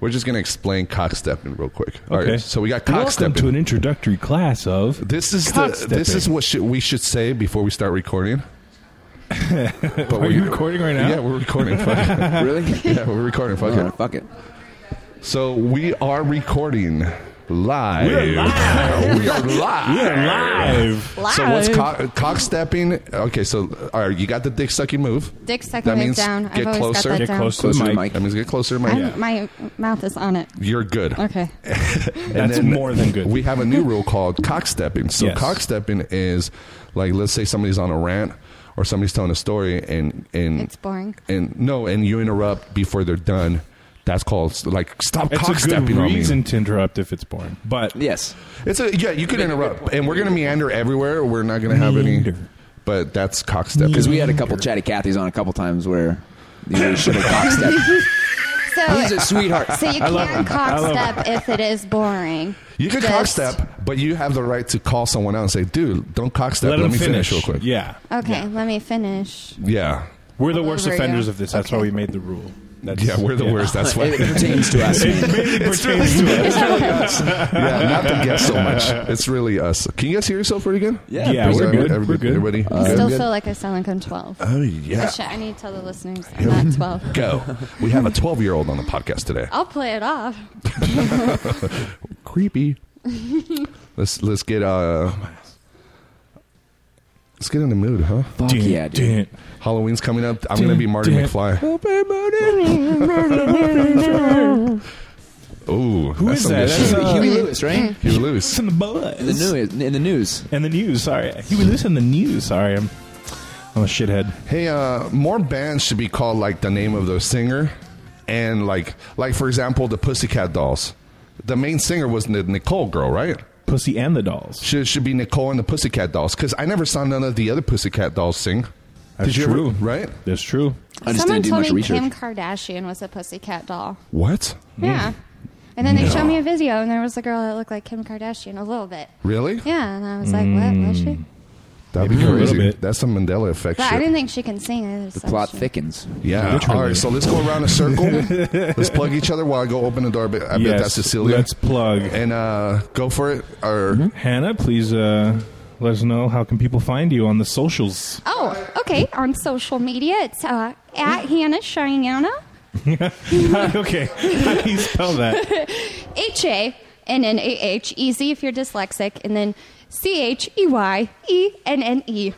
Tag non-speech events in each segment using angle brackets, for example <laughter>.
We're just going to explain cock stepping real quick. All right, Okay. so we got cock Welcome stepping. to an introductory class of This is the, Cockstepping. this is what should, we should say before we start recording. but Are you recording right now? Yeah, we're recording. Fuck <laughs> it. Really? Yeah, we're recording. Fuck Uh, it. fuck it. So we are recording live. We're live. we are live. live. So what's Live. cock, cock stepping? Okay, so all right, you got the dick sucking move. Dick sucking That it means down. get I've always closer. got that Get down. close to Closer the to mic. the mic. That means get closer to my. I'm- My mouth is on it. You're good. Okay. That's then more than good. We have a new rule called cock stepping. So Yes. cock stepping is like let's say somebody's on a rant or somebody's telling a story and and It's boring. and no and you interrupt before they're done. That's called like stop it's cock a good stepping on me. reason to interrupt if it's boring. But Yes. It's a yeah. You can interrupt, and we're gonna meander everywhere. We're not gonna have any. Meander. But that's cock stepping. Because we had a couple chatty Cathys on a couple times where you should have cockstepped. So, He's a sweetheart. so you love can it. I cock love step if it is boring. You can Just- cock step, but you have the right to call someone out and say, "Dude, don't cock step. let, Let, him me finish. finish. real quick." Yeah. Okay, let me finish. yeah, We're the worst Over you. offenders of this. That's why Okay. we made the rule. That's, yeah. We're the <laughs> worst. That's why. it pertains to us. <laughs> It mainly pertains to us. yeah, not the guests so much. It's really us. Can you guys hear yourself pretty good? Yeah, Yeah, Is we're that good. everybody- We're good. Everybody, I good? still Good? feel like I sound like I'm 12. Oh Oh, yeah. shit, I need to tell the listeners I'm not 12. Go. We have a 12 year old on the podcast <laughs> today. <laughs> I'll play it off. Creepy. let's let's get uh. Let's get in the mood, huh? Fuck yeah, dude. Dun, Halloween's coming up. I'm gonna be Marty Damn. <laughs> McFly. Oh, Who is that? That's uh, <laughs> Huey Lewis, right? <laughs> Huey Lewis. It's in the buzz. In the news. In the news. And the news. Sorry, he was listening to the news. Sorry, I'm I'm a shithead. Hey, uh, more bands should be called like the name of the singer, and like like for example, the Pussycat Dolls. The main singer was the Nicole girl, right? Pussy and the dolls. Should should be Nicole and the Pussycat Dolls because I never saw none of the other Pussycat Dolls sing. That's Did you ever- true. right? That's true. I just Someone didn't do told much me research. Kim Kardashian was a pussycat doll. What? Yeah. And then they showed me a video, and there was a girl that looked like Kim Kardashian a little bit. Really? Mm. Yeah, and I was like, what was she? That'd be Maybe a little crazy. bit. That's some Mandela effect But I shit. didn't think she can sing. I just The thought plot she- thickens. Yeah. All right. So let's go around a <laughs> circle. let's plug each other while I go open the door. But I bet Yes, that's Cecilia. Let's plug. and uh, go for it. Or Mm-hmm. Hannah, please uh, let us know how can people find you on the socials. <laughs> Oh, okay. On social media, it's uh, Hmm? at Hannah Shayana, okay, how do you spell that? <laughs> H A N N A H, easy if you're dyslexic, and then C H E Y E N N E.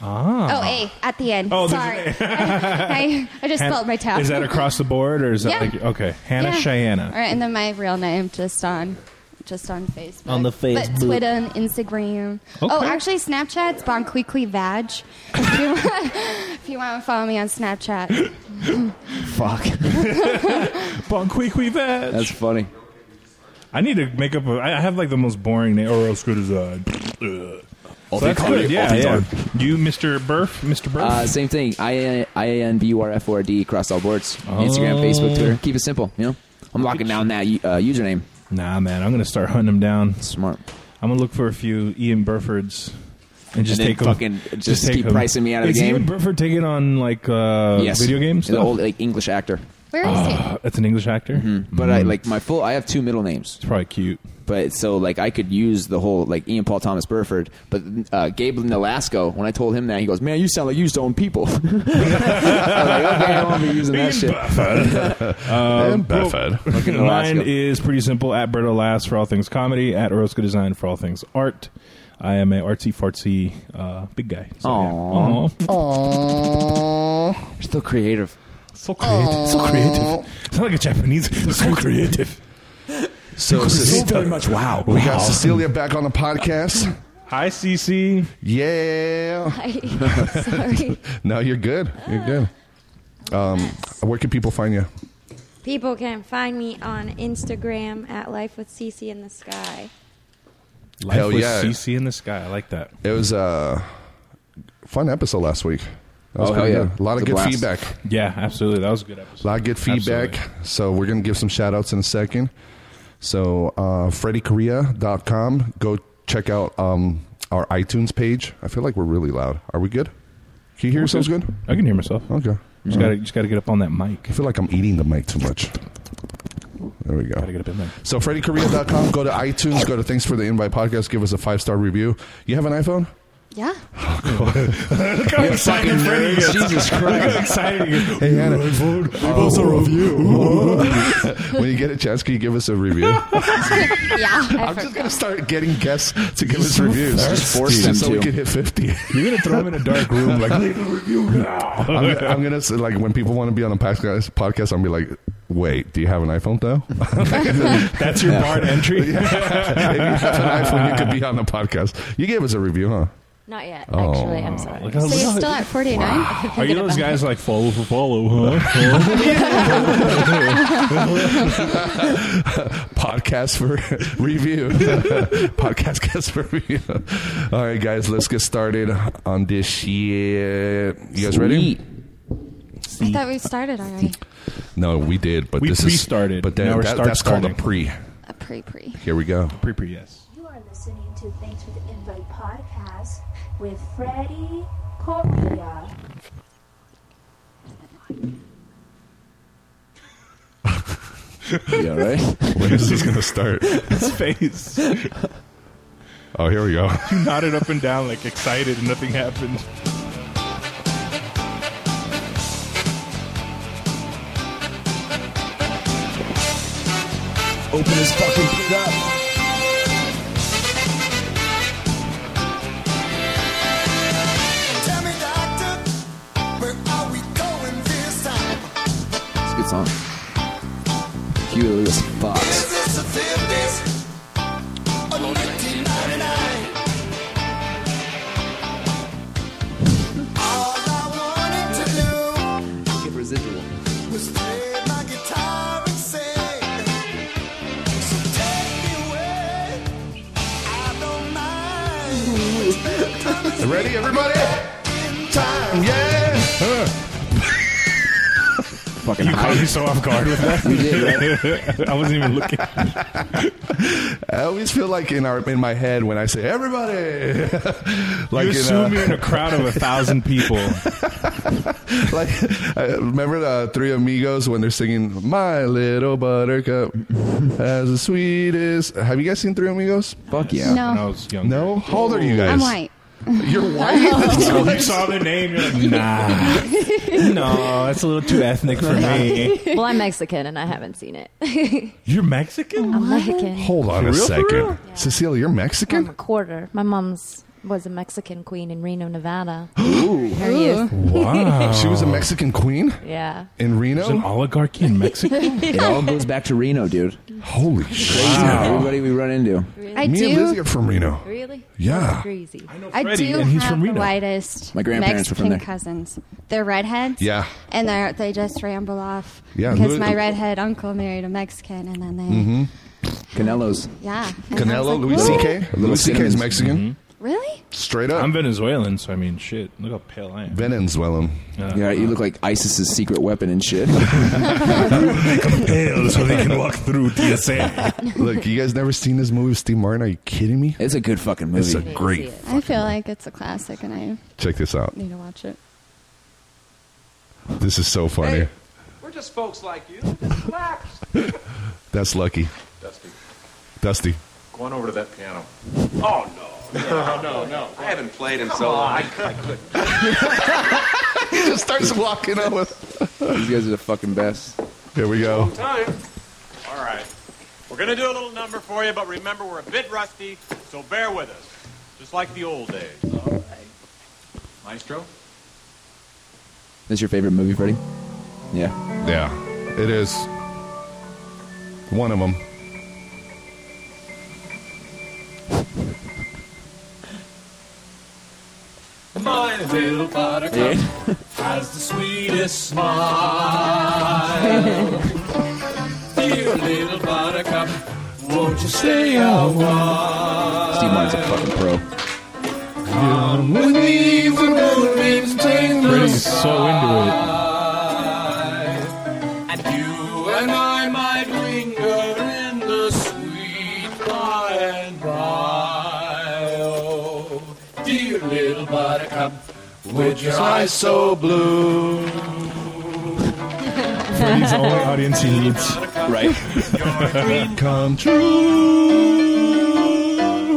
Ah, Oh, A at the end. Oh, there's Sorry. an <laughs> I, I just spelled my tab. Is that across the board or is that Yeah. like okay? <laughs> Hannah Yeah. Cheyenne. All right, and then my real name just on. Just on Facebook. On the But Facebook. Twitter and Instagram. Oh, Okay. actually, Snapchat's Bonquiqui Vag. If you, <laughs> want, if you want to follow me on Snapchat. Fuck. Bonquiqui Veg. That's funny. I need to make up. A, I I have like the most boring name. Or else good as uh, ugh. So that's things good. are- Yeah, all things yeah. You, Mister Burf, Mister Burf. Uh, same thing. I I N B U R F O R D across all boards. Oh. Instagram, Facebook, Twitter. Keep it simple. You know, I'm locking down that uh, username. nah, man. I'm gonna start hunting him down. Smart. I'm gonna look for a few Ian Burfords and just And then take 'em. fucking just take keep 'em. pricing me out of the Is Ian game? Burford taking on like uh, Yes. video games? Uh, The old like Mm-hmm. English actor. Where is he? That's an English actor. But I like my full. I have two middle names. Mm. It's probably cute. But so like I could use the whole like Ian Paul Thomas Burford. But uh, Gabe Nolasco, when I told him that, he goes, "Man, you sound like you used to own people." <laughs> I was like, okay, I won't be using that shit. <laughs> and <laughs> Buffett. Fucking Um, Mine Nolasco. is pretty simple. At Berto Last for all things comedy. At Orozco Design for all things art. I am a artsy fartsy uh, big guy. So, yeah. Aw. Aw. Oh. You're still creative. So creative. So creative. It's not like a Japanese. so <laughs> creative. So, Cecilia, very much. Wow. we got Cecilia back on the podcast. Hi, CC. Yeah. <laughs> Sorry. Ah. No, you're good. You're good. Um, where can people find you? People can find me on Instagram at Life with Cece in the Sky. Life Hell with yeah. CC in the sky. I like that. It was a fun episode last week. That was Oh, hell pretty yeah. good. A lot It's of a good blast. feedback. Yeah, absolutely. That was a good A episode. lot of good feedback. So we're going to give some shout outs in a second. So uh, freddykorea.com. Go check out um, our iTunes page. I feel like we're really loud. Are we good? Can you hear yourselves good? I can hear myself. Okay. Just gotta just gotta get up on that mic. <laughs> I feel like I'm eating the mic too much. There we go. Gotta get up in there. So freddykorea.com, go to iTunes, go to Thanks for the Invite podcast, give us a five star review. You have an iPhone? <laughs> Yeah. You fucking nerd. Jesus Christ. Exciting. Hey, Hannah. Leave us a review. <laughs> when you get a chance, can you give us a review? yeah. I I'm just forgot. going to start getting guests to give us reviews. Just force them so we to. can hit 50. You're gonna throw him in a dark room like leave a review now. I'm, gonna- I'm going to say, like, when people want to be on a podcast, podcast I'm going to be like, wait, do you have an iPhone, though? <laughs> That's your <laughs> barred entry. if you have an iPhone, you could be on the podcast. You gave us a review, huh? Oh. Not yet, actually. I'm sorry. Oh, Look So you're how- still at 49? Are you those guys like follow for <laughs> follow, huh? podcast for <laughs> review. podcast guest for review. All right, guys, let's get started on this shit. You guys ready? Sweet. I thought we started <laughs> already. No, we did, but We this is pre-started. But then Now we're that, start that's called a starting. pre. A pre pre. Here we go. pre pre yes. You are listening to Thanks for the Invite podcast with Freddie <laughs> Correa. You all right? When is this going to start? His face. you Oh, here we go. nodded up and down like excited and nothing happened. Open his fucking pit up. Tell me, doctor, where are we going this time? It's a good song. Huey Lewis Fox. Is this the 50s or 1999? All I wanted to do Get residual. was play my guitar and sing. So take me away. I don't mind. Ready, <laughs> everybody? Time, yeah. Fucking Caught high. me so off guard with that. We did, <laughs> I wasn't even looking. I always feel like in our in my head when I say everybody, like you in, assume uh, you're in a crowd of a thousand people. <laughs> like I remember the Three Amigos when they're singing "My Little Buttercup" as the sweetest. Have you guys seen Three Amigos? Fuck yeah. When I No. was young. No. How old are you guys? I'm white. <laughs> <laughs> You're <laughs> Oh, white. <laughs> So you saw the name, you're like, nah. no, that's a little too ethnic <laughs> for me. well, I'm Mexican and I haven't seen <laughs> it. You're Mexican? I'm Mexican. Hold on For a real, for second, real? Cecilia. You're I'm Mexican. a quarter. My mom's was a Mexican queen in Reno, <gasps> Nevada. Her youth. Wow. She was a Mexican queen <laughs> Yeah. in There's an Reno. oligarchy <laughs> in Mexico? <laughs> It all goes back to Reno, dude. Holy shit! Everybody we run into. I Me and Lizzie do. are from Reno. Really? <laughs> Yeah. Crazy. I Ah. Freddie, do and he's have from the Reno. whitest My grandparents were from Mexican there. cousins. They're redheads. Yeah. And they they just ramble off. Yeah, Because Louis- my redhead uncle married a Mexican, and then they. Mm-hmm. Mm-hmm. Canelo's. Yeah. And I was Canelo, like, Louis "Whoa, C.K. Little Louis C.K. is cinnamons. Mexican. Really? Straight up. I'm Venezuelan, so I mean, shit. Look how pale I am. Venezuelan. Yeah, you look like ISIS's secret weapon and shit. pale so they can walk through TSA. Look, you guys never seen this movie with Steve Martin? Are you kidding me? It's a good fucking movie. It's a see great. it. I feel like it's a classic, and I Check this out. need to watch it. This is so funny. Hey, we're just folks like you. Just relax. That's lucky. Dusty, Dusty. go on over to that piano. Oh no! No, no, no! I haven't played in so long. I, I couldn't. <laughs> He just starts walking up with. These guys are the fucking best. Here we go. time. All right. We're going to do a little number for you, but remember, we're a bit rusty, so bear with us. Just like the old days. All right. Maestro? This your favorite movie, Freddie? Yeah. Yeah, it is. One of them. My little buttercup has the sweetest smile. Dear little buttercup, won't you stay a while? Steve Martin's a fucking pro. With me, the moonbeams take the He's so into And you and I might linger in the sweet by and by. Oh, dear little buttercup, with your eyes so blue. it. He's the only audience he needs. Right. Come true.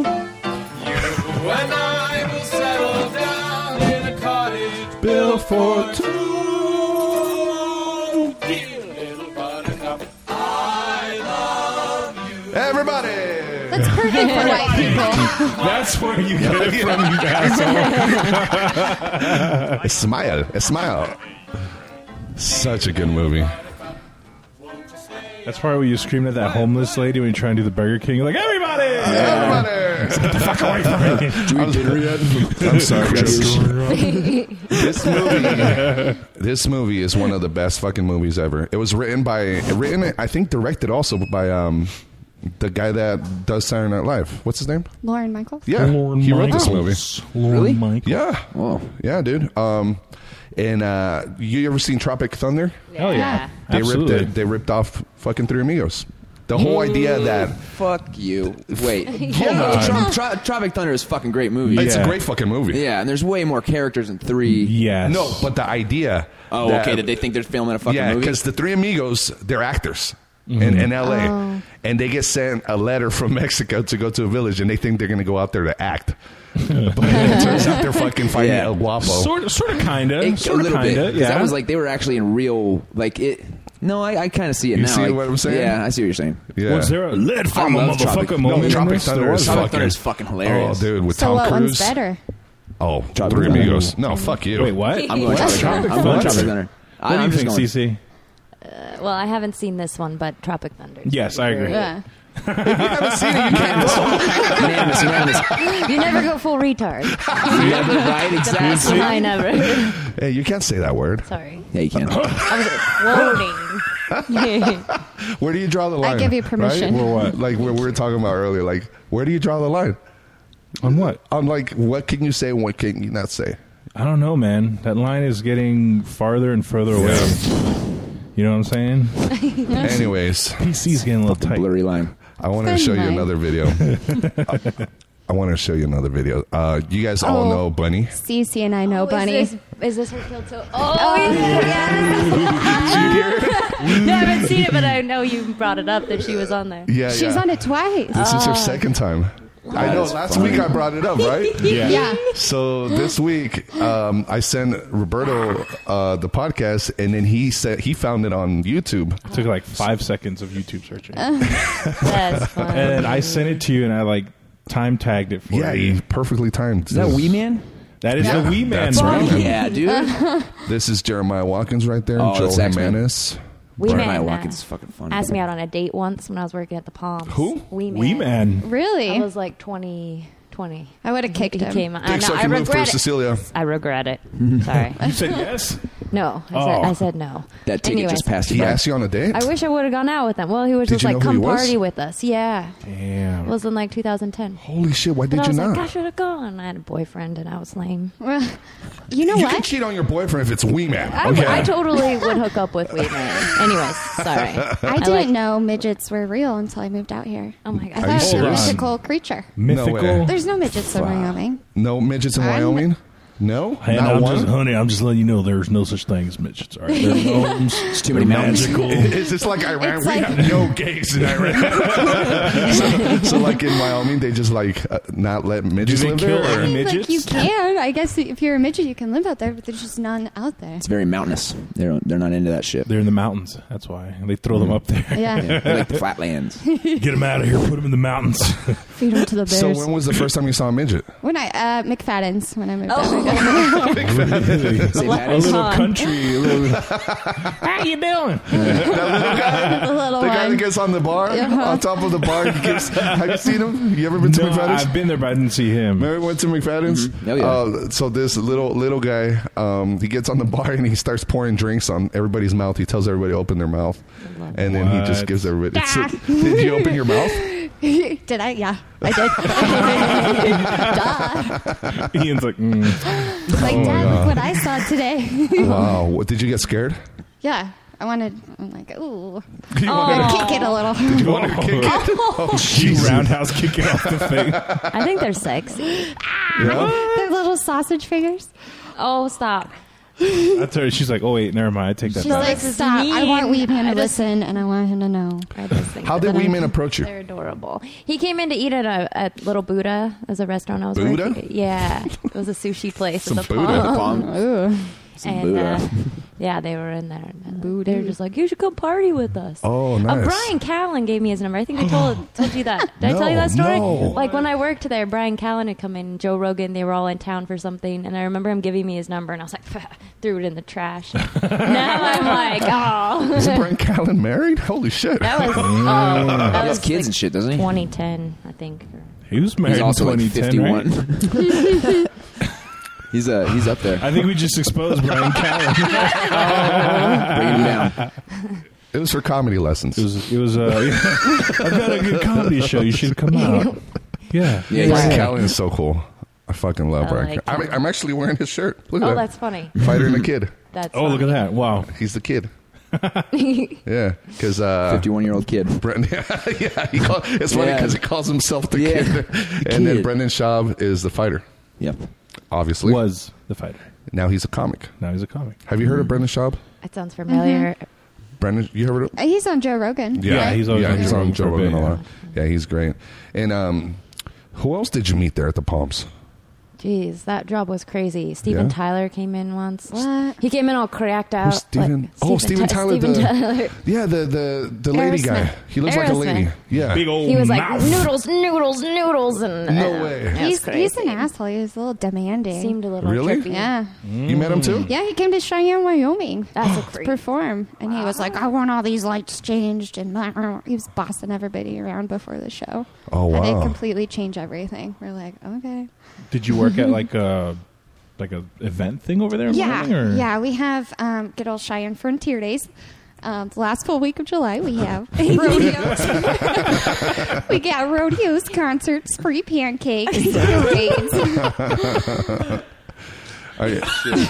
When I will settle down in a cottage Bill for two. Oh, dear little buttercup, I love Everybody. That's perfect for white people. That's where you <laughs> get it from, you asshole. <laughs> A smile. A smile. Such a good movie. That's probably where you screamed at that homeless lady when you try and do the Burger King. You're like, everybody! Everybody. Fuck away from me. Do we dinner yet? I'm sorry. Uh, this movie this movie is one of the best fucking movies ever it was written by written i think directed also by um the guy that does saturday night live what's his name Lauren Michaels. yeah he wrote this movie movie. Lauren Really? Michaels. yeah Whoa. yeah dude um and uh you ever seen tropic thunder Hell yeah. Yeah. they Absolutely. ripped it, they ripped off fucking three amigos the whole idea that Fuck you. <laughs> Wait. Come on. Tro- Tro- Tropic Thunder is a fucking great movie. it's a Yeah. great fucking movie Yeah, and there's way more characters in three. Yes. no but the idea Oh, okay. Did they think they're filming a fucking yeah, movie? because the three amigos, they're actors Mm-hmm. in, in LA. Oh. And they get sent a letter from <laughs> Mexico to go to a village and they think they're going to go out there to <laughs> act. but it turns out they're fucking fighting Yeah. El Guapo. Sort of, sort of, kinda, It- a sort of, little bit. kinda. 'cause Yeah, That was like they were actually in real. Like it. No, I, I kind of see it You now. see like- what I'm saying? Yeah, I see what you're saying. yeah. Was there a lead from a I love motherfucker Tropic- no, moment? in Tropic this? There Thunder was. is Tropic fucking- Thunder is fucking hilarious. Oh, dude, with So Tom what Cruise. one's better? Oh, Tropic Three Thunder. Amigos. No, fuck you. Wait, what? I'm going Tropic Thunder. I'm going Thunder? Tropic Thunder. What do you I'm just think, going- <laughs> CC? Uh, well, I haven't seen this one, but Tropic Thunder. Yes, I <laughs> agree. Yeah. You haven't seen it. You can't Unanimous, unanimous. You never go full <laughs> retard. Never <laughs> right, That's exactly. what I never. Hey, you can't say that word. Sorry. Yeah, you can. I was warning. <laughs> Where do you draw the line? give you right? permission. Well, what? Like what we were talking about earlier. Like, where do you draw the line? On what? On like, what can you say and what can you not say? <laughs> I don't know, man. That line is getting farther and further away. You know what I'm <laughs> saying? Anyways, PC's getting a little tight. Blurry line. I want to Friend show you night. another video. I- I want to show you another video. Uh, you guys all Oh. know Bunny. Cece and I know Bunny. Oh, Is this, is this her kill toe? Oh, Oh, <laughs> yeah. <laughs> no, I haven't seen it, but I know you brought it up that she was on there. Oh. Yeah, She's yeah. on it twice. This is her uh, second time. I know. That is Last funny. week I brought it up, right? Yeah. yeah. So this week um, I sent Roberto uh, the podcast, and then he said he found it on YouTube. It took like five seconds of YouTube searching, and <laughs> That's fun. then I sent it to you, and I like time tagged it for Yeah, you. he perfectly timed. Is that Wee Man? That is the Wee Man. That's bro. right. man. Yeah, dude. <laughs> This is Jeremiah Watkins right there. Oh, Joel that's X-Men. Jimenez. We Man, Jeremiah uh, Watkins is fucking funny. Asked me out on a date once when I was working at the Palms. Who? We Man. Wee Man. Really? I was like 20, 20. I would've kicked he him. Came, I, Dick know, I sucking move for regret it. Cecilia. Mm-hmm. I regret it. <laughs> Sorry. You said yes. No, I, Oh. said, I said no. That ticket Anyways, just passed you He by. asked you on a date. I wish I would have gone out with him. Well, he was Did just you like, know come who he was? party with us. Yeah. Damn. It was in like 2010. Holy shit! Why And did I you was like, not? I should have gone. I had a boyfriend and I was <laughs> lame. you know You what? can cheat on your boyfriend if it's Wee Man. I, okay. I totally would hook up with Wee <laughs> Man. Anyways, sorry. I didn't like- know midgets were real until I moved out here. Oh my I god. thought it Are you was a serious? mythical creature. Mythical. way. There's no midgets in Wyoming. No midgets in I'm- Wyoming. No, And not I'm one. just, honey, I'm just letting you know there's no such thing as midgets. All right, <laughs> they're gnomes. It's too many mountains. <laughs> It's just like Iran. It's we like- have no gays in <laughs> Iran. so, so like in Wyoming, they just like uh, not let midgets they live kill I there. or- mean, Midgets? like you can. I guess if you're a midget, you can live out there, but there's just none out there. <laughs> It's very mountainous. They're they're not into that shit. Mm. They're in the mountains. That's why they throw them up there. <laughs> Yeah, Yeah, they like the flatlands. Get them out of here. Put them in the mountains. <laughs> feed them to the bears. So when was the first time you saw a <laughs> midget? when I uh, McFadden's when I moved Oh. out. there. <laughs> St. a Patty's. little country. A little, <laughs> how you <laughs> doing? <laughs> the little Uh-huh. The guy that one. gets on the bar, on top of the bar, he gives, have you seen him? You ever been to No, McFadden's? I've been there, but I didn't see <laughs> him. Mm-hmm. Mary went to McFadden's. Mhm. Oh, yeah. Uh, so this little little guy, um, he gets on the bar and he starts pouring drinks on everybody's mouth. He tells everybody to open their mouth, and then he just What? gives everybody. So, did you open your mouth? <laughs> did <laughs> I? Yeah, I <laughs> did. Duh. Ian's like, mm. Like, Dad, look what I saw today. Oh <laughs> Wow! What, did you get scared? yeah, I wanted. I'm like, ooh, <laughs> You I wanted kick it a little. you wanted to kick it? <laughs> Oh, she roundhouse kicking off <laughs> the thing. I <laughs> Ah, think they're sexy. Yeah? They're little sausage fingers. Oh, stop. I told her, she's like, oh, wait, never mind. I take that She's back. like, this is stop. I mean. want Wee Man to I just- listen, and I want him to know. I just think How did that Wee I'm- Man approach you? They're adorable. He came in to eat at a at Little Buddha. It was a restaurant I was Buddha? working. Yeah, it was a sushi place. Some at the Buddha. Palm. Ooh. Some And, Buddha. uh, yeah, they were in there. And uh, they were just like, you should come party with us. Oh, nice. Uh, Brian Callen gave me his number. I think I <gasps> told told you that. Did I tell you No, that story? no. Like when I worked there, Brian Callen had come in, Joe Rogan. They were all in town for something, and I remember him giving me his number, and I was like, <laughs> threw it in the <laughs> trash. now I'm like, oh, Is Brent Callen married? Holy shit. that <laughs> was oh, Mm. that He was has kids and shit, doesn't he? 2010, I think. <laughs> he was married He's also in like 2010, right? 51. he's uh, he's up there. I think we just exposed Brian Callen. <laughs> Bring him down. It was for comedy lessons. It was, it was, <laughs> uh, <laughs> I've got a good comedy show. You <laughs> should come out. Yeah. Yeah, he's Brian sick. Callen is so cool. I fucking love I Brian. like Callen. I'm, him. I'm actually wearing his shirt. <laughs> Look at Oh, that. that's funny. Fighter and the Kid. That's Oh, look at that. Wow. He's the kid. yeah, because uh, 51 year old kid. Brendan. <laughs> yeah, he call, it's funny <laughs> Yeah. because he calls himself <laughs> the Yeah. kid, The and then kid. Brendan Schaub is the fighter. Yep. Obviously, Was the fighter. now he's a comic. Now he's a comic. Have you heard Mm-hmm. of Brendan Schaub? That sounds familiar. Brendan, you heard of? Mm-hmm. Uh, He's on Joe Rogan. Yeah, right? he's on yeah, Joe he's Rogan on Joe for a Rogan bit, a yeah. lot. Yeah, he's great. And um, who else did you meet there at the Palms? <laughs> Jeez, that job was crazy. Steven Yeah. Tyler came in once. What? He came in all cracked out. Who's Steven? Uh, like, oh, Steven Ty- Tyler. Steven the, <laughs> Tyler. Yeah, the the the lady Aerosmith. guy. He looks like a lady. Aerosmith. Yeah. Big old He was like mouth. noodles, noodles, noodles, and No uh, way. it was He's, crazy. he's an asshole. He's a little demanding. Seemed a little Really? trippy. yeah. You met <laughs> him too? Mm. Yeah, he came to Cheyenne, Wyoming. <gasps> That's a to creep. perform. And he was like, I want all these lights changed. And blah, blah, blah. he was bossing everybody around before the show. And Oh, wow. they completely change everything. We're like, okay. Did you work at like a like a event thing over there? in Yeah. Wyoming, or? <laughs> Yeah, we have um, good old Cheyenne Frontier Days. Um, the last full week of July, we <laughs> have rodeos. we got rodeos, concerts, free <laughs> pancakes, parades. Okay. Keep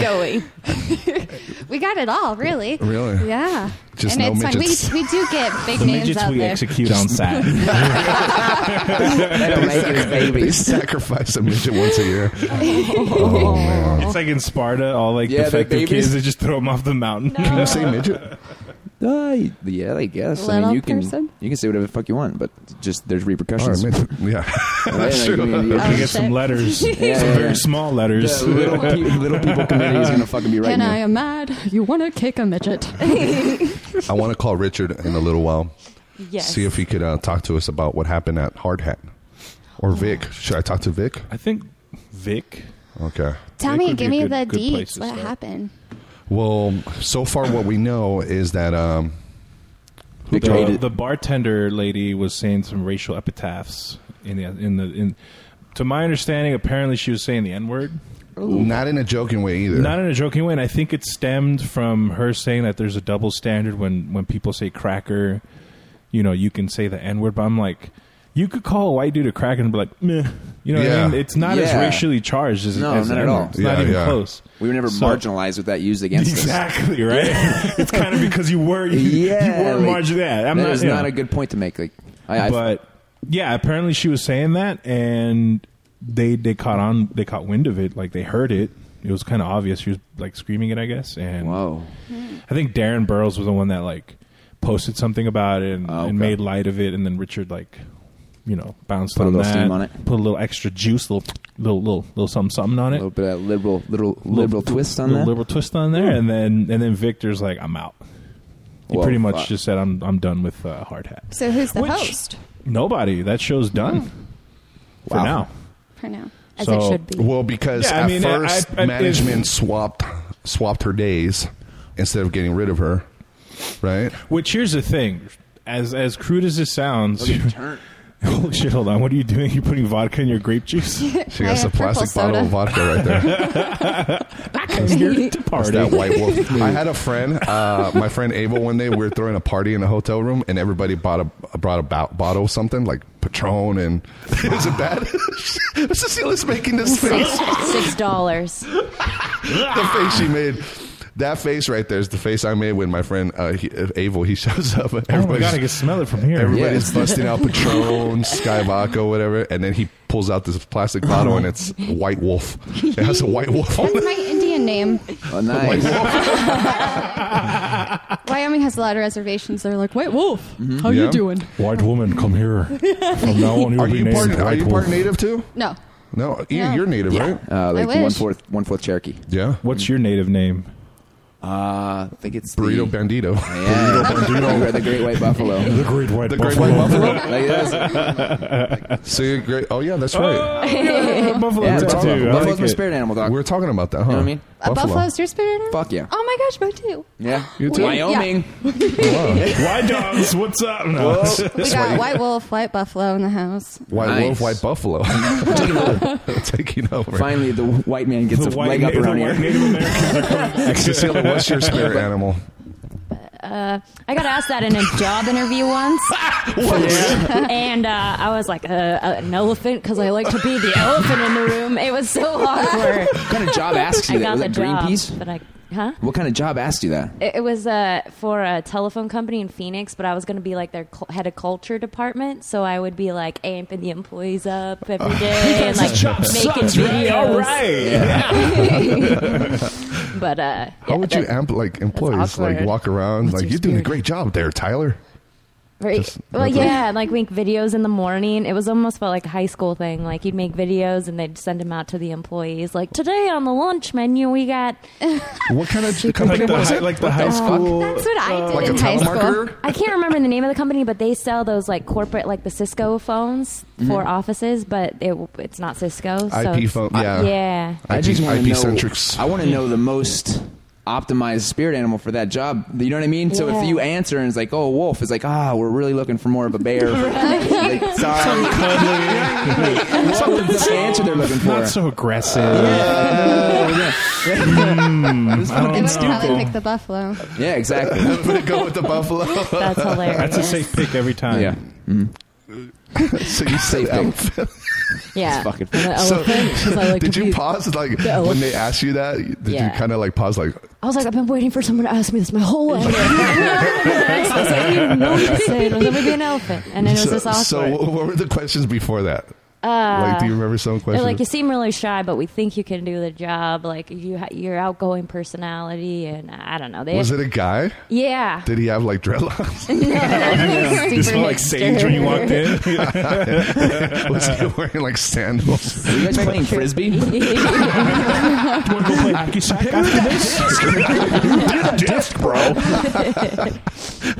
<laughs> <laughs> going. We got it all, really. Really? Yeah. Just and no it's midgets. fun. We, we do get big names Midgets out we there. <laughs> <laughs> execute on set. That'll make his They babies. <laughs> sacrifice a midget once a <laughs> year. <laughs> oh man! It's like in Sparta, all like Yeah, they're defective babies. kids, they just throw them off the mountain. Can you say midget? Uh, yeah, I guess. I mean, Little you can person? you can say whatever the fuck you want, but just there's All right, repercussions. midget. <laughs> <laughs> Yeah, that's Yeah, like, I mean, true. We yeah. get Oh, some letters, Yeah, some yeah, yeah. very small letters. The little, pe- little people committee is gonna fucking be right and now. I am mad. You want to kick a midget? I want to call Richard in a little while. Yes. See if he could uh, talk to us about what happened at Hard Hat Oh. or Vic. Should I talk to Vic? I think Vic. Okay. Tell That me, could be give a me good- the good place deets. to What start. happened? Well, so far what we know is that um, Vic the, hated- the bartender lady was saying some racial epitaphs in the in the in. To my understanding, apparently she was saying the N word, not in a joking way either. not in a joking way, and I think it stemmed from her saying that there's a double standard when when people say cracker, you know, you can say the N word, but I'm like. You could call a white dude a cracker and be like, meh. You know what Yeah. I mean? It's not as Yeah. racially charged as, No, as the not at N-word. all. It's not Yeah, even yeah. close. we were never So- marginalized with that used <laughs> against us. <laughs> Exactly <laughs> right. it's kind of because you were you, Yeah, you were like, margin- Yeah, I'm that not, is you know. not a good point to make. Like, I, I, But yeah, apparently she was saying that, and they they caught on. They caught wind of it. Like they heard it. It was kind of obvious. She was like screaming it, I guess. And whoa, I think Darren Burrows was the one that like posted something about it and, Oh, okay. and made light of it, and then Richard like you know bounced Put a on little that, steam on it. put a little extra juice, little little little little something something on a it. little bit of liberal, little liberal twist on little that. liberal twist on there, and then and then Victor's like, I'm out. He Whoa, pretty much fuck. just said, I'm I'm done with uh, hard hat. So who's the Which- host Nobody. That show's done for Wow. now. for now? As So- it should be. Well, because Yeah, I at mean, I- first I- I- management if- swapped swapped her days instead of getting rid of her, right? Which here's the thing, as as crude as this sounds, Look at turn. <laughs> holy shit! Hold on, what are you doing? You're putting vodka in your grape juice? She I has a have purple plastic bottle of vodka right <laughs> Oh, there. <laughs> Come here to party. that white wolf. <laughs> I had a friend, uh, my friend Abel. One day we were throwing a party in a hotel room, and everybody bought a brought a bo- bottle of something like Patron, and <laughs> is it bad? Cecilia's making this face. Six six dollars. the face she made. That face right there is the face I made when my friend uh, he, uh, Abel he shows up. Oh my Everybody's- god, I can smell it from here. Yes. Everybody's busting <laughs> out <laughs> Patron, Sky Vodka, Oh whatever, and then he pulls out this plastic bottle and it's White Wolf. It has a White Wolf on That's it. my Wyoming name. Oh, nice. Wyoming has a lot of reservations. They're like, White Wolf, how Yeah. you doing? White woman, come here. From now on, you'll Are be you named part? Are White you part Wolf. native too? No. No, Ian, No. you're native, yeah. right? Uh, like wish. one fourth, one fourth Cherokee. Yeah. What's your native name? Uh, I think it's Burrito the, Bandito. <laughs> Yeah, Bandito. <laughs> the Great White Buffalo. The Great White The Great White <laughs> Buffalo. Like this. <laughs> See, great. Oh yeah, that's right. <laughs> Buffalo Yeah, That's tattoo. awesome. I Buffalo's like my it. spirit animal, We dog. were talking about that, huh? You know what I mean? A Buffalo's your Oh, spirit animal? Fuck yeah. Oh my gosh, my too. Yeah. You too? Wyoming. <laughs> Why dogs? What's up? <laughs> No. We got White Wolf, White Buffalo in the house. White Nice. wolf, white <laughs> buffalo. <laughs> Taking over. <laughs> Finally, the white man gets The a leg up na- around the white here. <laughs> Native Americans are coming. Cecilia, what's your spirit animal? Uh, I got asked that in a job interview <laughs> once. <laughs> and uh, I was like, uh, uh, an elephant, because I like to be the elephant in the room. It was so awkward. <laughs> What kind of job asks I you that? got Was the that job, Greenpeace? but I, huh? What kind of job asked you that? It, it was uh, for a telephone company in Phoenix, but I was going to be like their cul- head of culture department, so I would be like amping the employees up <laughs> every day and like making videos. <laughs> But uh, How would you amp like employees like awkward. walk around What's like your you're doing a spirit? great job there, Tyler? Right. Just- well, that's it. yeah, and like make videos in the morning. It was almost felt like a high school thing. Like you'd make videos and they'd send them out to the employees. Like today on the lunch menu, we got. What <laughs> kind of Like company the, was high, it? like the high school. That's what I did uh, Like a in high school. telemarketer? I can't remember the name of the company, but they sell those like corporate, like the Cisco phones for offices, but it, it's not Cisco. So IP it's- Mm-hmm. phone. Yeah. Yeah. I IP just want to IP know. centrics. I want to know the most optimized spirit animal for that job. You know what I mean? So Yeah. if you answer and it's like, oh, wolf, it's like, ah, we're really looking for more of <laughs> a bear. <laughs> like, sorry, What's the answer they're looking for. Not so aggressive. Hmm, They would probably Stupid. pick the <laughs> buffalo. yeah, exactly. Put it go with the buffalo. That's hilarious. That's a safe pick every time. Yeah, so you said safe thing. elephant. <laughs> Yeah. It's fucking- And an So, elephant, 'cause I like <laughs> did to you be- pause like when elephant. they asked you that? Did Yeah. you kind of like pause like I was like, I've been waiting for someone to ask me this my whole <laughs> life. <laughs> I was like, I didn't even know what to say. It was going to be an elephant. And then it was this so, awkward. Uh, so what what were the questions before that? like, do you remember some They're questions? like, you seem really shy, but we think you can do the job. Like you, ha- your outgoing personality, and uh, I don't know. They, was it a guy? <laughs> yeah. <laughs> Did he have like dreadlocks? <laughs> You smell like sage when you <laughs> walked in. <laughs> was he wearing <laughs> like sandals? Are you guys playing frisbee? <laughs> Disc, bro.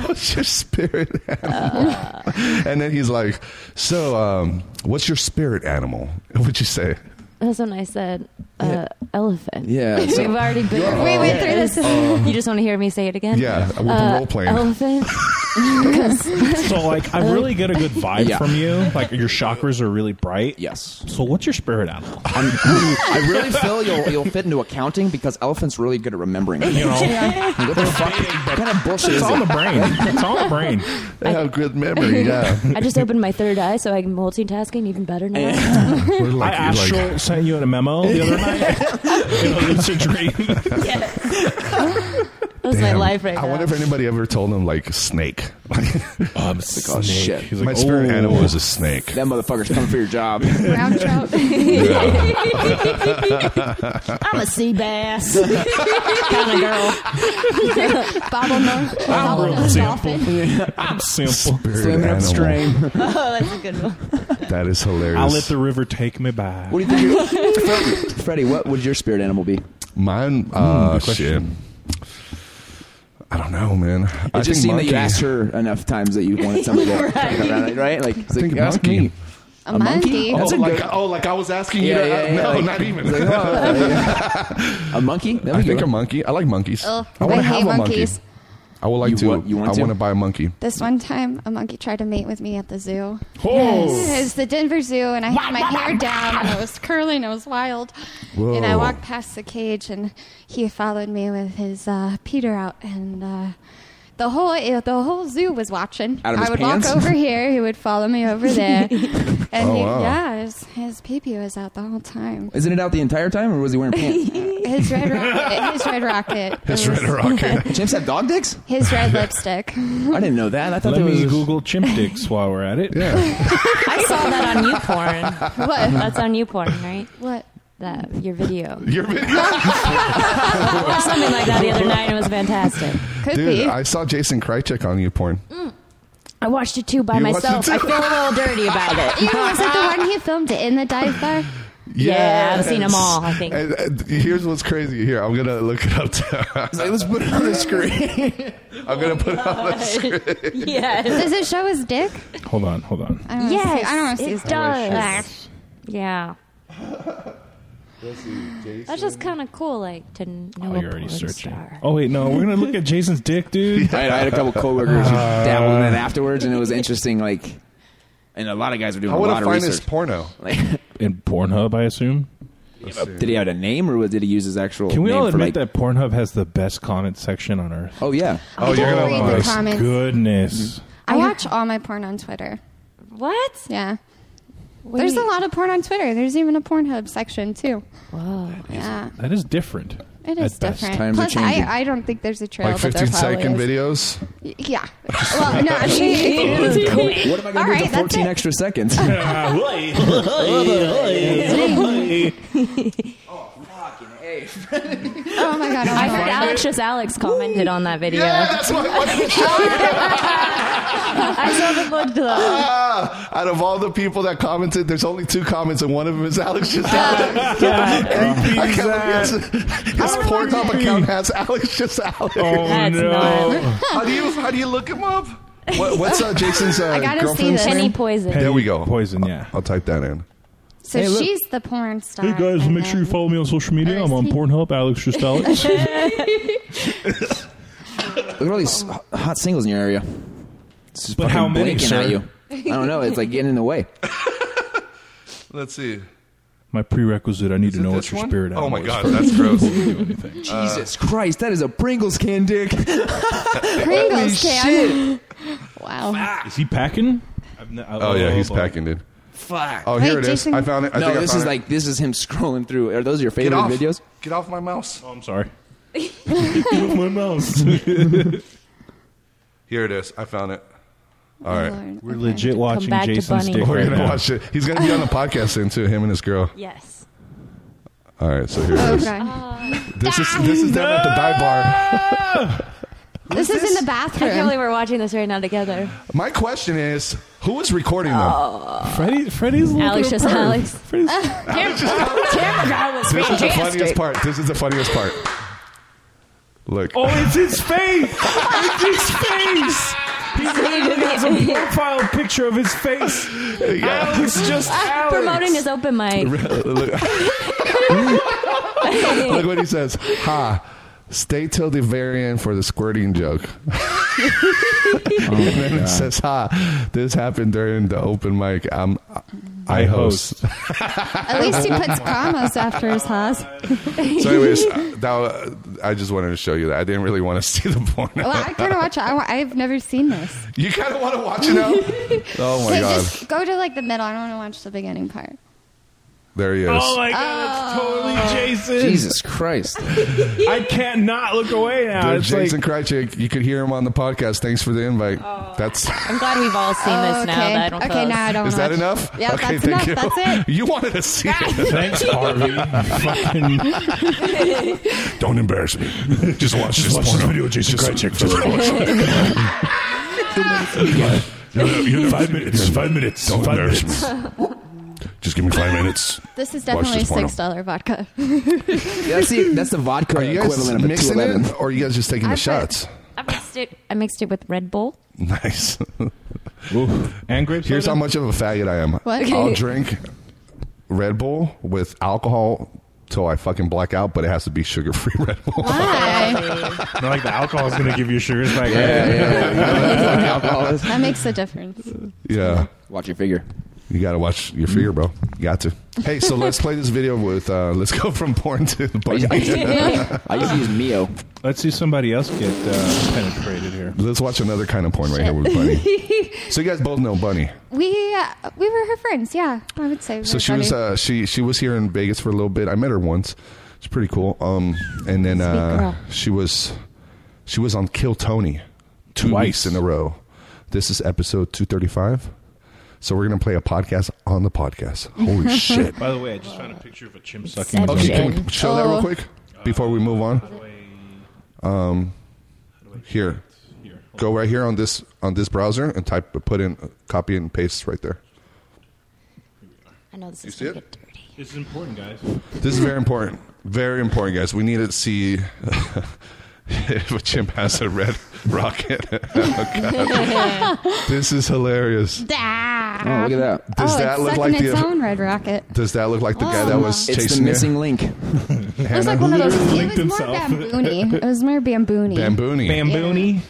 what's your spirit <laughs> <laughs> animal? Uh, <laughs> and then he's like, so um, what's your spirit animal? <laughs> What'd you say? That's when I said uh, elephant. <laughs> Yeah, so- we've already been. We went through this. <laughs> you just want to hear me say it again? Yeah, we're Uh, role playing. <laughs> elephant. <laughs> So like, I really get a good vibe Yeah. from you. Like your <laughs> chakras are really bright. Yes. So what's your spirit animal? I'm, I really feel you'll you'll fit into accounting because elephants really good at remembering. You <laughs> know, What the fuck? What kind of bullshit is it's on the it? brain. It's on the brain. They have good memory, yeah. <laughs> I just opened my third eye, so I'm multitasking even better now. <laughs> We're I like, actually you're like, sent you in a memo the other night. <laughs> you know, it's a <laughs> dream. That's my "Damn, life right I now. wonder if anybody ever told him like snake. <laughs> Um, oh, shit. He's My spirit "Oh." animal <laughs> is a snake. That motherfucker's coming for your <laughs> job. Brown trout. <laughs> I'm a sea bass kind of <laughs> girl. Bobblehead. Bobblehead dolphin. I'm simple. Spirit Swimming animal. upstream. <laughs> Oh, that's a good <laughs> one. That is hilarious. I let the river take me by. What do you think? Your, Freddy, <laughs> Freddy, what would your spirit animal be? Hmm, Mine, uh, good question. shit. I don't know, man. I It just seemed think that monkey- you asked her enough times that you wanted somebody <laughs> to right. around it, right? Like, it's like think ask monkey. me. A monkey. That's oh, a like, good- oh, like I was asking Yeah, you. To, yeah, yeah, no, like- not even. It's like, oh, yeah. a monkey? That'd I be think good. a monkey. I like monkeys. Oh, Ugh, I want I to have hate a monkey. monkeys. I would like You to. want- you want I to? want to buy a monkey. This one time, a monkey tried to mate with me at the zoo. Oh. It was the Denver Zoo, and I had my hair down, and it was curling, it was wild. Whoa. And I walked past the cage, and he followed me with his uh, Peter out, and uh, the whole eh, the whole zoo was watching. Out of his I would pants? walk over here, he would follow me over there, and Oh, he, wow. yeah, his, his pee pee was out the whole time. Isn't it out the entire time, or was he wearing <laughs> pants? <laughs> His red rocket, his red rocket, His It was- <laughs> red <laughs> rocket. Chimps have dog dicks? his red lipstick. I didn't know that. I thought Let there was. me Google chimp dicks while we're at <laughs> it. yeah. I saw that on YouPorn. <laughs> What? <laughs> That's on YouPorn, right? What? that <laughs> your video. Your <laughs> video? I watched something like that the other night. and It was fantastic. Dude, I saw Jason Krychek on YouPorn. I watched it too by You watched myself. it too? I feel a little dirty about <laughs> it. You know, was it the one he filmed it in the dive bar? Yeah, I've seen 'em all, I think. And, and here's what's crazy. Here, I'm gonna look it up. Let's put it on the screen. <laughs> I'm gonna put it <laughs> on the screen. <laughs> Yes. Does it show his dick? Hold on, hold on. I don't wanna see- I don't want to see his it dick. does. Yeah, Let's see, Jason. that's just kind of cool. Like to know Oh, a you're already porn searching. star. Oh wait, no, we're gonna look at Jason's dick, dude. <laughs> Uh, I had, I had a couple coworkers who Uh, dabbled in it afterwards, and it was interesting. Like, and a lot of guys were doing I a want lot to of find his research. porno. Like, <laughs> In Pornhub, I assume. did he have a name, or did he use his actual? Can we name all for, admit like- that Pornhub has the best comment section on earth? Oh yeah. Mm-hmm. Oh, don't you're gonna read love the this. comments. Goodness. I watch all my porn on Twitter. What? Yeah. There's a lot of porn on Twitter. There's even a Pornhub section too. Whoa. Yeah, That is different. it is At best. different. Times are Plus, I, changing. I don't think there's a trail. Like but there 15 second probably is. videos. Yeah. Well, <laughs> no, she. What am I going to do with right, the that's 14 it. extra <laughs> seconds? Oh my god! Oh <laughs> my I heard god. Alex just Alex commented on that video. Yeah, that's why. <laughs> why I saw the look to that. Ah, out of all the people that commented, there's only two comments, and one of them <laughs> is Alex just. <laughs> I can't believe his- <laughs> his Pornhub account has Alex just Alex. That's not- How do you how do you look him up? What, what's uh, <laughs> Jason's uh, I gotta see girlfriend's this. name? Penny poison. There we go. Poison, yeah. I'll type that in. So Hey, look. she's the porn star. Hey guys, and make sure you then- follow me on social media. I'm on Pornhub, <laughs> Alex just Alex. <laughs> Look at all these h- hot singles in your area. It's just But fucking how many, blinking sir? at you. I don't know. It's like getting in the way. Let's see. My prerequisite, I need to it know this what your one? spirit Oh animal my is God, first that's <laughs> gross. before we do anything. <laughs> Jesus Christ, that is a Pringles can, dick. <laughs> Holy Pringles can. shit! Wow. Is he packing? I've ne- I- Oh yeah, he's boy. packing, dude. Fuck. Oh, here Wait, it is. Jason- I found it. I no, think I this found is it. like this is him scrolling through. Are those your get favorite off videos? Get off my mouse. Oh, <laughs> I'm sorry. With my mouse. We're Here it is. I found it. All right. Lord. legit watching back to Jason's Bunny. dick We're right gonna now. watch it. He's <laughs> gonna be on the podcast soon too. Him and his girl. Yes. All right. So here it Oh is. god. Uh, This is this is down at the dive bar. <laughs> This is in the I can't bathroom. believe we're watching this right now together. My question is, who was recording them? Freddy, Freddy's looking Oh. Alex at just perv. Alex. <laughs> Freddy's- <laughs> Camera guy was This is the fantastic. funniest part. This is the funniest <laughs> part. Look. Oh, it's his face! It's his face! <laughs> He's literally got some profile picture of his face. Alex just <laughs> Alex. Promoting his open mic. <laughs> look, look what he says. Ha. Stay till the very end for the squirting joke. <laughs> Oh, <laughs> and then Oh, it says, "Ha, this happened during the open mic. I'm, I host." <laughs> At least he puts commas after his haws. so, anyways, uh, that, wa- I just wanted to show you that. I didn't really want to <laughs> see the porn. <laughs> Well, I kind of watch it. I, wa- I've never seen this. <laughs> you kind of want to watch it now. <laughs> oh my Wait, god! just go to like the middle. I don't want to watch the beginning part. There he is. Oh my Uh, god, it's totally Jason. Jesus Christ! I can't not look away now. There's It's like, Jason Krychek. You could hear him on the podcast. Thanks for the invite. That's I'm glad we've all seen this now. okay. That I don't okay, post. now Oh. I don't. is wanna that watch. enough? Yeah, okay, that's enough. thank you. That's it. <laughs> You wanted to see it. thanks, <laughs> Harvey. <laughs> Fucking Don't embarrass me. Just watch this watch this porno. video, Jason Just- Krychek. just watch it. <laughs> five minutes. Five minutes. Don't five embarrass minutes. me. Just give me five minutes. This is Watch definitely this porno. six dollar vodka. <laughs> Yeah, that's the that's the vodka Are you guys equivalent of a mixing 211. it, or are you guys just taking I the put- shots? <laughs> I mixed it. I mixed it with Red Bull. <laughs> Nice. Oof. And grape Here's how soda? much of a faggot I am. What? <laughs> I'll drink Red Bull with alcohol till I fucking black out, but it has to be sugar free <laughs> Red Bull. Why? <laughs> Not like the alcohol is going to give you sugars back. Yeah, yeah, yeah. Alcohol is- that makes a difference. Yeah. Watch your figure. You got to watch your figure, bro. You got to. Hey, so let's play this video with, uh, let's go from <laughs> porn to bunny. I used to use Mio. Let's see somebody else get uh, penetrated here. let's watch another kind of porn right here <laughs> with Bunny. so you guys both know Bunny. <laughs> We uh, we were her friends. Yeah, I would say. we So were she was buddies. uh, she she was here in Vegas for a little bit. I met her once. It's pretty cool. Um, and then uh, girl. she was she was on Kill Tony two Twice. weeks in a row. This is episode two thirty five. So we're gonna play a podcast on the podcast. <laughs> <laughs> Holy shit! By the way, I just found a picture of a chimp sucking. his own Okay, dick. can we show that Oh. real quick before we move on? Um, here, go right here on this on this browser and type, put in, copy and paste right there. I know this You is see gonna it? get dirty. This is important, guys. This is very important. Very important, guys. We need to see <laughs> if a chimp has a red <laughs> rocket. oh, <laughs> <laughs> God. This is hilarious. Ah. look at Oh, that. Does oh, that it's look sucking like the- its own red rocket? Does that look like the guy that was It's the chasing missing <laughs> link. It was like one of those. It was more <laughs> bamboony. It was more bamboony. Bamboony. Bamboony.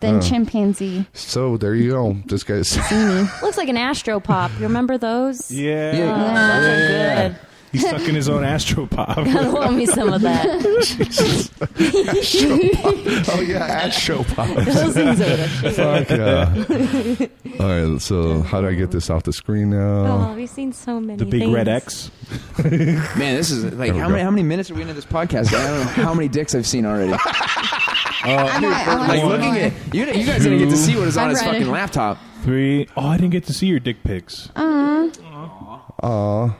Than Uh. chimpanzee. So there you go. This guy's. <laughs> Looks like an Astropop. You remember those? Yeah. Yeah. Yeah. Those are good. He's sucking his <laughs> own astropop. Gotta love me some of <laughs> that. Oh yeah, at show pop. Those things are- Fuck yeah. <laughs> All right, so how do I get this off the screen now? oh, we've seen so many. The big red <laughs> things. X. Man, this is like how many, how many minutes are we into this podcast? I don't know how many dicks I've <laughs> seen already. Uh, like looking at you, you guys didn't get to see what is on his fucking laptop. Three. Oh, I didn't get to see your dick pics. <laughs> Uh, Aw.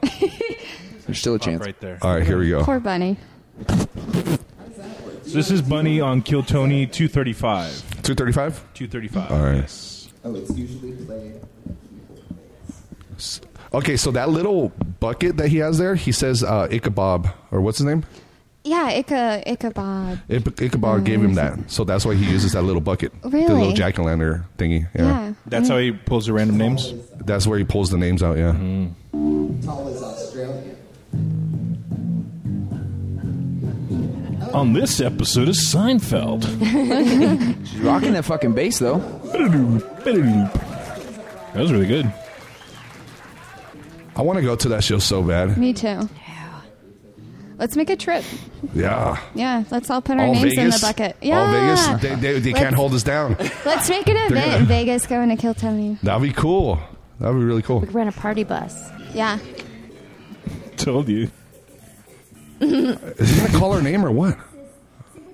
There's still a chance. Right there. All right, here we <laughs> go. poor bunny. So this is Bunny on Kill Tony 235. 235? 235. All right. Yes. Oh, it's usually played. Okay, so that little bucket that he has there, he says uh, Ichabod, or what's his name? Yeah, Ica, Ichabod. Ichabod gave him that. So that's why he uses that little bucket. The Really? little jack o' lantern thingy. Yeah. Yeah. That's how he pulls the random names? Mm-hmm. That's where he pulls the names out, yeah. Tall as <laughs> Australia. On this episode of Seinfeld. She's rocking that fucking bass though. That was really good. I want to go to that show so bad. Me too. Let's make a trip. Yeah. Yeah, let's all put our All names in the Vegas? bucket. All Yeah. Vegas? They, they, they Let's- can't hold us down. Let's <laughs> make an event gonna- in Vegas going to Kill Tony. That'd be cool. That'd be really cool. We rent a party bus. Yeah. Told you. Did I call her name or what?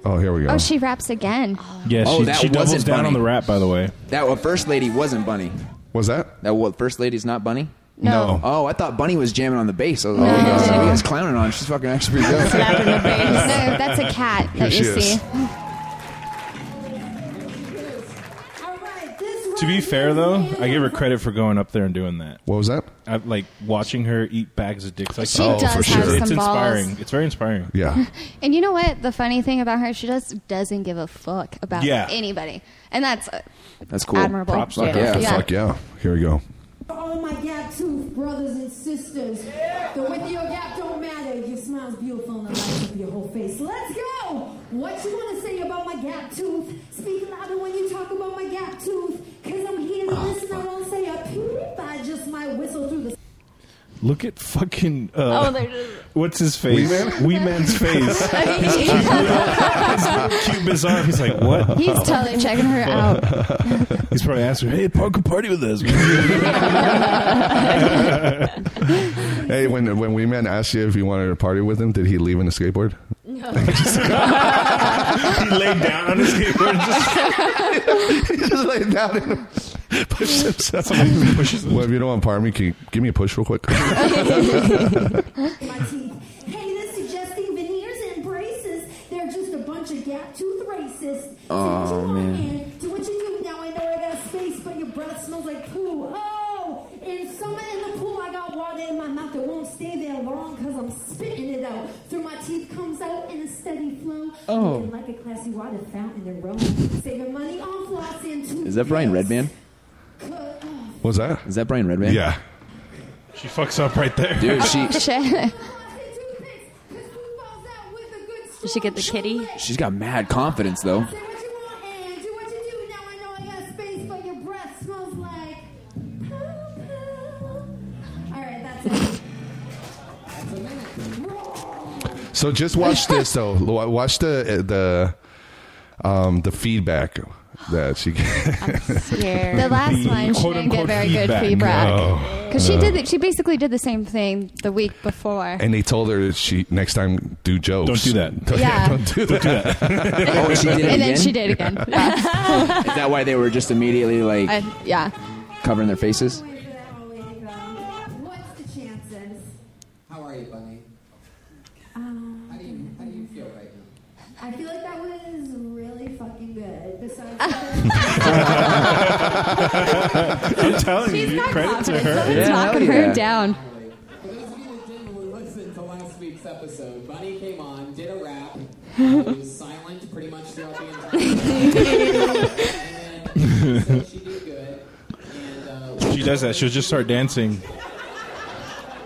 Oh, here we go. Oh, she raps again. Yeah, Oh, she, that she doubles wasn't down Bunny. on the rap, by the way. That well, first lady wasn't Bunny. Was that? That what first lady's not Bunny? No. No. Oh, I thought Bunny was jamming on the bass. I was like, oh, you guys- you guys clowning on. She's fucking actually pretty good. no, <laughs> that's a cat Here that she you see. is. To be fair, though, I give her credit for going up there and doing that. What was that? I, like watching her eat bags of dicks. Like She Oh, does for have sure. some It's inspiring. balls. It's very inspiring. Yeah. And you know what? The funny thing about her, she just doesn't give a fuck about Yeah. anybody, and that's uh, That's cool. Admirable. Props to Fuck her. yeah. Yeah. Fuck yeah. Here we go. All my gap tooth brothers and sisters. The width of your gap don't matter. Your smile's beautiful and the light of your whole face. Let's go! What you want to say about my gap tooth? Speak louder when you talk about my gap tooth. Cause I'm here to listen. I won't say a peep. I just might whistle through the. Look at fucking. Oh, Uh, there it what's his face? Wee Man's face. <laughs> His cute, his cute bizarre. He's like, what? he's Oh. totally checking her <laughs> out. <laughs> He's probably asking, hey, Parker, party with us. <laughs> Hey, when when Wee Man asked you if you wanted to party with him, did he leave on a skateboard? <laughs> <laughs> <laughs> he laid down on his skateboard and <laughs> just. <laughs> he just laid down and pushed himself. well, if you don't want to party, can you give me a push <laughs> real quick? my teeth. Hey, this suggesting veneers and braces. They're just a bunch of gap tooth racists. <laughs> Oh man. And to what you do now, I know I got space, but your breath smells like poo. Oh, and summer in the pool, I got water in my mouth that won't stay there long because I'm spitting it out. Through my teeth comes out in a steady flow. Oh. Looking like a classy water fountain in Rome. Saving money on floss and tooth. Is that Brian Redman? What's that? Is that Brian Redman? Yeah. She fucks up right there. Dude, she Shit. Does she get the kitty? she's got mad confidence though. Space, but your breath smells like poo-poo. All right, that's it. So <laughs> just watch this though. Lo- Watch the the um, the feedback that she. <laughs> scared. The last one, she didn't get very good feedback. Because she did, the, she basically did the same thing the week before. And they told her that she next time do jokes. Don't do that. Yeah. Don't <laughs> do that. <laughs> Oh, she did it and then again? she did <laughs> again. <laughs> Yeah. Is that why they were just immediately like I- yeah. covering their faces? <laughs> Um, <laughs> I'm telling She's you, got credit to confidence. her. Someone's Yeah, knocking hell her yeah. down. For those of you that didn't listen to last week's episode, Bunny came on, did a <laughs> rap, was silent pretty much throughout the entire and then, so she did good. And, uh, She does that. She'll just start dancing.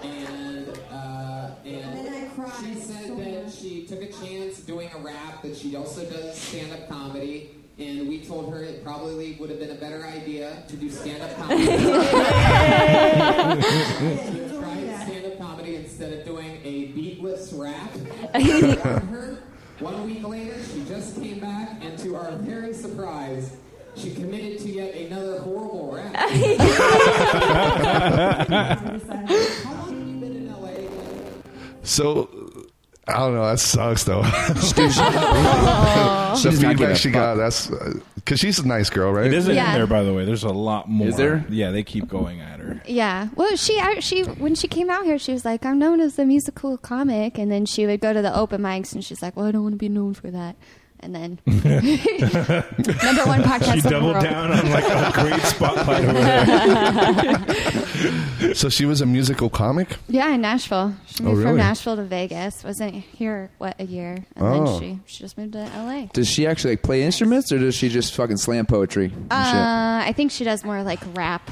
and, uh, and she said that she took a chance doing a rap, that she also does stand up comedy. And we told her it probably would have been a better idea to do stand up comedy. She tried stand up comedy instead of doing a beatless rap. Her, One week later, she just came back, and to our very surprise, she committed to yet another horrible rap. So I don't know. That sucks, though. <laughs> Aw. the She's not feedback giving a she got. That's because she's a nice girl, right? It isn't Yeah. in there, by the way. There's a lot more. Is there? Yeah, they keep going at her. Yeah. Well, she I- she when she came out here, she was like, "I'm known as the musical comic," and then she would go to the open mics, and she's like, "Well, I don't want to be known for that." And <laughs> then <laughs> <laughs> number one podcast. She in the doubled world. down on like a great spotlight over <laughs> there. So she was a musical comic. Yeah, in Nashville. She Oh, moved really? from Nashville to Vegas. Wasn't here what a year, and Oh. then she she just moved to L.A. Does she actually like, play instruments, or does she just fucking slam <laughs> poetry? and Uh, I think she does more like rap.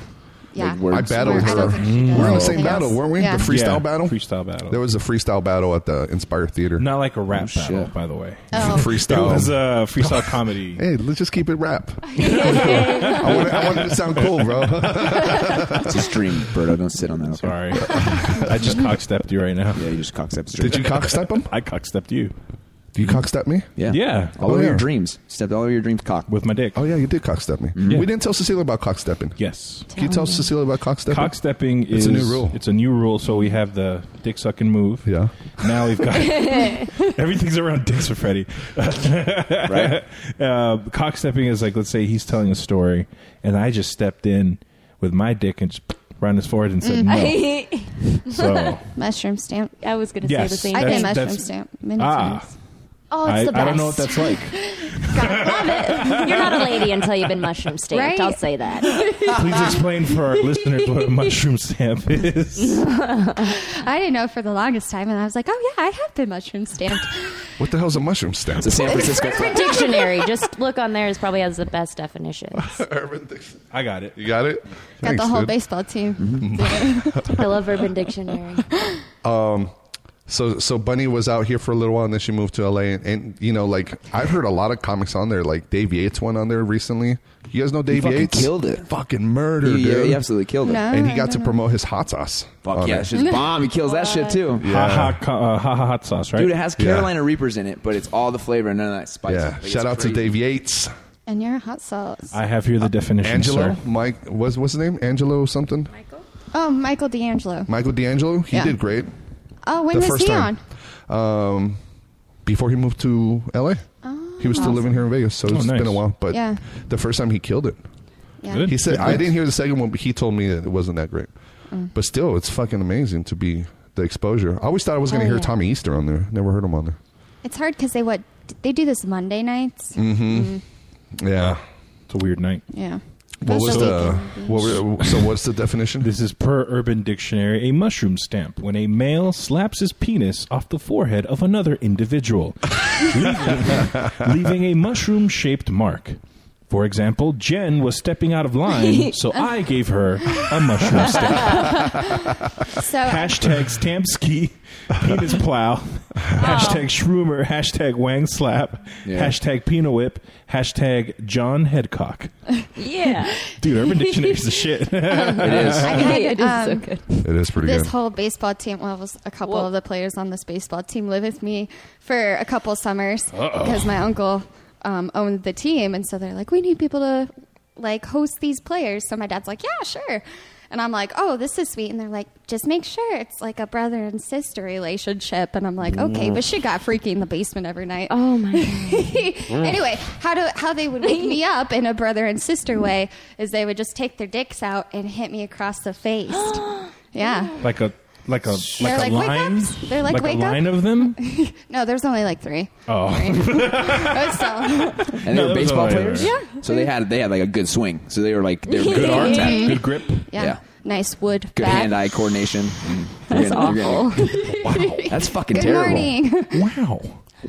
Yeah, Like words. I battled I her. don't think she We does were in the anything same battle, else. weren't we? Yeah. The freestyle Yeah, battle. Freestyle battle. There was a freestyle battle at the Inspire Theater. Not like a rap battle, by the way. Oh. Freestyle. It was a freestyle comedy. <laughs> Hey, let's just keep it rap. <laughs> I want, it, I want it to sound cool, bro. It's his dream, Berto. Don't sit on that. Sorry, <laughs> I just cockstepped you right now. Yeah, you just cockstepped. straight. Did you cockstep him? <laughs> I cockstepped you. Do you cockstep me? Yeah. Yeah. All Oh, over yeah. your dreams. Stepped all over your dreams cock. Mm-hmm. With my dick. Oh yeah, you did cockstep me. <laughs> We didn't tell Cecilia about cockstepping. Yes. Can you tell Cecilia about cockstepping? Cockstepping It's is a new rule. It's a new rule. So we have the dick sucking move. Yeah. Now <laughs> we've got <laughs> everything's around dicks for <laughs> Freddy. right. Uh, cockstepping is like let's say he's telling a story, and I just stepped in with my dick and just right on his forehead and said Mm-hmm. <laughs> no. So- Mm-hmm. mushroom stamp. I was going Yes, say the same I that's- did mushroom that's- stamp many Ah. times. <laughs> Oh, it's I, the best. I don't know what that's like. <laughs> You're not a lady until you've been mushroom stamped. Right? I'll say that. Please explain <laughs> for our listeners what a mushroom stamp is. <laughs> I didn't know for the longest time, and I was like, "Oh yeah, I have been mushroom stamped." What the hell's a mushroom stamp? It's a San Francisco Urban Dictionary. Just look on there. It probably has the <laughs> best definitions. I got it. You got it. Got Thanks, the whole dude. baseball team. <laughs> I love Urban Dictionary. Um, so so Bunny was out here for a little while, and then she moved to LA. And, and you know, like I've heard a lot of comics on there. Like Dave Yates went on there recently. You guys know Dave fucking Yates? killed it. Fucking murder, He- yeah, dude. he absolutely killed it. No, and he I got to don't know. promote his hot sauce. Fuck on yeah, it. it's just bomb. He kills that shit too. Ha ha co- uh, ha ha hot sauce, right? Dude, it has Yeah. Carolina Reapers in it, but it's all the flavor and none of that spice. Yeah. Like, it's Shout out crazy. to Dave Yates. and you're a hot sauce. <laughs> I have here the definition. Angelo, sir. Mike, what's what's his name? Angelo something. Oh, Michael D'Angelo. Michael D'Angelo. He Yeah. did great. Oh, when the was first he time. on? on? Um, before he moved to LA. he was still living here in Vegas, so Oh, it's nice. been a while. But Yeah. the first time he killed it. Yeah. Good. He said, Good. I didn't hear the second one, but he told me that it wasn't that great. Mm. But still, it's fucking amazing to be the exposure. I always thought I was going to Oh, hear yeah. Tommy Easter on there. Never heard him on there. It's hard because they what they do this Monday nights. Mm-hmm. Mm, Yeah. It's a weird night. yeah. What Those was are the? weekend What weekends. were, so what's the definition? This is per Urban Dictionary a mushroom stamp when a male slaps his penis off the forehead of another individual, leaving, leaving a mushroom shaped mark. For example, Jen was stepping out of line, so I gave her a mushroom stamp. so <laughs> Hashtag Stamsky, penis plow, hashtag shroomer, hashtag wang slap, Yeah. hashtag pina whip, hashtag John Headcock. <laughs> Yeah. Dude, <laughs> Urban Dictionary is the shit. <laughs> I had, It is so um, good. It is pretty this good. whole baseball team well it was a couple Whoa. of the players on this baseball team live with me for a couple summers Uh-oh. because my uncle um, owned the team and so they're like we need people to like host these players so my dad's like yeah sure and i'm like oh this is sweet and they're like just make sure it's like a brother and sister relationship and i'm like Mm. okay but she got freaky in the basement every night Oh my <laughs> anyway, how do how they would wake me up in a brother and sister way is they would just take their dicks out and hit me across the face. yeah. like a Like a like They're a like wake line. ups. They're like a wake up. line <laughs> of them. No, there's only like three. <laughs> <laughs> Oh, so, And they No, were that was baseball all right. players. Yeah. So they had they had like a good swing. So they were like <laughs> they were Good arm talent. Good grip. yeah. Yeah. Nice wood. Good back. hand eye coordination. Mm. That's awful. <laughs> wow. That's fucking Good terrible. morning. <laughs> Wow.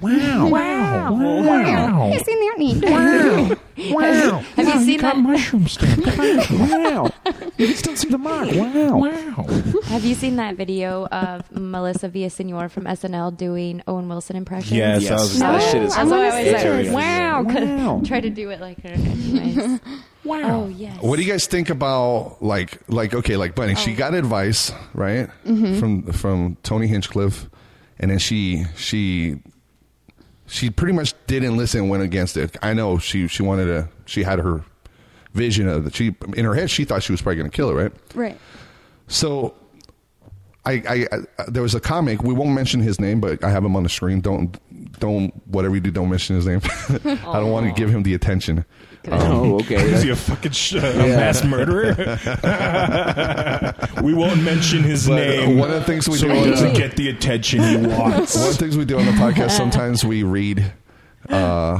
Wow. Wow. Wow. Wow. Yes, in the evening. <laughs> Wow. Wow. Have you Wow, seen got that- mushroom stamp? <laughs> Wow. You can still see the <laughs> mark. Wow. Wow. Have you seen that video of Melissa Villasenor from SNL doing Owen Wilson impressions? Yes, I was- Yes. no, that shit is- I was always It's like, hilarious. wow. Wow. wow. Try to do it like her. Anyways. wow. Oh, yes. What do you guys think about like like okay like Bunny? She got advice right Mhm. from from Tony Hinchcliffe, and then she she she pretty much didn't listen and went against it. I know she she wanted to she had her vision of the she in her head she thought she was probably going to kill it right. Right. So, I, I, I there was a comic. We won't mention his name, but I have him on the screen. Don't don't whatever you do, don't mention his name. <laughs> I don't want to give him the attention. Um, Oh, okay. Is he a fucking sh- a Yeah. mass <laughs> murderer? we won't mention his But name. one of the things we so do he on doesn't the- get the attention he <laughs> wants. One of the things we do on the <laughs> podcast sometimes we read uh,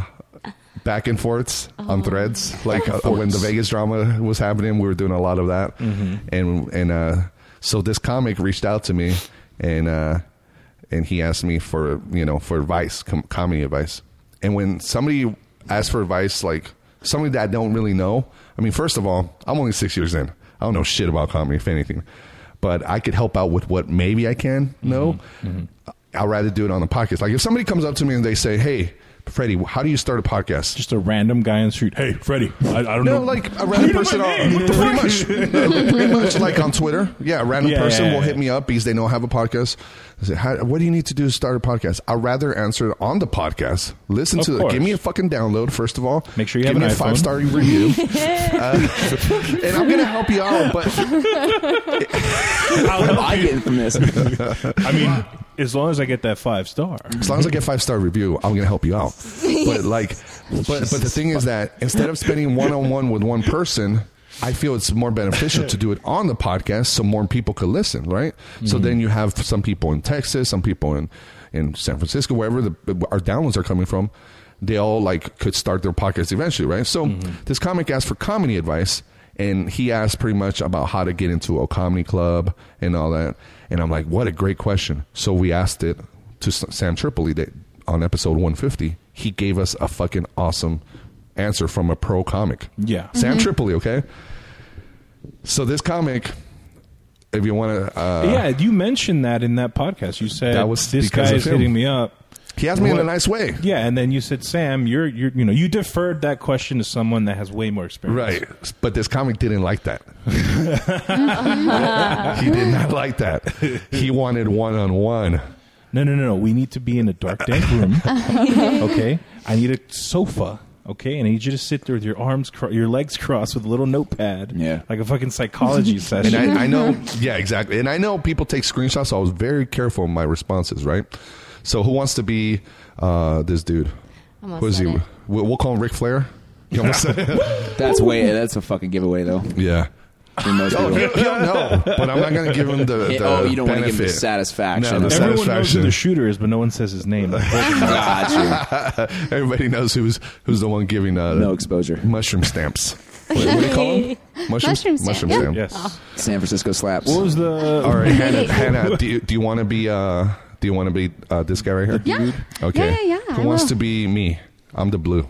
back and forths on threads, like uh, when the Vegas drama was happening. We were doing a lot of that, Mhm. and and uh, so this comic reached out to me, and uh, and he asked me for you know for advice, com- comedy advice. And when somebody asks for advice, like somebody that I don't really know, I mean, first of all, I'm only six years in. I don't know shit about comedy, if anything. But I could help out with what maybe I can know. Mm-hmm. I'd rather do it on the podcast. Like if somebody comes up to me and they say, "Hey, Freddie, how do you start a podcast?" Just a random guy in the street. Hey, Freddie. I, I don't no, know. like a random person on pretty much, no, pretty much like on Twitter. Yeah, a random Yeah, person yeah, will yeah. hit me up because they know I have a podcast. They say, "How- what do you need to do to start a podcast? I'd rather answer it on the podcast. Listen Of to it. course. Give me a fucking download first of all. Make sure you Give have me an a iPhone. five star <laughs> <laughs> review, Uh, <laughs> and I'm gonna help you out. But <laughs> What am I getting from this? <laughs> I mean, <laughs> as long as I get that five star. As long as I get five star review, I'm gonna help you out. But like, but but the thing is that instead of spending one <laughs> on one with one person, I feel it's more beneficial <laughs> to do it on the podcast so more people could listen, right? So then you have some people in Texas, some people in in San Francisco, wherever the, our downloads are coming from. They all like could start their podcast eventually, right? So this comic asked for comedy advice. And he asked pretty much about how to get into a comedy club and all that. And I'm like, what a great question. So we asked it to S- Sam Tripoli that on episode 150, he gave us a fucking awesome answer from a pro comic. Yeah. Sam Mm-hmm. Mhm. Tripoli, okay? So this comic, if you want to. Uh, yeah, you mentioned that in that podcast. You said That was this because guy of is him. hitting me up. He asked me in a What- nice way. Yeah, and then you said, Sam, you're you're you know you deferred that question to someone that has way more experience. Right. But this comic didn't like that. <laughs> Uh-huh. he did not like <laughs> that. He wanted one on one. No, no, no, no. We need to be in a dark, <laughs> dank room. okay. I need a sofa. Okay, and I need you to sit there with your arms, cro- your legs crossed, with a little notepad. Yeah, like a <laughs> fucking psychology session. And I, I know, yeah, exactly. And I know people take screenshots, so I was very careful in my responses, right? So who wants to be uh, this dude? Almost Who is said he? it. We- We'll call him Ric Flair. You <laughs> almost <laughs> said it. That's way. That's a fucking giveaway, though. Yeah. For most Oh, people. you, you don't know, but I'm not going to give him the, Yeah, the oh, you don't wanna benefit. give him the satisfaction. No, the Everyone knows who satisfaction. the shooter is, but no one says his <laughs> name. Everybody knows who's who's the one giving uh, no exposure mushroom stamps. <laughs> What, what do you call them? Mushroom stamp, mushroom yeah. stamp. Yes. Oh. San Francisco slaps. What was the? uh, All right, Hannah. <laughs> Hannah, do you do you want to be uh do you want to be uh, this guy right here? Yeah. dude? Okay. Yeah, yeah, yeah, Who I wants will. to be me? I'm the blue.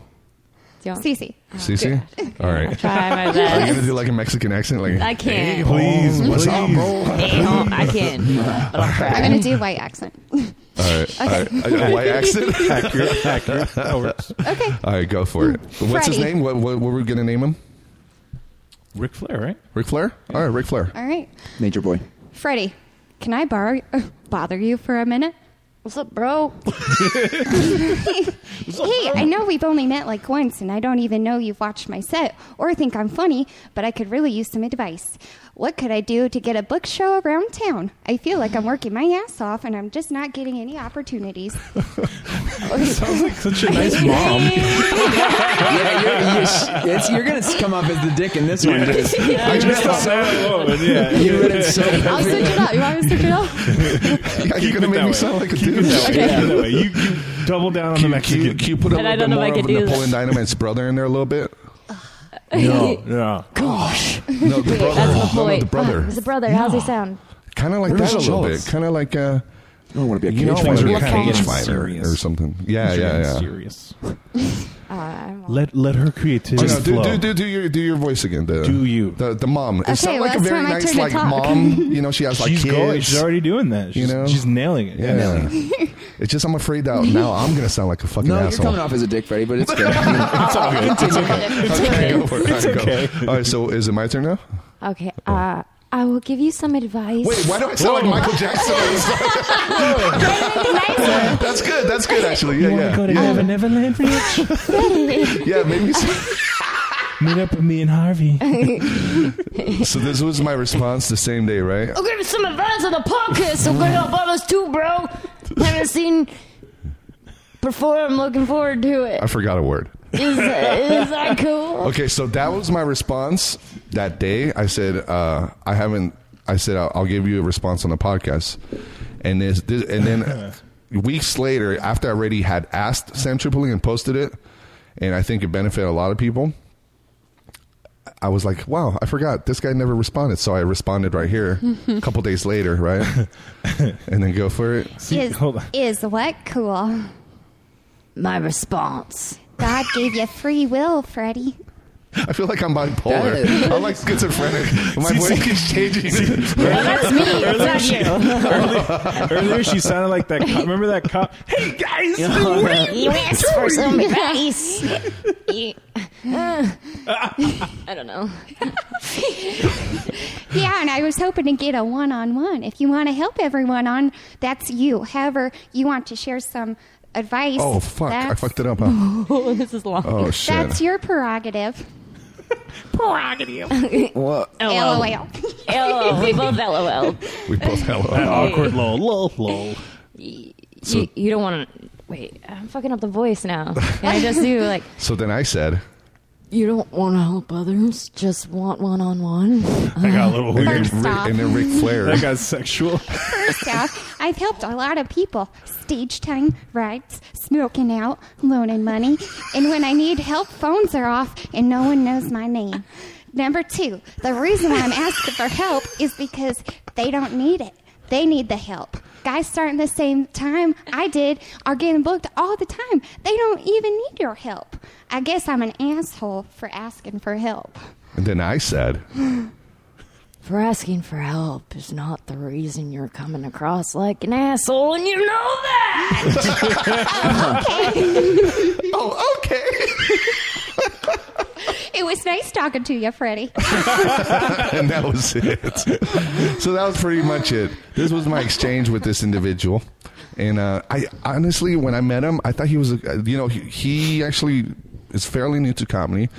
Cece. Cece. All right. Try my Are you best. gonna do like a Mexican accent? Like I can't. "Hey, please, Please, what's up, bro? Hey, home. I can't. But I'll try. I'm gonna do white accent. All right. All right. I got a <laughs> white accent. Accurate, accurate. That works. Okay. All right, go for it. Hmm. What's his Freddy. name? What, what, what were we gonna name him? Ric Flair, right? Ric Flair. All right, Ric Flair. All right, Nature boy. Freddie. Can I borrow bother you uh, for a minute? What's up, <laughs> bro? hey, I know we've only met like once, and I don't even know you've watched my set or think I'm funny, but I could really use some advice. What could I do to get a book show around town? I feel like I'm working my ass off, and I'm just not getting any opportunities. Sounds like <laughs> such a nice <laughs> mom. <laughs> yeah, you're, you're, sh- it's, you're gonna come up as the dick in this <laughs> one. Just, Yeah. I just You're <laughs> a sad woman, yeah. You read it <laughs> so I'll switch it up. You want me to switch it up? <laughs> Yeah, you're gonna it make that me way. sound like a Keep dude. it that way. Yeah. Keep it that way. You, you double down on the Can you, Mexican. can you put a And I little don't bit know more if I of could do this. Napoleon Dynamite's brother in there a <laughs> little bit? No, no. Gosh. No, the brother. That's no, no, Napoleon. the brother. It's the brother. How's he sound? kind of like Where's that a little Schultz? bit. Kind of like a. I don't want to be a cage You know, fighter. want to be a You're cage getting fighter serious. or something. Yeah, You're yeah, getting yeah. Serious. Uh, I'm all- Let let her Oh, creativity no, do, flow. do, do, do, your, do your voice again. The, Do you? The, the mom. It Okay, sounds well, like a that's very not my nice turn to like talk. mom. You know, she has like she's kids. going. She's already doing that. She's, You know? she's nailing it. yeah. it's just I'm afraid that now I'm going to sound like a fucking No, you're asshole. coming off as a dick, Freddy, but it's <laughs> <laughs> good. it's all good. okay, go for it. It's All right, go. okay. All right, so is it my turn now? Okay. Uh, I will give you some advice. Wait, why do I sound Whoa. like Michael <laughs> Jackson? that's good. That's good, actually. Yeah, You want yeah. to go to yeah, Never Neverland <laughs> Ranch? yeah, maybe. So, Meet up with me and <laughs> Harvey. so this was my response the same day, right? I'll give you some advice on the podcast. So good up on us too, bro. Haven't seen before. I'm looking forward to it. I forgot a word. Is, is that cool? Okay, so that was my response that day. I said, uh, I haven't. I said, I'll, I'll give you a response on the podcast, and this, this and <laughs> then weeks later, after I already had asked Sam Tripoli and posted it, and I think it benefited a lot of people. I was like, wow, I forgot this guy never responded, so I responded right here a couple days later, <laughs> right, and then go for it. Is, hold on. is what cool? My response. God gave you free will, Freddie. I feel like I'm bipolar. That- I'm like schizophrenic. My voice keeps changing. Well, that's me. That's not you. Earlier, she sounded like that. Cop. Remember that cop? Hey guys, <laughs> You asked for some advice. You- Uh, <laughs> I don't know. <laughs> Yeah, and I was hoping to get a one on one. If you want to help everyone on, that's you. However, you want to share some advice. Oh fuck! I That's, fucked it up. Huh? Oh, <laughs> this is long. Oh shit! that's your <laughs> prerogative. Well, LOL. LOL. LOL. We both LOL. we both hello. awkward lol, lol, lol. you, you don't want to. Wait, I'm fucking up the voice now. And I just do like, So then I said, you don't want to help others, just want one on one. I got a little and weird. then, First Rick, off. and then Ric <laughs> Flair. That got sexual. First off, I've helped a lot of people. Stage time, rides, smoking out, loaning money, and when I need help, phones are off and no one knows my name. Number two, the reason I'm asking for help is because they don't need it. They need the help. Guys starting the same time I did are getting booked all the time. They don't even need your help. I guess I'm an asshole for asking for help. <laughs> And then I said, For asking for help is not the reason you're coming across like an asshole, and you know that! <laughs> "Oh, okay." It was nice talking to you, Freddie. <laughs> and that was it. <laughs> so that was pretty much it. This was my exchange with this individual. And uh, I honestly, when I met him, I thought he was, a, you know, he, he actually is fairly new to comedy.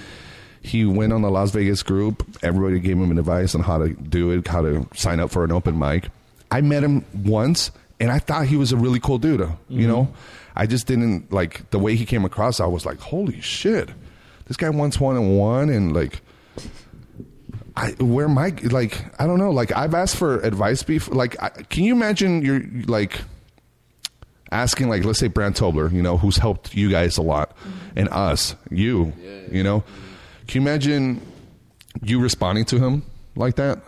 He went on the Las Vegas group. Everybody gave him advice on how to do it, how to sign up for an open mic. I met him once, and I thought he was a really cool dude. uh, You know, I just didn't like the way he came across. I was like, holy shit, this guy wants one on one, and like I, where my like I don't know like I've asked for advice before like I, can you imagine you're like asking like let's say Brand Tobler you know who's helped you guys a lot Mm-hmm. and us you you know can you imagine you responding to him like that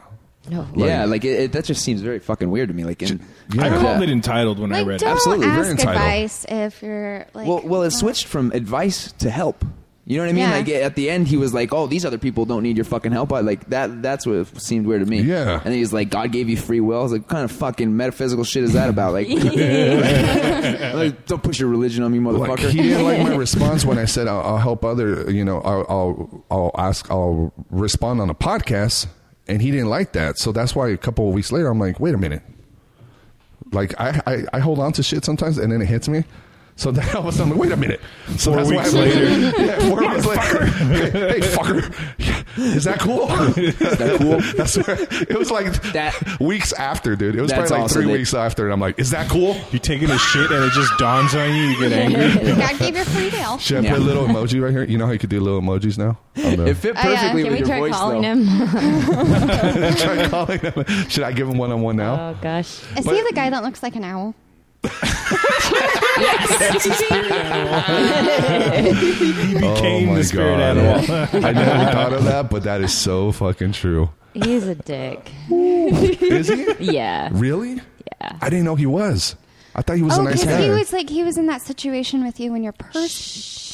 No. yeah, like it, it, that just seems very fucking weird to me. Like, in, Yeah. I Yeah. called it entitled when I Like, read don't it. Absolutely, very ask entitled. advice if you're like. Well, well, it uh, switched from advice to help. You know what I mean? Yeah. Like at the end, he was like, "Oh, these other people don't need your fucking help." I like that. That's what seemed weird to me. Yeah. And then he's like, "God gave you free will." I was like, "What kind of fucking metaphysical shit is that <laughs> about?" Like, <laughs> like, don't push your religion on me, like motherfucker. he didn't like <laughs> <laughs> my response when I said I'll, I'll help other you know I'll, I'll I'll ask I'll respond on a podcast and he didn't like that so that's why a couple of weeks later I'm like wait a minute Like I, I, I hold on to shit sometimes, and then it hits me. So then all of a sudden, I'm like, wait a minute. So Four that's weeks why I'm later. Like, <laughs> yeah, four weeks later. hey, fucker. Is that cool? Is that cool? <laughs> that's, it was like that. Weeks after, dude. It was That's probably like awesome, three dude. weeks after, and I'm like, is that cool? You're taking a shit, and it just dawns on you. You <laughs> get angry. you gotta keep your free mail. Should I put a little emoji right here? You know how you could do little emojis now? On the- It fit Oh, yeah. perfectly Can with we your try voice, calling though. <laughs> him. <laughs> Try calling him. Should I give him one on one now? oh gosh. Is he <laughs> the guy that looks like <laughs> an owl? <laughs> <laughs> He became Oh, my the spirit God. animal. <laughs> I never thought of that, but that is so fucking true. He's a dick. Is he? Yeah. Really? Yeah. I didn't know he was. I thought he was oh, a nice guy. he was like he was in that situation with you when your <gasps> purse.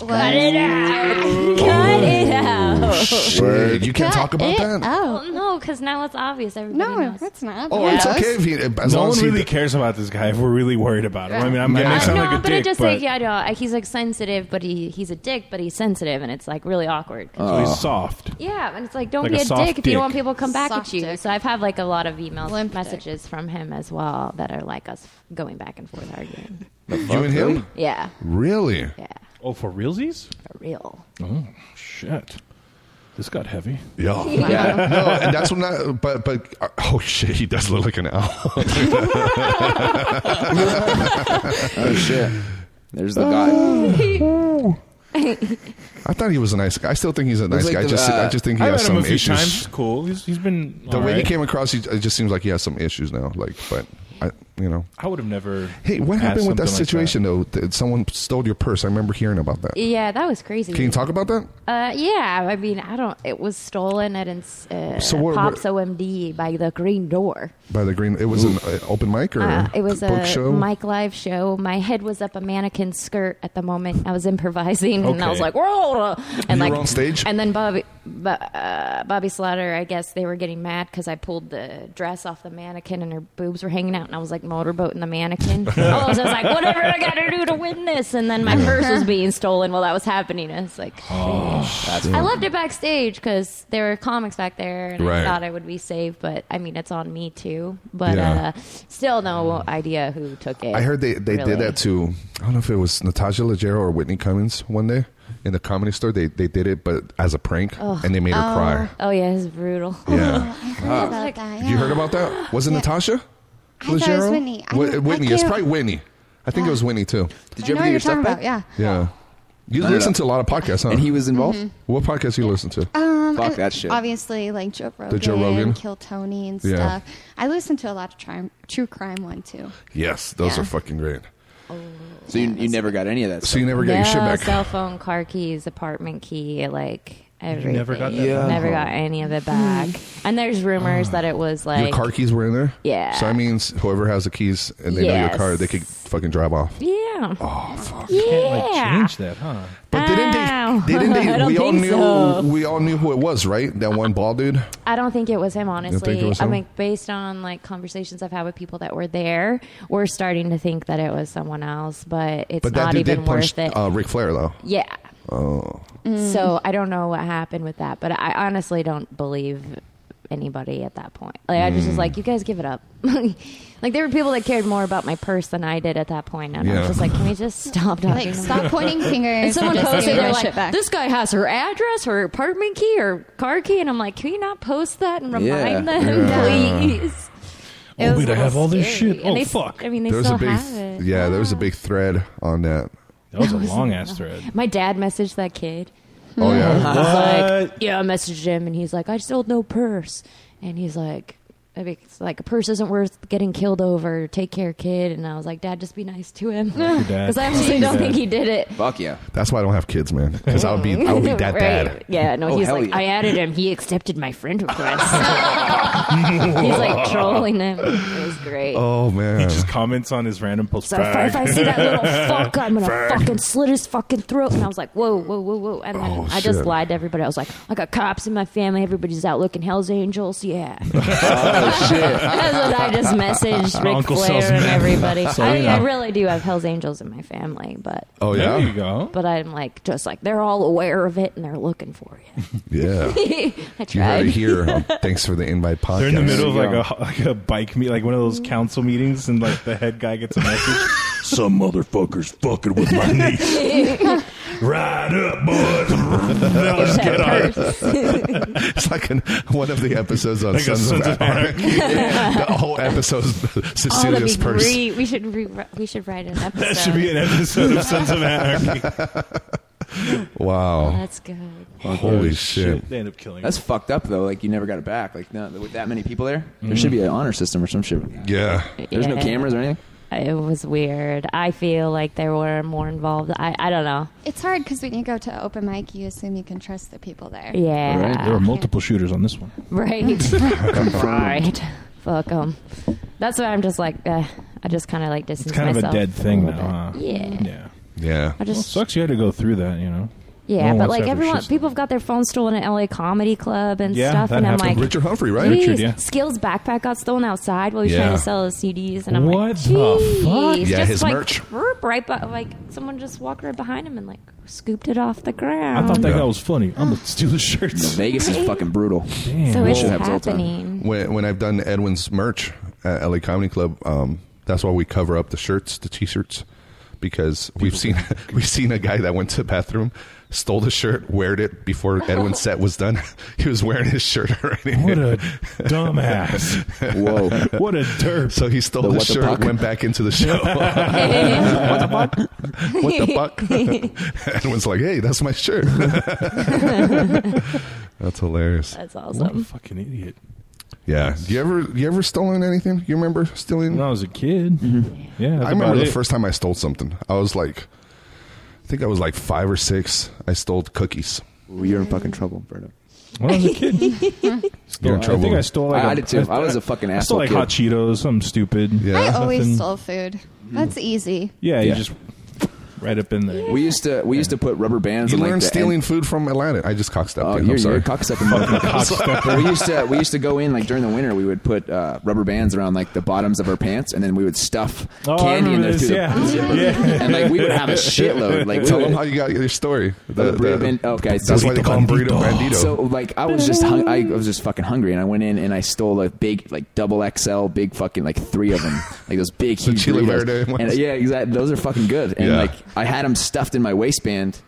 Cut it out. Cut it out. Oh. Shit, you can't Cut talk about it out. that. Well, no, because now it's obvious. Everybody No, that's not. Oh, it's okay if he, as no long one as he really cares about this guy if we're really worried about him. I mean, I'm, I Yeah. may sound no, like a but dick, I just but like yeah, no, I- he's like sensitive, but he he's a dick, but he's sensitive, and it's like really awkward. 'cause so he's- he's <laughs> Oh. soft. yeah, and it's like don't Like be a a, soft dick if you dick. don't want people to come back Soft at you. So I've had like a lot of emails, Limp messages from him as well that are like us going back and forth arguing. You and him? Yeah, Really? yeah, Oh, for realsies? for real. Oh shit, this got heavy. <laughs> Yeah. No, and that's when I, but, but, uh, oh shit, he does look like an owl. <laughs> <laughs> Oh shit! There's the guy. I thought he was a nice guy. I still think he's a nice like guy. I the, just, uh, I just think he I met has him a some few issues. times. He's cool. He's, he's been The all way he right. came across, he, it just seems like he has some issues now. Like, but, I, you know. I would have never. Hey, what asked happened with that something like situation though? That someone stole your purse. I remember hearing about that. Yeah, that was crazy. Can you talk about that? Uh, yeah, I mean, I don't. It was stolen at ins, uh, So what- Pops what- OMD by the Green Door. By the green, it was an uh, open mic or Uh, it was book a show. Mike Live show. My head was up a mannequin skirt at the moment. I was improvising, and I was Okay. like, "Whoa!" And You like were on stage? And then Bobby, Bu- uh, Bobby Slaughter. I guess they were getting mad because I pulled the dress off the mannequin, and her boobs were hanging out, and I was like motorboating the <laughs> mannequin. oh, so I was like, "Whatever I got to do to win this." And then my purse was being stolen while that was happening. I was like, Oh, That's I loved it backstage because there were comics back there, and Right. I thought I would be safe. But I mean, it's on me too. But Yeah. uh, still, no idea who took it. I heard they, they really. did that to I don't know if it was Natasha Leggero or Whitney Cummings one day in the comedy store. They they did it, but as a prank, and they made her cry. Oh yeah, it's brutal. <laughs> Yeah, <laughs> Ah. I heard about that. you yeah. heard about that? Was it Natasha? I thought it was Leggero? Whitney. I Whi- don't- I Whitney. It's can't- Oh. probably Whitney. I think it was Whitney too. Did I you know ever what get you're talking your stuff about. back? Yeah. Mm-hmm. Yeah, you No, no, listen no. to a lot of podcasts, huh? And he was involved. what podcast you listen to? Um, Fuck I- that shit. Obviously, like Joe Rogan, Joe Rogan? Kill Tony, and Yeah. stuff. I listen to a lot of tri- true crime one too. Yes, those Yeah. are fucking great. So you, you never got any of that. So Stuff. you never got your shit No, back. cell phone, car keys, apartment key, like everything. never got that Yeah. back? Never got any of it <sighs> back. and there's rumors that it was like your car keys were in there. Yeah. So that means whoever has the keys and they know your Yes. car, they could fucking drive off. Yeah. Oh fuck. Like, Yeah. change that, huh? But didn't Ow. they? <laughs> <laughs> Didn't I they? don't we all think knew. so. We all knew who it was, right? That one bald dude. I don't think it was him, honestly. think it was I him? mean, based on like conversations I've had with people that were there, we're starting to think that it was someone else, but it's But that not dude even did punch worth it. uh, Ric Flair, though. yeah. Oh, Mm. Mm. So I don't know what happened with that, but I honestly don't believe anybody at that point. Like I just Mm. was like, you guys give it up. <laughs> like there were people that cared more about my purse than I did at that point, and I Yeah. was just like, can we just stop talking? Like, about stop <laughs> pointing fingers. and someone and just posted, give they're your like, shit back. this guy has her address, her apartment key, her car key. And I'm like, can you not post that and remind <laughs> Yeah. them, <laughs> Yeah. please? It Oh, was wait, a I have little all this scary. shit. And Oh, they, fuck. I mean, they there was still a big, have it. yeah, there was a big thread on that. That was a long ass <laughs> thread. My dad messaged that kid. Oh yeah, I was like, What? yeah, I messaged him, and he's like, I sold no purse. And he's like, I mean, it's like a purse isn't worth getting killed over. Take care, kid. And I was like, Dad, just be nice to him, <laughs> your dad. because I Fuck actually your don't dad. think he did it. Fuck yeah. that's why I don't have kids, man. Because I <laughs> would be, I would be that Right. dad. Yeah, no, Oh, he's hell like, yeah. I added him. He accepted my friend request. <laughs> he's like trolling him. It was great. Oh man, Just comments on his random post. so if, I- if I see that little <laughs> fuck, I'm gonna fucking slit his fucking throat. And I was like, whoa, whoa, whoa, whoa. And then Oh, I just shit. lied to everybody. I was like, I got cops in my family. Everybody's out looking Hell's Angels. Yeah. <laughs> Oh, <laughs> shit. That's what I just messaged Ric Uncle Flair Self- and everybody. So, I you mean, I know. really do have Hell's Angels in my family, but Oh, yeah? There you go. But I'm like, just like they're all aware of it <laughs> and they're looking for you. Yeah. I You tried. heard it <laughs> here. on Thanks for the invite podcast. They're in the middle of <laughs> like a, like a bike meet, like one of those council meetings, and like the head guy gets a message. <laughs> Some motherfuckers fucking with my niece. <laughs> <laughs> Right up, boys. Now let's That get on it. hurts. <laughs> it's like an, one of the episodes on Like a Sons, Sons of of Anarchy. Anarchy. <laughs> the whole episode is Oh, that'd Cecilia's be purse. great. We should re- we should write an episode. <laughs> That should be an episode of Sons <laughs> of Anarchy. <laughs> Wow. Oh, That's good. Holy shit. They end up killing. That's fucked up though. Like you never got it back. Like no, with that many people there, there should be an honor system or some shit. Yeah. There's no Yeah. cameras or anything. It was weird. I feel like there were more involved. I, I don't <laughs> know. It's hard because when you go to open mic, you assume you can trust the people there. Yeah. Right? There were multiple shooters on this one. <laughs> Right. <laughs> Confirmed. right. Fuck 'em. That's why I'm just like, uh, I just kind of like distance It's kind of a myself dead thing little now. Huh? bit. Yeah. Yeah. Yeah. I just- well, sucks you had to go through that. You know. No Yeah, one but wants like to have their everyone, shit people have got their phones stolen at LA Comedy Club and Yeah, stuff, that and I'm happened. like, Richard Humphrey, right? "Jeez, Richard, yeah. Skill's backpack got stolen outside while he was Yeah. trying to sell his CDs, and I'm like, What the fuck? "Jeez," Yeah, just his like, merch. burp, right, by, like someone just walked right behind him and like scooped it off the I ground. <laughs> thought that guy was funny. <gasps> I'm gonna steal his shirts. Vegas is fucking brutal. Damn. So Well, it's should have Zoltan. happening. When, when I've done Edwin's merch at LA Comedy Club, um, that's why we cover up the shirts, the t-shirts, because we've seen <laughs> we've seen a guy that went to the bathroom, stole the shirt, wore it before Edwin's set was done. <laughs> He was wearing his shirt already. <laughs> What a dumbass. Whoa! What a derp! So he stole The the, what the shirt, fuck? <laughs> went back into the <laughs> show. What the fuck? what the fuck? Edwin's like, hey, that's my shirt. <laughs> that's hilarious. That's What a fucking idiot. Yeah. You ever you ever stolen anything? You remember stealing? When I was a kid. Yeah. that's I remember about the it. first time I stole something. I was like, I think I was like five or six. I stole cookies. you're in fucking trouble, Berto. When I was <laughs> a kid. You're in I trouble. think I stole like I- a- I did too. I was <laughs> a fucking I asshole stole like kid. hot Cheetos, something stupid. Yeah. I always stole food. That's easy. Yeah, you Yeah. just right up in there. We used to we used to put rubber bands. You on, like, learned the stealing end- food from Atlanta. I just cockstepped. Oh, you. you're, I'm you're sorry. a cocksucking <laughs> <laughs> motherfucker. we used to we used to go in like during the winter. We would put uh, rubber bands around like the bottoms of our pants, and then we would stuff Oh, I candy in remember there this, through yeah. the zipper. Yeah. And like we would have a shitload. Like tell we them would- how you got your story. The, burrito ban- okay, so that's why they call him burrito bandito. So like I was just hung- I was just fucking hungry, and I went in and I stole a big like double XL, big fucking like three of them, like those big <laughs> The huge Chile burritos. Verde ones? And, yeah, exactly. Those are fucking good. And Yeah. like I had them stuffed in my waistband.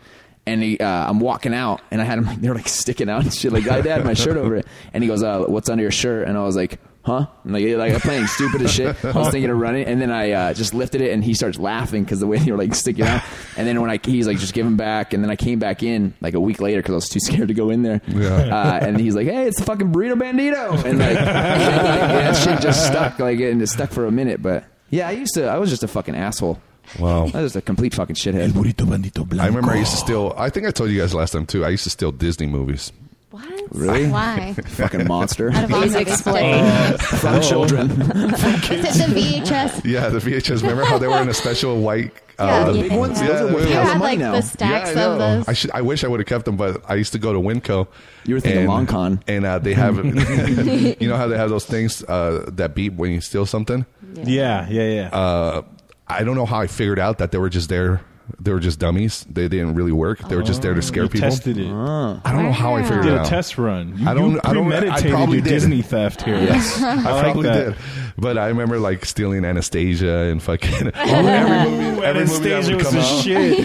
And he, uh, I'm walking out, and I had him. Like, they're like sticking out and shit. Like I had my shirt over it, and he goes, uh, "What's under your shirt?" And I was like, "Huh?" And like, like I'm playing stupid as shit. I was thinking of running, and then I uh, just lifted it, and he starts laughing because the way <laughs> they were like sticking <laughs> out. And then when I he's like just giving back, and then I came back in like a week later because I was too <laughs> scared to go in there. Uh, and he's like, "Hey, it's the fucking burrito bandito," and like, <laughs> that shit just stuck. Like and it stuck for a minute, but yeah, I used to. I was just a fucking asshole. Wow, I was just a complete fucking shithead. burrito bandito I remember I used to steal. I think I told you guys last time too. I used to steal Disney movies. What? Really? Why? fucking monster. Out of all Please the Uh, explain. things. <laughs> From children. Is it the VHS? Yeah, the VHS. Remember how they were in a special white. <laughs> Yeah, uh, the big ones? Yeah, Those are they worth were- You had, like, the stacks Yeah, I of know. those. I should. I wish I would have kept them, but I used to go to Winco. You were thinking and, Long Con. <laughs> and uh, <laughs> they have. you know how they have those things uh, that beep when you steal something. Yeah, yeah, yeah. Uh, I don't know how I figured out that they were just there. They were just dummies. They didn't really work. They were just there to scare Oh. you people. tested it. Uh-huh. I don't know how I You figured did it a out. test run. You, I don't. I don't. premeditated I probably your did. Disney theft here. <laughs> Yes, I, like probably that. did. But I remember like stealing Anastasia and <laughs> fucking every movie. Every movie that Oh, Anastasia would was come the out. <laughs> <laughs> shit.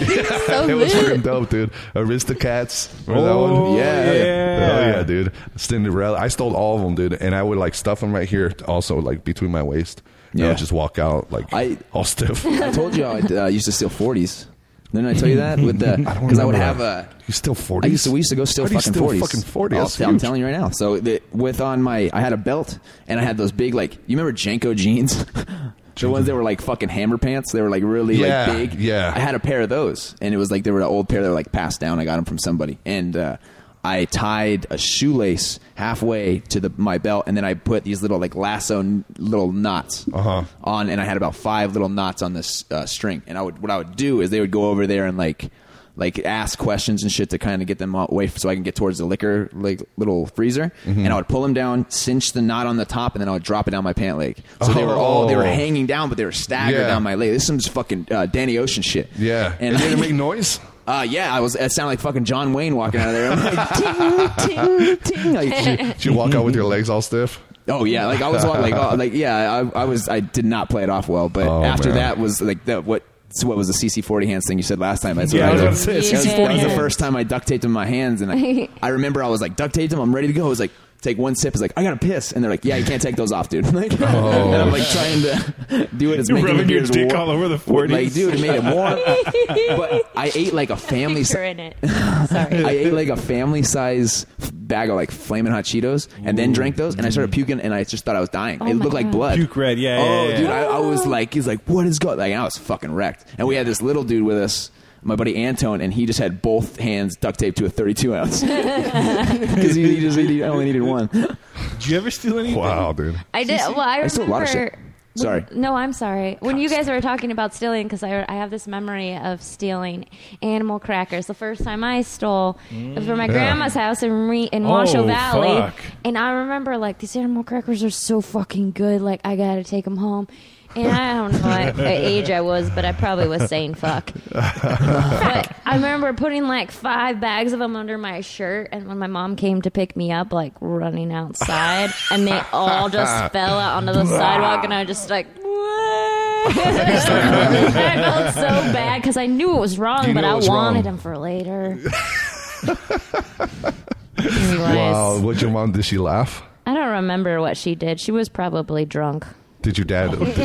Yeah, it was fucking dope, dude. Aristocats. Remember that Oh, one? Yeah. yeah. Oh, yeah, dude. Cinderella. I stole all of them, dude. And I would like stuff them right here, also like between my waist. And I Yeah. would just walk out like I- all <laughs> stiff. I told you how I uh, used to steal 40s. Didn't I tell you <laughs> that? With the because I, would have a. You still 40s? I used to we used to go steal How do you fucking steal 40s. fucking 40? I'll That's tell- I'm huge. telling you right now. So the, with on my I had a belt and I had those big like you remember Janko jeans. <laughs> The ones that were like fucking hammer pants, they were like really Yeah, like big. yeah. I had a pair of those, and it was like they were an old pair that were like passed down. I got them from somebody, and uh, I tied a shoelace halfway to the my belt, and then I put these little like lasso n- little knots Uh-huh. on, and I had about five little knots on this uh, string. And I would what I would do is they would go over there and like like ask questions and shit to kind of get them away so I can get towards the liquor like little freezer. Mm-hmm. Mhm. And I would pull them down, cinch the knot on the top, and then I would drop it down my pant leg. So they were all they were Oh. hanging down, but they were staggered Yeah. down my leg. This is some fucking uh, Danny Ocean shit. Yeah. And did it make noise? Uh, yeah, I was. It sounded like fucking John Wayne walking out of there. I'm like, <laughs> ting, ting, ting. Like, Did you, did you walk out with your legs all stiff? Oh yeah, like I was walking, like oh, like yeah, I, I was I did not play it off well, but Oh, after man. that was like the what so what was the CC forty hands thing you said last time? That's what Yeah, I was did. gonna say, That was- CC40 That was the hands. first time I duct taped them in my hands, and I, I remember I was like duct taped them. I'm ready to go. I was like. Take one sip. It's like I gotta piss, and they're like, "Yeah, you can't take those off, dude." <laughs> Like, Oh. and I'm like trying to do it as You're making rubbing the your beers dick warm. all over the Like, 40s. dude, it made it <laughs> <laughs> warm. but I ate like a family. Picture in it. I ate like a family size bag of like flaming hot Cheetos and then drank those and I started puking and I just thought I was dying. Oh it my looked like God. blood. Puke red, yeah, Oh, yeah, yeah. dude, I, I was like, he's like, what is going? Like, I was fucking wrecked. And we had this little dude with us. My buddy Antone, and he just had both hands duct taped to a 32 <laughs> ounce because he, he just he only needed one. Did you ever steal anything? Wow, dude! I did. Well, I remember. stole a lot of shit. Sorry. No, I'm sorry. When you guys were talking about stealing, because I, I have this memory of stealing animal crackers. The first time I stole was from my Yeah. grandma's house in, Re- in Washoe Oh, Valley. fuck. And I remember, like, these animal crackers are so fucking good. Like, I got to take them home. And I don't know <laughs> what what age I was, but I probably was saying fuck. but I remember putting like five bags of them under my shirt, and when my mom came to pick me up, like running outside, and they all <laughs> just fell out onto the sidewalk, and I just like. <laughs> I felt so bad because I knew it was wrong, You but know I it was wanted wrong. them for later. Wow, what your mom? Did she laugh? I don't remember what she did. She was probably <laughs> drunk. Did your dad? Love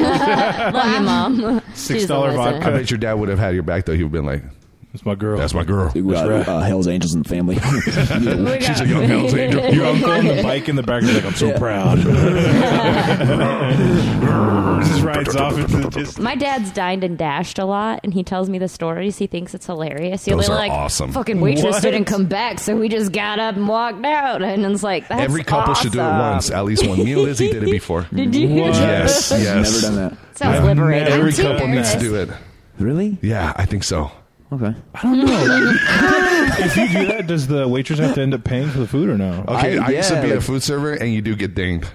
you, mom. She doesn't listen. I bet your dad would have had your back though. He would have been like, "That's my girl. That's my girl. We got uh, Hell's Angels in the <laughs> family. Oh She's <laughs> a young Hell's Angel. Your uncle on the bike in the back is like, I'm so <laughs> proud. <laughs> just rides off into just. My dad's dined and dashed a lot, and he tells me the stories. He thinks it's hilarious. He'll Those be are like, awesome. "Fucking waitress What? didn't come back, so we just got up and walked out." And it's like, That's Every couple should do it awesome." once, at least one. Me and Lizzie did it before. <laughs> Did you? What? Yes, I've yes. never done that. Sounds liberating. Every I'm too couple needs to nervous. do it. Really? Yeah, I think so. Okay. I don't know. if you do that, does the waitress have to end up paying for the food or no? Okay, I, used to be a food server, and you do get dinged.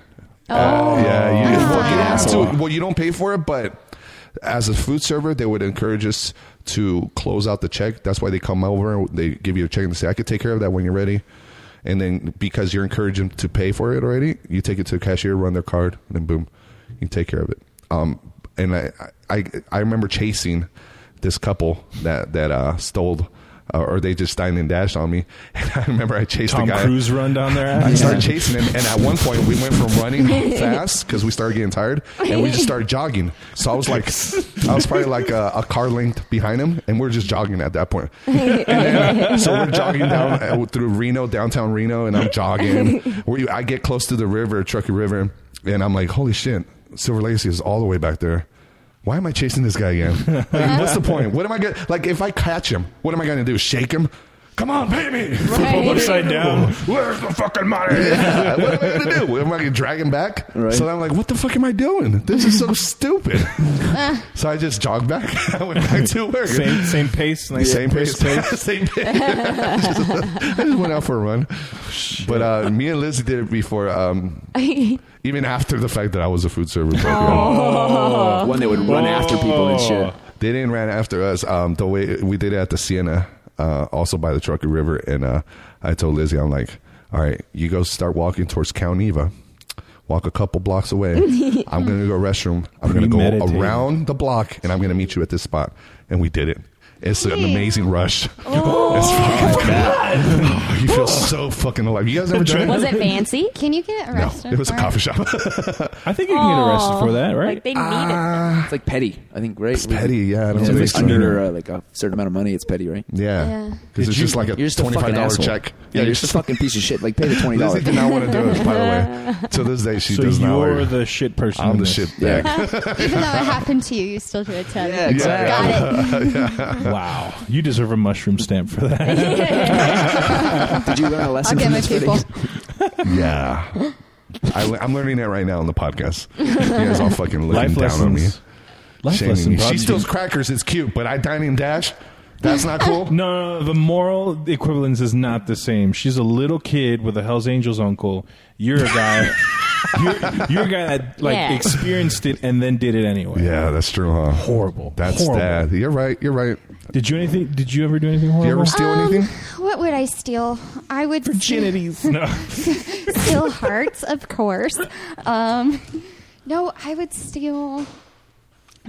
Oh, yeah, you, well, you don't have to- asshole. well, you don't pay for it, but as a food server, they would encourage us to close out the check. That's why they come over, they give you a check, and say, "I could take care of that when you're ready." And then because you're encouraging to pay for it already, you take it to the cashier, run their card, and then boom, you take care of it. Um, and I, I, I remember chasing this couple that that uh, stole. Uh, or they just dined and dashed on me. <laughs> And I remember I chased Tom the guy. Cruise run down there. I started chasing him, and at one point we went from <laughs> <laughs> running fast because we started getting tired, and we just started jogging. So I was like, I was probably like a, a car length behind him, and we are just jogging at that point. And then, so we're jogging down uh, through Reno, downtown Reno, and I'm jogging. We, I get close to the river, Truckee River, and I'm like, holy shit, Silver Lacey is all the way back there. Why am I chasing this guy again? Like, what's the point? What am I going to, like, if I catch him, what am I going to do? Shake him? Come on, pay me. Right. Upside down. Where's the fucking <laughs> money? <laughs> Yeah. What am I going to do? Am I going to drag him back? So I'm like, what the fuck am I doing? This is <laughs> so stupid. so I just jogged back. <laughs> I went back to work. Same- same pace, like- same pace. <laughs> pace. same pace. I just went out for a run. But uh, me and Lizzie did it before. Um, even after the fact that I was a food server. Oh. When they would run after people and shit. They didn't ran after us. Um, the way we did it at the Sienna, uh, also by the Truckee River, and uh, I told Lizzie, I'm like, all right, you go start walking towards Calneva. Walk a couple blocks away. I'm gonna go restroom. I'm gonna go Premeditated. around the block, and I'm gonna meet you at this spot. And we did it. It's an amazing rush. It's fucking Oh, <laughs> you feel so fucking alive. You guys ever done Was it fancy? Can you get No, arrested? it was a for coffee shop. I think you can get arrested Aw. for that, right? Like, they need it. It's like petty. I think, right? It's Ah. petty, yeah. I don't If think it's so. under uh, like a certain amount of money, it's petty, right? Yeah. Because Did it's you- just like a you're just a fucking $25 asshole. check. Yeah, you're just a fucking piece of shit. Like, pay the $20. <laughs> Lizzie did not want to do it, by the way. To this day, she So does not you're want the shit person. I'm in the this. shit bag. <laughs> <laughs> Even though it happened to you, you still do it to others. Yeah, exactly. Got it. <laughs> Wow, you deserve a mushroom stamp <laughs> for that. Did you learn a lesson I'll get from my this people. Yeah. I, am learning it right now on <laughs> the podcast. You guys all fucking looking Life down on me. lessons. Life Shaming lesson, me. Rob. She steals crackers. It's cute, but I dine and dash. That's not cool. <laughs> no, no, the moral equivalence is not the same. She's a little kid with a Hell's Angels uncle. You're <laughs> a guy. you're, you're a guy that like Yeah. experienced it and then did it anyway. Yeah, that's true, huh? Horrible. That's Horrible. that. You're right. You're right. Did you anything? Did you ever do anything horrible? You ever steal Um, anything? What would I steal? I would <laughs> virginities. No. steal hearts, of course. Um, no, I would steal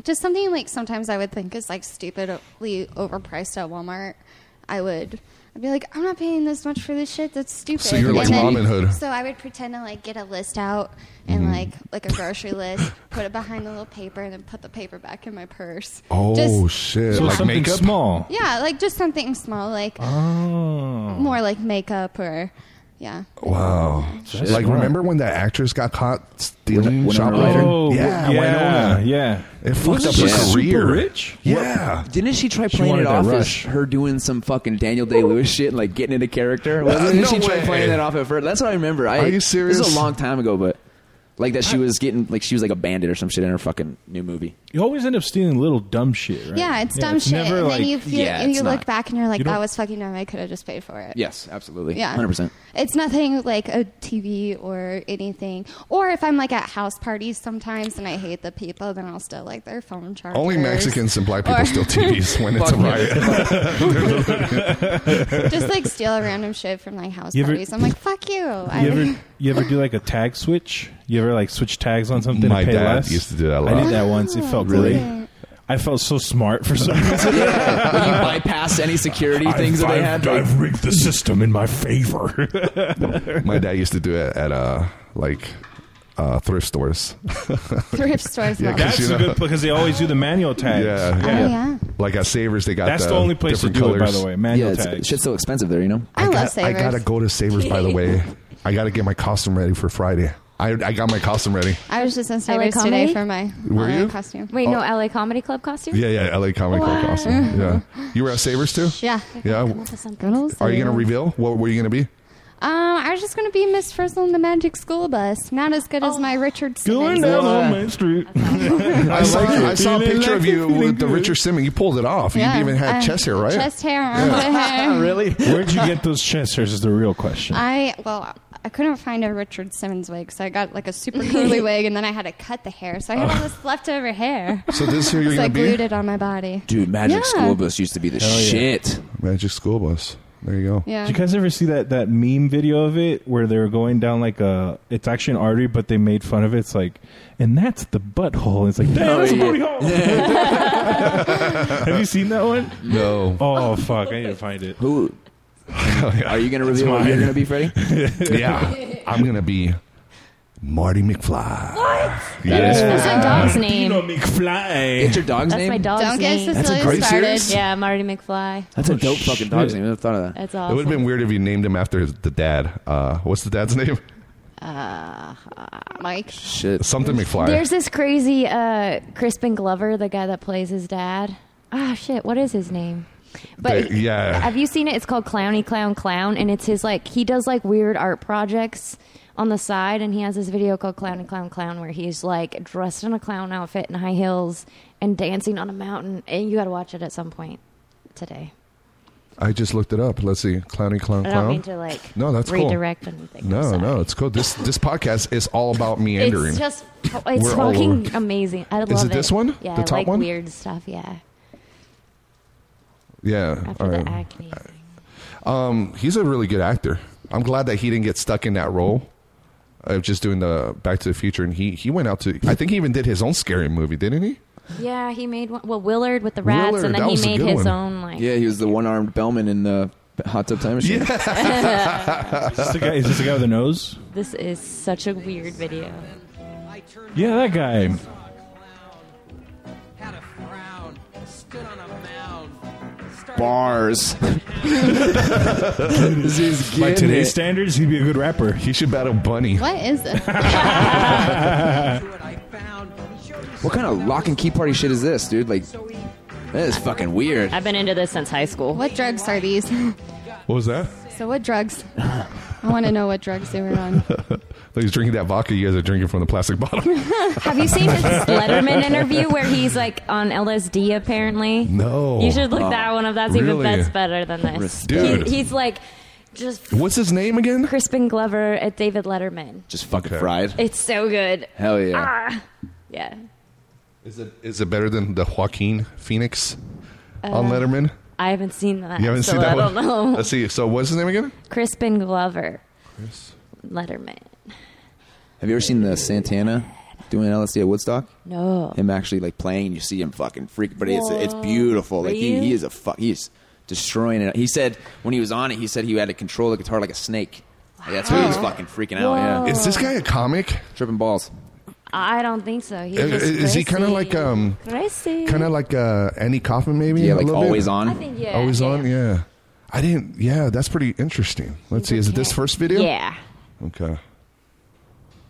just something like sometimes I would think is like stupidly overpriced at Walmart. I would. I'd be like, I'm not paying this much for this shit. That's stupid. So you're like And then- Robin Hood. So I would pretend to like get a list out and Mhm. like like a grocery list, put it behind the little paper, and then put the paper back in my purse. Oh Just- shit! So like something makeup? small. Yeah, like just something small, like Oh. more like makeup or yeah. Wow. Shit. Like, Smart. remember when that actress got caught stealing Winona shoplifting? yeah, Ryder? Oh, yeah, Winona. yeah. It fucked Wasn't up she her super career. rich? Yeah. Didn't she try She playing wanted it that off rush. as her doing some fucking Daniel Day Lewis shit and like getting into character? Wasn't Uh, didn't no she try way. playing that off at first? That's what I remember. I, Are you serious? This is a long time ago, but like that she was getting like she was like a bandit or some shit in her fucking new movie. You always end up stealing little dumb shit, right? Yeah, it's dumb shit. never and like- then you, feel, Yeah, and it's you not- look back and you're like, you don't- that was fucking dumb. I could have just paid for it. Yes, absolutely. Yeah. hundred percent. It's nothing like a TV or anything. Or if I'm like at house parties sometimes and I hate the people, then I'll still like their phone chargers. Only Mexicans and black people Or- <laughs> steal TVs when it's a Fuck yeah. <laughs> riot. Just like steal random shit from like house You ever- parties. I'm like, fuck you. I, <laughs> You ever you ever do like a tag switch? You ever like switch tags on something? My and pay dad less? used to do that a I lot. did that once. It felt Really? great. I felt so smart <laughs> for some Like, reason. <laughs> you bypass any security things that they had. like- rigged the system in my favor. <laughs> My dad used to do it at uh like uh thrift stores. thrift stores. Yeah, love That's it. <laughs> you a know- good because they <laughs> always do the manual tags. Yeah. Oh, yeah. Like at Savers, they got That's the only place to different do it, by colors. the way, manual yeah, it's- tags. shit's so expensive there, you know. I, love got, I savers. gotta go to Savers. By the <laughs> way, I gotta get my costume ready for Friday. I I got my costume ready. I was just in savers Comedy? today for my Were my you? Oh. costume. Wait, no, LA Comedy Club costume? Yeah, yeah, LA Comic Club Wow. costume. Yeah, you were at Savers too. Yeah. yeah. Little Are you gonna savers. reveal what were you gonna be? Um, I was just gonna be Miss Frizzle in the Magic School Bus. Not as good as my Richard Simmons. street. I saw, I saw a Feeling picture of like you I'm feeling with the good. Richard Simmons. You pulled it off. Yeah, you even had I- chest hair, right? Chest hair, <laughs> armpit hair. really? Where'd you <laughs> get those chest hairs? Is the real question. <laughs> I well, I couldn't find a Richard Simmons wig, so I got like a super <laughs> curly wig, and then I had to cut the hair, so I had all this leftover hair. So this year you're so I gonna be glued it on my body. Dude, Magic Yeah. School Bus used to be the Hell yeah. shit. Magic School Bus. There you go. Yeah. Did you guys ever see that that meme video of it where they were going down like a? It's actually an artery, but they made fun of it. It's like, and that's the butthole. It's like, damn, Oh, that's a yeah. booty hole. <laughs> <laughs> Have you seen that one? No. Oh fuck, I need to find it. Who <laughs> are you gonna reveal? What mine. you're gonna be Freddy? <laughs> yeah. I'm gonna be Marty McFly. What? That's my dog's name. Pino McFly. It's your dog's That's name. my dog's Don't get name. Cecilia great started. series. Yeah, Marty McFly. That's a Oh, dope fucking dog's shit. name. I never thought of that. That's It awesome. would have been weird if you named him after his, the dad. Uh, what's the dad's <laughs> name? Uh, Mike. Shit. Something McFly. There's this crazy uh, Crispin Glover, the guy that plays his dad. Ah, shit. What is his name? But They- yeah. have you seen it? It's called Clowny Clown Clown, and it's his like he does like weird art projects on the side, and he has this video called Clowny Clown Clown where he's like dressed in a clown outfit and high heels and dancing on a mountain, and you got to watch it at some point today. I just looked it up. Let's see. Clowny clown I clown. don't mean to like No, that's cool. redirect anything. I'm no, sorry. no, it's cool. This this podcast is all about meandering. It's just it's We're all fucking over. amazing. I love Is it this one? Yeah, The I top like one? weird stuff. Yeah, yeah. after all the right. acne. Um, he's a really good actor. I'm glad that he didn't get stuck in that role of just doing the Back to the Future. And he, he went out to, I think he even did his own scary movie, didn't he? <laughs> Yeah, he made one. Well, Willard with the rats, Willard, and that then he was a made good his one. own like. Yeah, he was the one-armed bellman in the hot tub time machine. <laughs> Is this, the guy, is this the guy with the nose? <laughs> This is such a weird video. Yeah, that guy. <laughs> Bars. this is getting By today's it. standards, he'd be a good rapper. He should battle Bunny. What is <laughs> this? What kind of lock and key party shit is this, dude? Like, that is fucking weird. I've been into this since high school. What drugs are these? What was that? so what drugs? I want to know what drugs they were on. <laughs> Like he's drinking that vodka you guys are drinking from the plastic <laughs> bottle. <laughs> Have you seen <laughs> his Letterman interview where he's like on LSD apparently? No. You should look that one up. That's even Really? that's better than this. Dude. He, he's like just What's his name again? Crispin Glover at David Letterman. Just fucking fried. It's so good. Hell yeah. Ah, yeah. Is it is it better than the Joaquin Phoenix Uh, on Letterman? I haven't seen that. You haven't Uh, so seen that I don't one? know. <laughs> Let's see. So what's his name again? Crispin Glover. Chris. Letterman. Have you ever seen the Santana doing LSD at Woodstock? Oh. No. Him actually like playing, and you see him fucking freak, but it's it's Whoa. beautiful. Like he, Really? he is a fuck. He's destroying it. He said when he was on it, he said he had to control the guitar like a snake. Like, that's what he was Wow. fucking freaking out. Yeah. Whoa. Is this guy a comic? Tripping balls. I don't think so. He's Is, just is he crazy. kind of like um, Crazy. kind of like uh, Andy Kaufman maybe? Yeah, a like little bit? always on. I think, yeah, Always on. Yeah. I didn't. Yeah, that's pretty interesting. Let's see. Is it this first video? Yeah. Okay.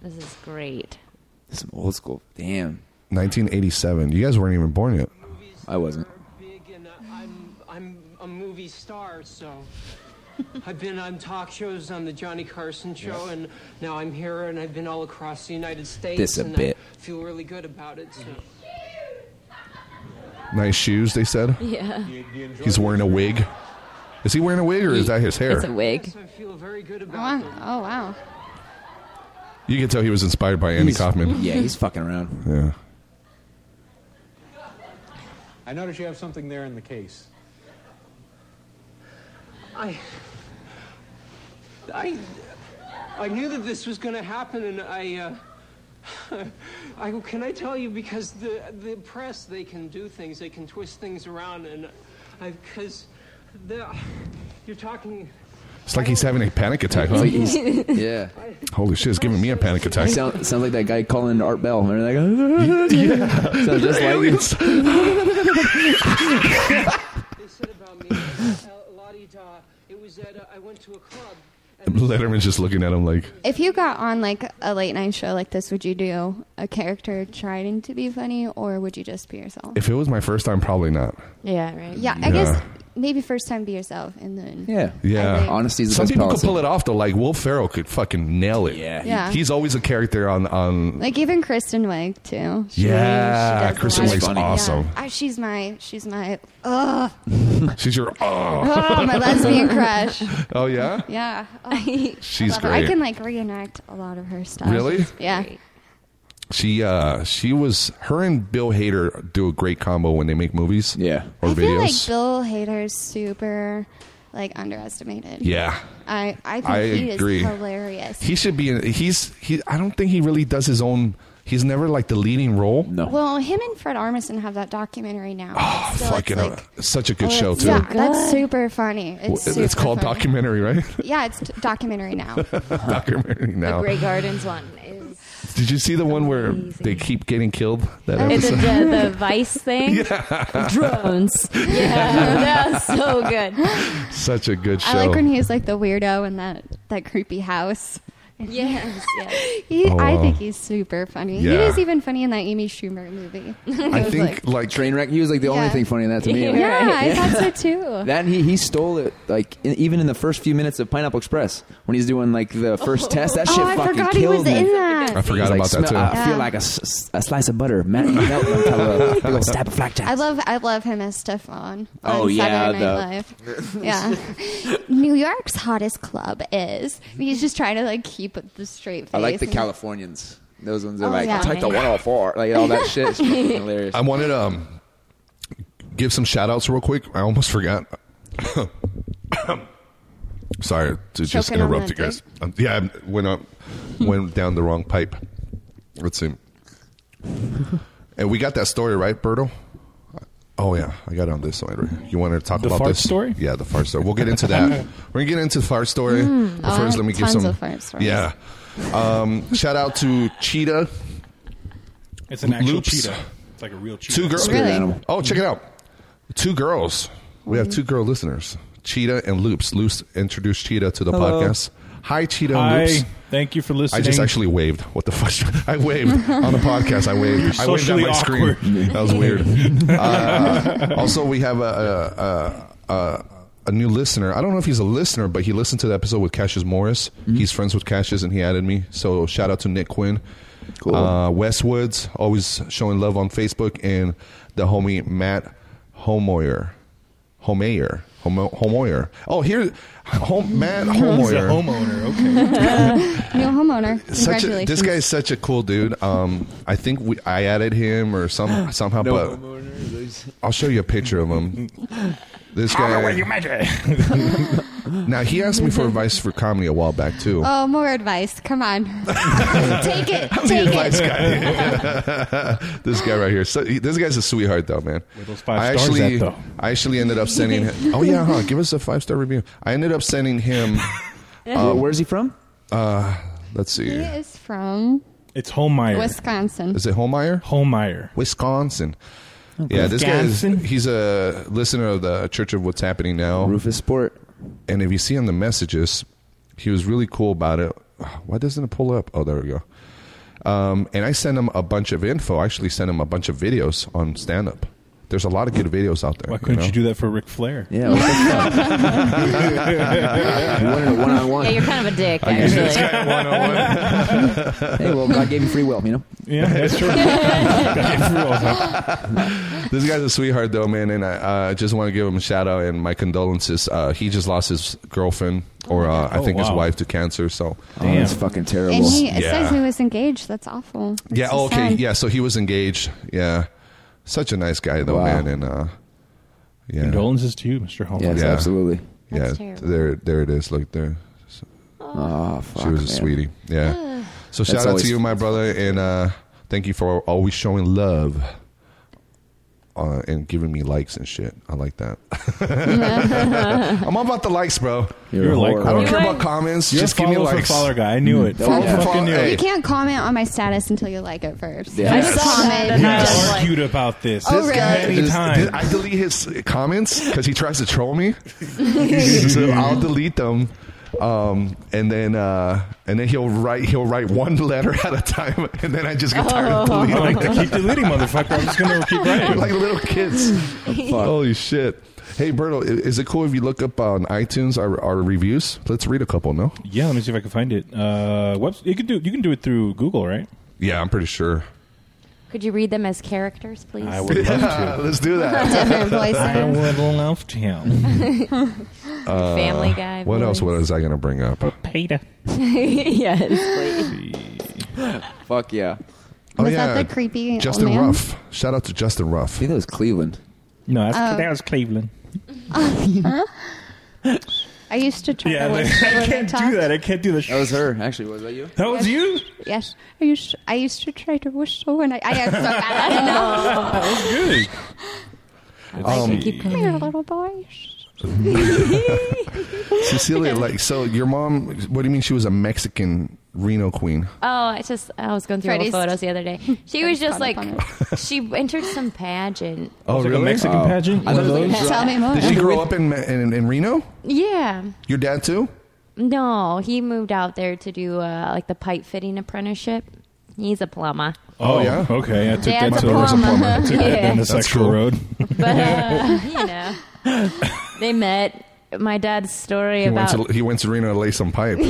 This is great. Some old school. Damn. 1987. You guys weren't even born yet. I wasn't. I'm a movie star, so I've been on talk shows on the Johnny Carson show, and now I'm here, and I've been all across the United States. This a and bit. I feel really good about it. So. Nice shoes, they said. Yeah. He's wearing a wig. Is he wearing a wig or is that his hair? wig. I feel very good I want- oh wow. You can tell he was inspired by Andy He's- Kaufman. yeah, he's fucking around. Yeah. I notice <laughs> you have something there in the case. I, I, I knew that this was going to happen, and I, uh, <laughs> I can I tell you because the the press they can do things, they can twist things around, and I because the you're <laughs> talking. It's like he's having a panic attack, huh? It's like he's- yeah. Holy shit, it's giving me a panic attack. Sound, sounds like that guy calling Art Bell. Remember that guy? <laughs> yeah. Sounds just like him. <laughs> <laughs> Aliens. Letterman's just looking at him like, If you got on like a late night show like this, would you do a character trying to be funny, or would you just be yourself? if it was my first time, probably not. Yeah, right. Yeah, I Yeah. guess maybe first time be yourself, and then Yeah. Honesty is the Some best people policy. could pull it off, though. Like, Will Ferrell could fucking nail it. he- Yeah. He's always a character on. on like even Kristen Wiig too. yeah. does a Kristen lot. Wiig's Yeah. awesome. I, she's my she's my ugh, <laughs> She's your. Oh. oh my lesbian crush. Oh, yeah? <laughs> Yeah, oh, She's I love her. I great. can like reenact a lot of her stuff. Really? Yeah. She uh she was her and Bill Hader do a great combo when they make movies. Yeah. Or I feel like videos. Bill Hader's super like underestimated. yeah. I I think I he agree. is hilarious. He should be in he's he I don't think he really does his own he's never like the leading role. No. well, him and Fred Armisen have that documentary now. Oh, Fucking uh, such a good show too. Yeah, that's super funny. It's, It's, super called funny. documentary, right? Yeah, it's t- documentary now. <laughs> documentary now. The Grey Gardens one is Did you see the one where they keep getting killed? That it's the, episode? the, <laughs> the Vice thing. Yeah. Drones. <laughs> Yeah, <laughs> that's so good. Such a good show. I like when he's like the weirdo in that that creepy <laughs> house. Yes, yes. <laughs> He, Oh, I wow. think he's super funny. He Yeah. was even funny in that Amy Schumer movie. <laughs> I It was think like, train wreck. He was like the only Yeah. thing funny in that to me. <laughs> Yeah, Like, <laughs> I thought so too. That and he he stole it like in, even in the first few minutes of Pineapple Express when he's doing like the <laughs> first test. That Oh, shit I fucking forgot he killed was me. in that. I forgot He's like, about that, "Smell- I too." Yeah. feel like a, s- a slice of butter melting melt on top <laughs> of a big old stab of blackjack. I love I love him as Stefan. On Oh, yeah, Saturday Night <laughs> Live. yeah. <laughs> New York's hottest club is. He's just trying to like keep the straight face. I like the and- Californians. Those ones are Oh, like yeah. take the one off four, like all <laughs> that shit. It's fucking hilarious. I wanted to um, give some shout outs real quick. I almost forgot. <coughs> Sorry to just Choking on interrupt that you guys. Um, yeah, I went up, went down the wrong pipe. Let's see. And we got that story right, Berto. Oh yeah, I got it on this side right here. You want to talk The about fart this story? Yeah, the fart story. We'll get into that. <laughs> We're gonna get into the fart story. Mm, but oh, first, let me give tons some. of fart stories. Yeah. Um, shout out to Cheetah. It's an actual Loops. cheetah. It's like a real cheetah. Two girls. Really? Oh, check it out. Two girls. We have two girl listeners, Cheetah and Loops. Loops introduced Cheetah to the Hello. podcast. Hi, Cheetah Hi. and Loops. Thank you for I listening. just actually waved. What the fuck? <laughs> I waved on the podcast. I waved. I waved at <laughs> Socially my awkward. <laughs> screen. That was weird. Uh, also, we have a, a, a, a, a new listener. I don't know if he's a listener, but he listened to the episode with Cassius Morris. He's friends with Cassius, and he added me. So shout out to Nick Quinn. Cool. Uh, Westwoods, always showing love on Facebook, and the homie Matt Homoyer. Homeyer. Homo- homeoyer. Oh, here, home, Matt <laughs> He's a Homeoyer. homeowner. <laughs> Okay. New homeowner. Such a, Congratulations. this guy is such a cool dude. Um, I think we, I added him or some somehow, No but I'll show you a picture of him. This guy. <laughs> measure? now he asked me for advice for comedy a while back too. <laughs> Oh, more advice. Come on. <laughs> Take it. I'm the Take advice it. guy. this guy right here. So, he- this guy's a sweetheart, though, man. those five I stars actually, at, though? I actually ended up sending. him, oh yeah, huh? Give us a five star review. I ended up sending him. um, Where- where's he from? Uh, let's see. He is from It's Homeyer. Wisconsin. Is it Homeyer? Homeyer, Wisconsin. Oh, Yeah, this guy is, Wisconsin? he's a listener of the Church of What's Happening Now. Rufus Sport. And if you see on the messages, he was really cool about it. <sighs> Why doesn't it pull up? Oh, there we go. Um, and I sent him a bunch of info. I actually sent him a bunch of videos on stand up. There's a lot of good videos out there. Why couldn't know? you do that for Ric Flair? Yeah. <laughs> You wanted a one-on-one. Yeah, you're kind of a dick, I guess actually. hey, well, God gave you free will, you know. Yeah, that's <laughs> true. <laughs> this guy's a sweetheart though, man, and I uh, just want to give him a shout out and my condolences. Uh, he just lost his girlfriend, or uh, I Oh, think his wow. wife to cancer. So Oh, that's fucking terrible. And he it Yeah. says he was engaged. That's awful. yeah. It's Oh, so okay. sad. Yeah. So he was engaged. Yeah. Such a nice guy though, Wow. man, and uh, yeah. Condolences to you, Mr. Homeyer. Yes, Yeah. absolutely. yeah. terrible. There, there it is. Look there. <laughs> So- Oh, fuck, she was a man. sweetie. Yeah. So That's shout out to always- you, my brother, and uh, thank you for always showing love. Uh, and giving me likes and shit. I like that. I'm all about the <laughs> likes, bro. You're, a like- whore. I don't You care are- about comments. You're just a give me follow for likes. follower guy. I knew it. Follow I for fucking follow- knew Hey. You can't comment on my status until you like it first. Yeah. I Yes. just comment. We I just like- argued about this. Oh, really? many Just- times. I delete his comments because he tries to troll me. <laughs> so I'll delete them, um, and then uh, and then he'll write he'll write one letter at a time, and then I just get tired of I'm deleting like, like, keep deleting, motherfucker. <laughs> I'm just gonna <laughs> keep writing. like <laughs> little kids. Holy shit! Hey, Berto, i- is it cool if you look up on iTunes our, our reviews? Let's read a couple. No? Yeah, let me see if I can find it. Uh, webs- you can do you can do it through Google, right? Yeah, I'm pretty <laughs> sure. Could you read them as characters, please? I would <laughs> love to. Let's do that. <laughs> Different I voices. would love to. Uh, Family Guy What else voice. was I going to bring up? Peter. <laughs> yes. please. Fuck yeah. Oh Was yeah, that the creepy old Justin man? Ruff. Shout out to Justin Ruff. I think that was Cleveland. No, that's, Oh. that was Cleveland. <laughs> I used to try Yeah, to like, listen to I when they can't talk. do that. I can't do That that. was her, actually. Was that you? <laughs> That was you. Yes, I used to, I used to try to whistle, and I, I am so bad at <laughs> it now. That was good. I Um, can <laughs> keep Come coming. Mm. here, little boy. <laughs> Cecilia, like, so your mom, what do you mean she was a Mexican Reno queen? Oh, I just I was going through all the Freddy's- photos the other <laughs> day. She was just caught like up she entered some pageant. Oh, was like a Mexican Oh. pageant. I One of thought it was those. like- Tell me more. Did she grow up in, in, in Reno? Yeah. Your dad, too? No, he moved out there to do uh, like the pipe fitting apprenticeship. He's a plumber. Oh, yeah? Okay, I took Dad's that a to brother's a plumber. plumber. I took <laughs> that <laughs> down the yeah. That's sexual cool. road. But <laughs> uh, you know, they met. My dad's story He, about went, to, he went to Reno to lay <laughs> some pipe. A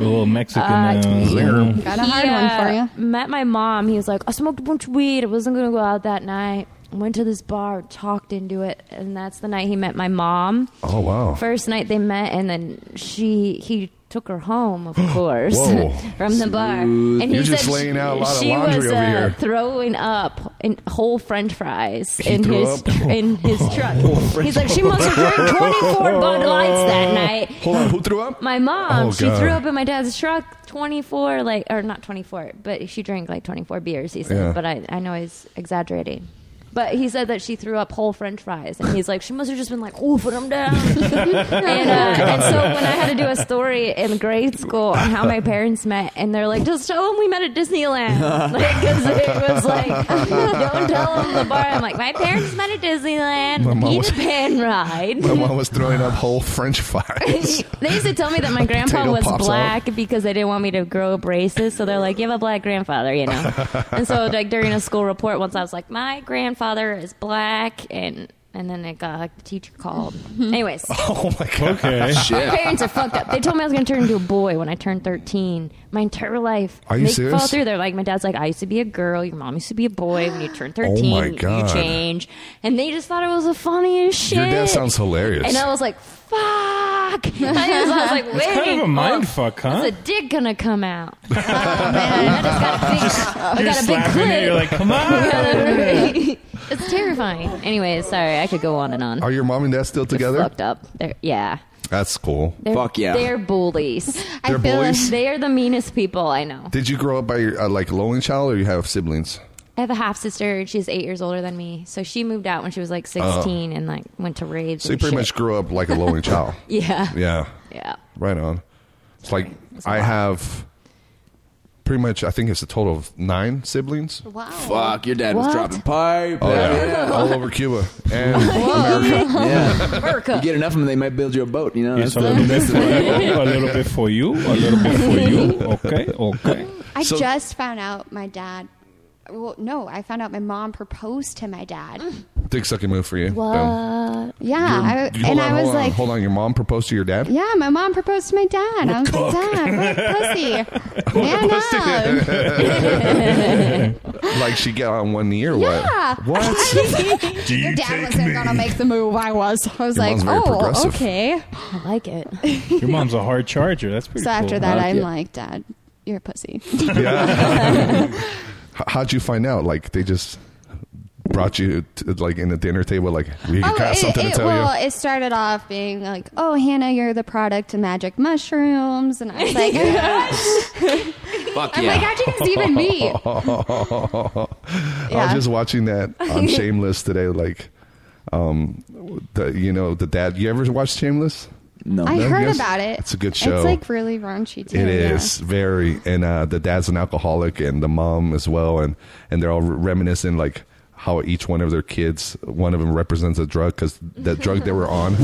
little Mexican. Uh, uh, Zinger. Got a hard one for you. Met my mom. He was like, I smoked a bunch of weed. I wasn't gonna go out that night. Went to this bar, talked into it, and that's the night he met my mom. Oh, wow. First night they met, and then she he took her home, <gasps> of course, Whoa. <laughs> from the bar. And he You're said just laying she, out a lot of she laundry was over uh, here. throwing up in whole French fries He in threw his up? in <laughs> his truck. He's like, she must have drank 24 Bud Lights <laughs> that night. Hold on, who threw up? My mom, Oh, she God. threw up in my dad's truck. Twenty four, like or not twenty four, but she drank like twenty four beers. He said, Yeah. but I, I know he's exaggerating. But he said that she threw up whole French fries, and he's like, she must have just been like, oh, put them down. <laughs> <laughs> and, uh, <laughs> and so when I had to do a story <laughs> in grade school on how my parents met, and they're like, just tell them we met at <laughs> Disneyland, because it was like, <laughs> don't tell them the bar. I'm like, my parents met at Disneyland, My mom was- Peter Pan ride. My mom was throwing up whole french fries. <laughs> <laughs> they used to tell me that my grandpa Potato was pops black because they didn't want me to grow braces. So they're like, "You have a black grandfather," you <laughs> know. and so, like during a school report, once I was like, "My grandfather is black," and and then it got like the teacher <laughs> called. Anyways, Oh my god. <laughs> Okay. my parents are fucked up. They told me I was going to turn into a boy when I turned 13. My entire life. Are you they Fall serious? through. They're like, my dad's like, I used to be a girl. Your mom used to be a boy. When you turn 13, Oh my you- God. you change. And they just thought it was the funniest shit. Your dad sounds hilarious. And I was like, fuck. <laughs> I, just, I was like, wait. It's kind of a mind fuck, Is huh? a dick gonna come out? Oh, man, I just got a <laughs> big, I got a big slapping clip. it, you're like, <laughs> come on. it's terrifying. Anyways, sorry, I could go on and on. Are your mom and dad still together? fucked up. They're, yeah. That's cool. They're, They're bullies. I They're feel bullies? like- they are the meanest people I know. Did you grow up by your uh, like lonely child, or you have siblings? I have a half sister. She's eight years older than me, so she moved out when she was like sixteen and like went to raves. Oh. So you and pretty shit. much grew up like a <laughs> lonely child. <laughs> Yeah. Yeah. Yeah. Right on. It's like I have pretty much. I think it's a total of nine siblings. Wow. Fuck, your dad was What? dropping pipe. Oh yeah, all over Cuba <laughs> and America. <laughs> Yeah. America. You get enough of them, they might build you a boat. You know, It's a the- little bit that's the- for you, a little bit for you, a little bit for <laughs> you. Okay, okay. I So- just found out my dad. Well, no, I found out my mom proposed to my dad. <laughs> Dick sucking move for you. Boom. Yeah, You- I, hold and on, I was hold on, like, hold on. Your mom proposed to your dad. yeah, my mom proposed to my dad. I was like, <laughs> Dad, what a pussy. Man up. <laughs> <laughs> like she got on one knee or Yeah. <laughs> what? What? Do Your you dad take wasn't me? gonna make the move. I was. I was Your like, mom's very oh, progressive. okay. I like <laughs> it. Your mom's a hard charger. That's pretty So after cool. that, Fuck I'm yeah. like, Dad, you're a <laughs> pussy. Yeah. <laughs> H- How'd you find out? Like they just brought you to, like in the dinner table. Like we got Oh, it, something it- to tell well, you. it started off being like, oh, Hannah, you're the product of magic mushrooms, and I was <laughs> like, Fuck I'm like, how'd you guys even <laughs> meet? I was Yeah. just watching that <laughs> on Shameless today. Like, um, the you know the dad. You ever watch Shameless? No, I No, heard yes? about it. It's a good show. It's like really raunchy too. It yeah. is very, and uh, the dad's an alcoholic, and the mom as well, and and they're all reminiscing like how each one of their kids, one of them represents a drug because that drug they were on.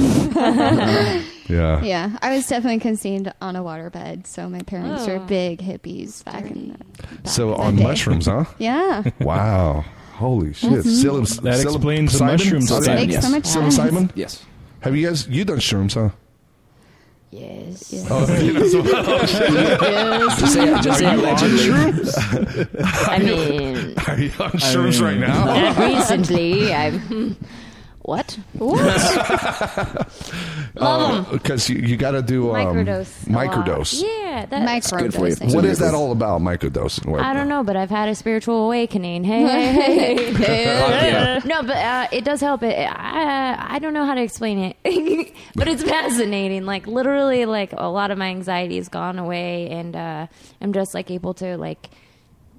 yeah. Yeah, I was definitely conceived on a waterbed, so my parents Oh. were big hippies back in the So on mushrooms, huh? yeah. Wow. Holy shit. Psilib- That psilib- explains the psilocybin? mushroom Psilocybin? stuff. Makes so much sense. Psilocybin? Yes. Have you guys you done shrooms, huh? Oh, Yes. Oh, <laughs> <laughs> Just say, just say Are you on allegedly. <laughs> I mean, Are you on shrooms right now? not recently I've. <laughs> What? Love them. Because uh, you, you got to do <laughs> um, microdose. a lot. Microdose. Yeah. That, Microdosing. What is that all about? Microdose. What- I don't know, but I've had a spiritual awakening. <laughs> Hey, hey, hey, yeah. hey. no, but uh, it does help. It. I, I don't know how to explain it, <laughs> but it's fascinating. Like literally, like a lot of my anxiety has gone away, and uh, I'm just like able to like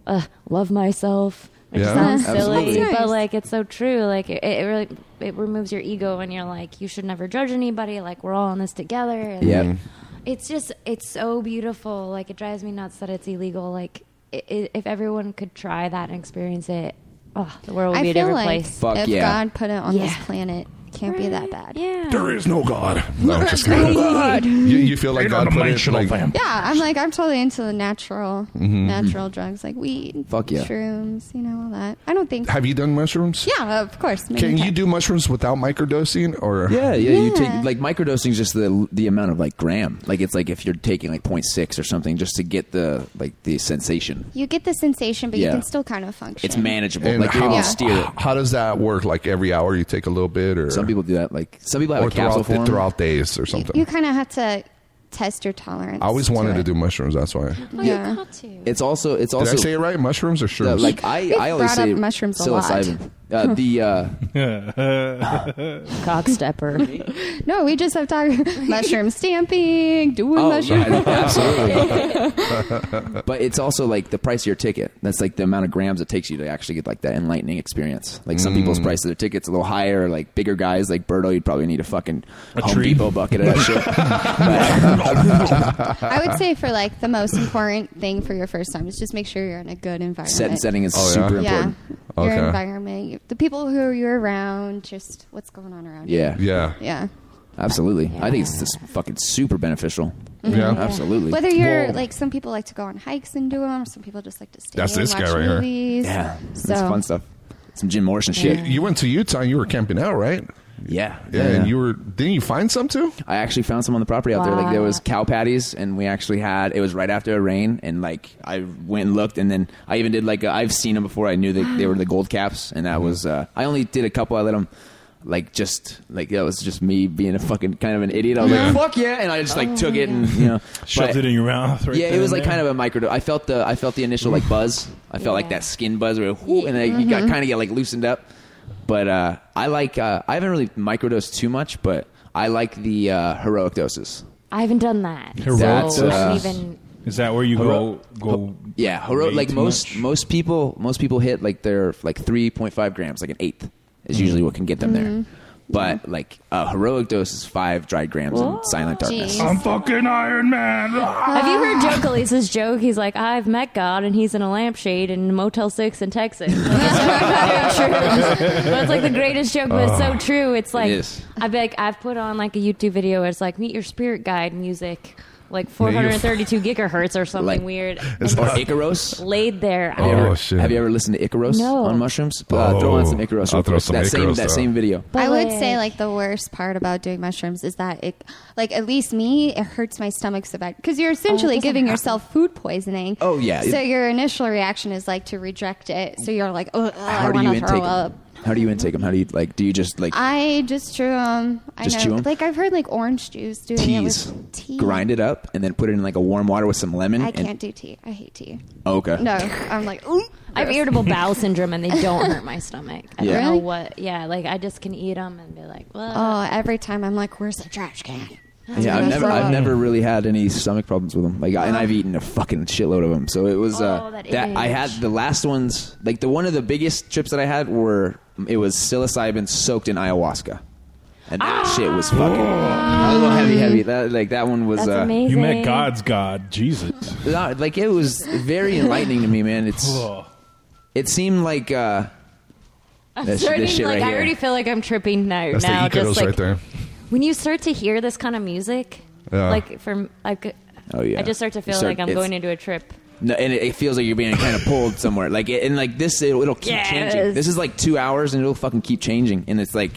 uh, love myself. Which Yeah, sounds absolutely. silly, That's but nice. like it's so true. Like it, it really it removes your ego, and you're like you should never judge anybody. Like we're all in this together. And, Yeah. like, it's just it's so beautiful like it drives me nuts that it's illegal like i i if everyone could try that and experience it oh the world would I be a feel different like place Fuck if yeah. God put it on this Yeah. planet, it can't be that bad. yeah There is no God. No, I'm just kidding. <laughs> You, you feel like God put it like, Yeah, I'm like I'm totally into the natural, natural drugs like weed, Mm-hmm. Fuck yeah. shrooms, you know all that. I don't think. Have you done mushrooms? yeah, of course. many Can you times. do mushrooms without microdosing or Yeah, yeah, You Yeah. take like microdosing is just the the amount of like gram. Like it's like if you're taking like 0.6 or something just to get the like the sensation. You get the sensation, but Yeah. you can still kind of function. It's manageable. And like you how, can Yeah. steer <gasps> it. how does that work? Like every hour you take a little bit or Some people do that. Like some people have or a capsule throughout, form. throughout days or something. You kind of have to test your tolerance. I always wanted to it. do mushrooms, that's why. Did oh, Yeah. you got to It's also it's also I say it right? Mushrooms or uh, shrooms? like I We've I always brought say up mushrooms a lot. psilocybin. Uh, the uh, <laughs> <laughs> <laughs> cockstepper No, we just have <laughs> talked mushroom stamping, doing oh mushroom. <laughs> yeah, <laughs> absolutely. <laughs> but it's also like the price of your ticket. That's like the amount of grams it takes you to actually get like that enlightening experience. Like some people's Mm. price of their tickets a little higher. Like bigger guys like Berto, you'd probably need a fucking A Home tree. Depot bucket of that <laughs> shit. Uh-huh. I would say for like the most important thing for your first time is just make sure you're in a good environment. Set and setting is Oh, yeah? super Yeah, important. Okay. your environment, you- the people who you're around, just what's going on around. <laughs> Yeah, yeah. you. yeah. absolutely. I think it's just fucking super beneficial. Yeah. absolutely. Mm-hmm. Whether you're Well- like some people like to go on hikes and do them, some people just like to stay. That's and this guy watch right here. movies. yeah, it's So- fun stuff. some Jim Morrison shit. You, you went to Utah. You were camping out, right? Yeah. Yeah. yeah. And you were. Didn't you find some too? I actually found some on the property out there. Like there Wow. was cow patties, and we actually had. It was right after a rain, and like I went and looked, and then I even did like i I've seen them before. I knew that they were the gold caps, and that was. Uh, I only did a couple. I let them. Like just like that was just me being a fucking kind of an idiot. I was Yeah. like, "Fuck yeah!" and I just like took it and you know <laughs> Shoved it in your mouth right yeah, it then was and like there. kind of a micro. I felt the I felt the initial like buzz. I felt like that skin buzz where whoo, and then you got Mhm. kind of get like loosened up. But uh, I like uh, I haven't really microdosed too much, but I like the uh, heroic doses. I haven't done that. That's, so I uh, haven't even. Is that where you Hero- go go? Yeah, heroic. way Like too most much? most people most people hit like their like three point five grams, like an eighth is Mm-hmm. usually what can get them there. Mhm. But like a heroic dose is five dry grams in silent darkness. Jeez. I'm fucking <laughs> Iron Man. Have you heard Joe Calise's joke? He's like, I've met God and he's in a lampshade in Motel 6 <laughs> in Texas. That's so goddamn true. But it's like the greatest joke, but it's so Ah, Oh. true. It's like, is. I beg, I've put on like a YouTube video where it's like, meet your spirit guide music, like Yeah, you're- 432 gigahertz or something Like- weird. It's And like- it's Icaros? Laid there. Have you Oh, ever, shit. Have you ever listened to Icaros No. on mushrooms? Uh, throw on some Icaros. I'll real throw quick. some that same Icaros that down. same video. I would But- say like the worst part about doing mushrooms is that it, like at least me, it hurts my stomach so bad because you're essentially Oh, doesn't giving happen. yourself food poisoning. Oh, yeah. So your initial reaction is like to reject it. So you're like, oh, I How do want you to throw intake up. them? How do you intake them? How do you like? Do you just like I just chew them. I Just know. chew 'em? Like I've heard like orange juice doing tease, it with tea. grind it up, and then put it in like a warm water with some lemon? I and- can't do tea. I hate tea. Oh, okay. No, I'm like, ooh. I have irritable <laughs> bowel syndrome and they don't hurt my stomach. I Yeah. don't know Really? what. Yeah, like I just can eat them and be like, well. Oh, every time I'm like, where's the trash can? Yeah, I've gonna never, throw I've up. never really had any stomach problems with them. Like, I- and I've eaten a fucking shitload of them. So it was uh, Oh, that I had the last ones. Like the one of the biggest trips that I had were it was psilocybin soaked in ayahuasca, and that Ah! shit was fucking a little heavy, heavy. That, like that one was That's uh, amazing. You met God's God, Jesus. <laughs> No, like it was very enlightening to me, man. It's it seemed like uh, I'm this, starting, this shit like, right I here. already feel like I'm tripping now. That's the now Icaros just like right there. when you start to hear this kind of music, Yeah. like from like, Oh, yeah. I just start to feel You start- like I'm it's- going into a trip. No, and it, it feels like you're being kind of pulled somewhere. Like it, and like this, it, it'll keep Yes. changing. This is like two hours, and it'll fucking keep changing. And it's like,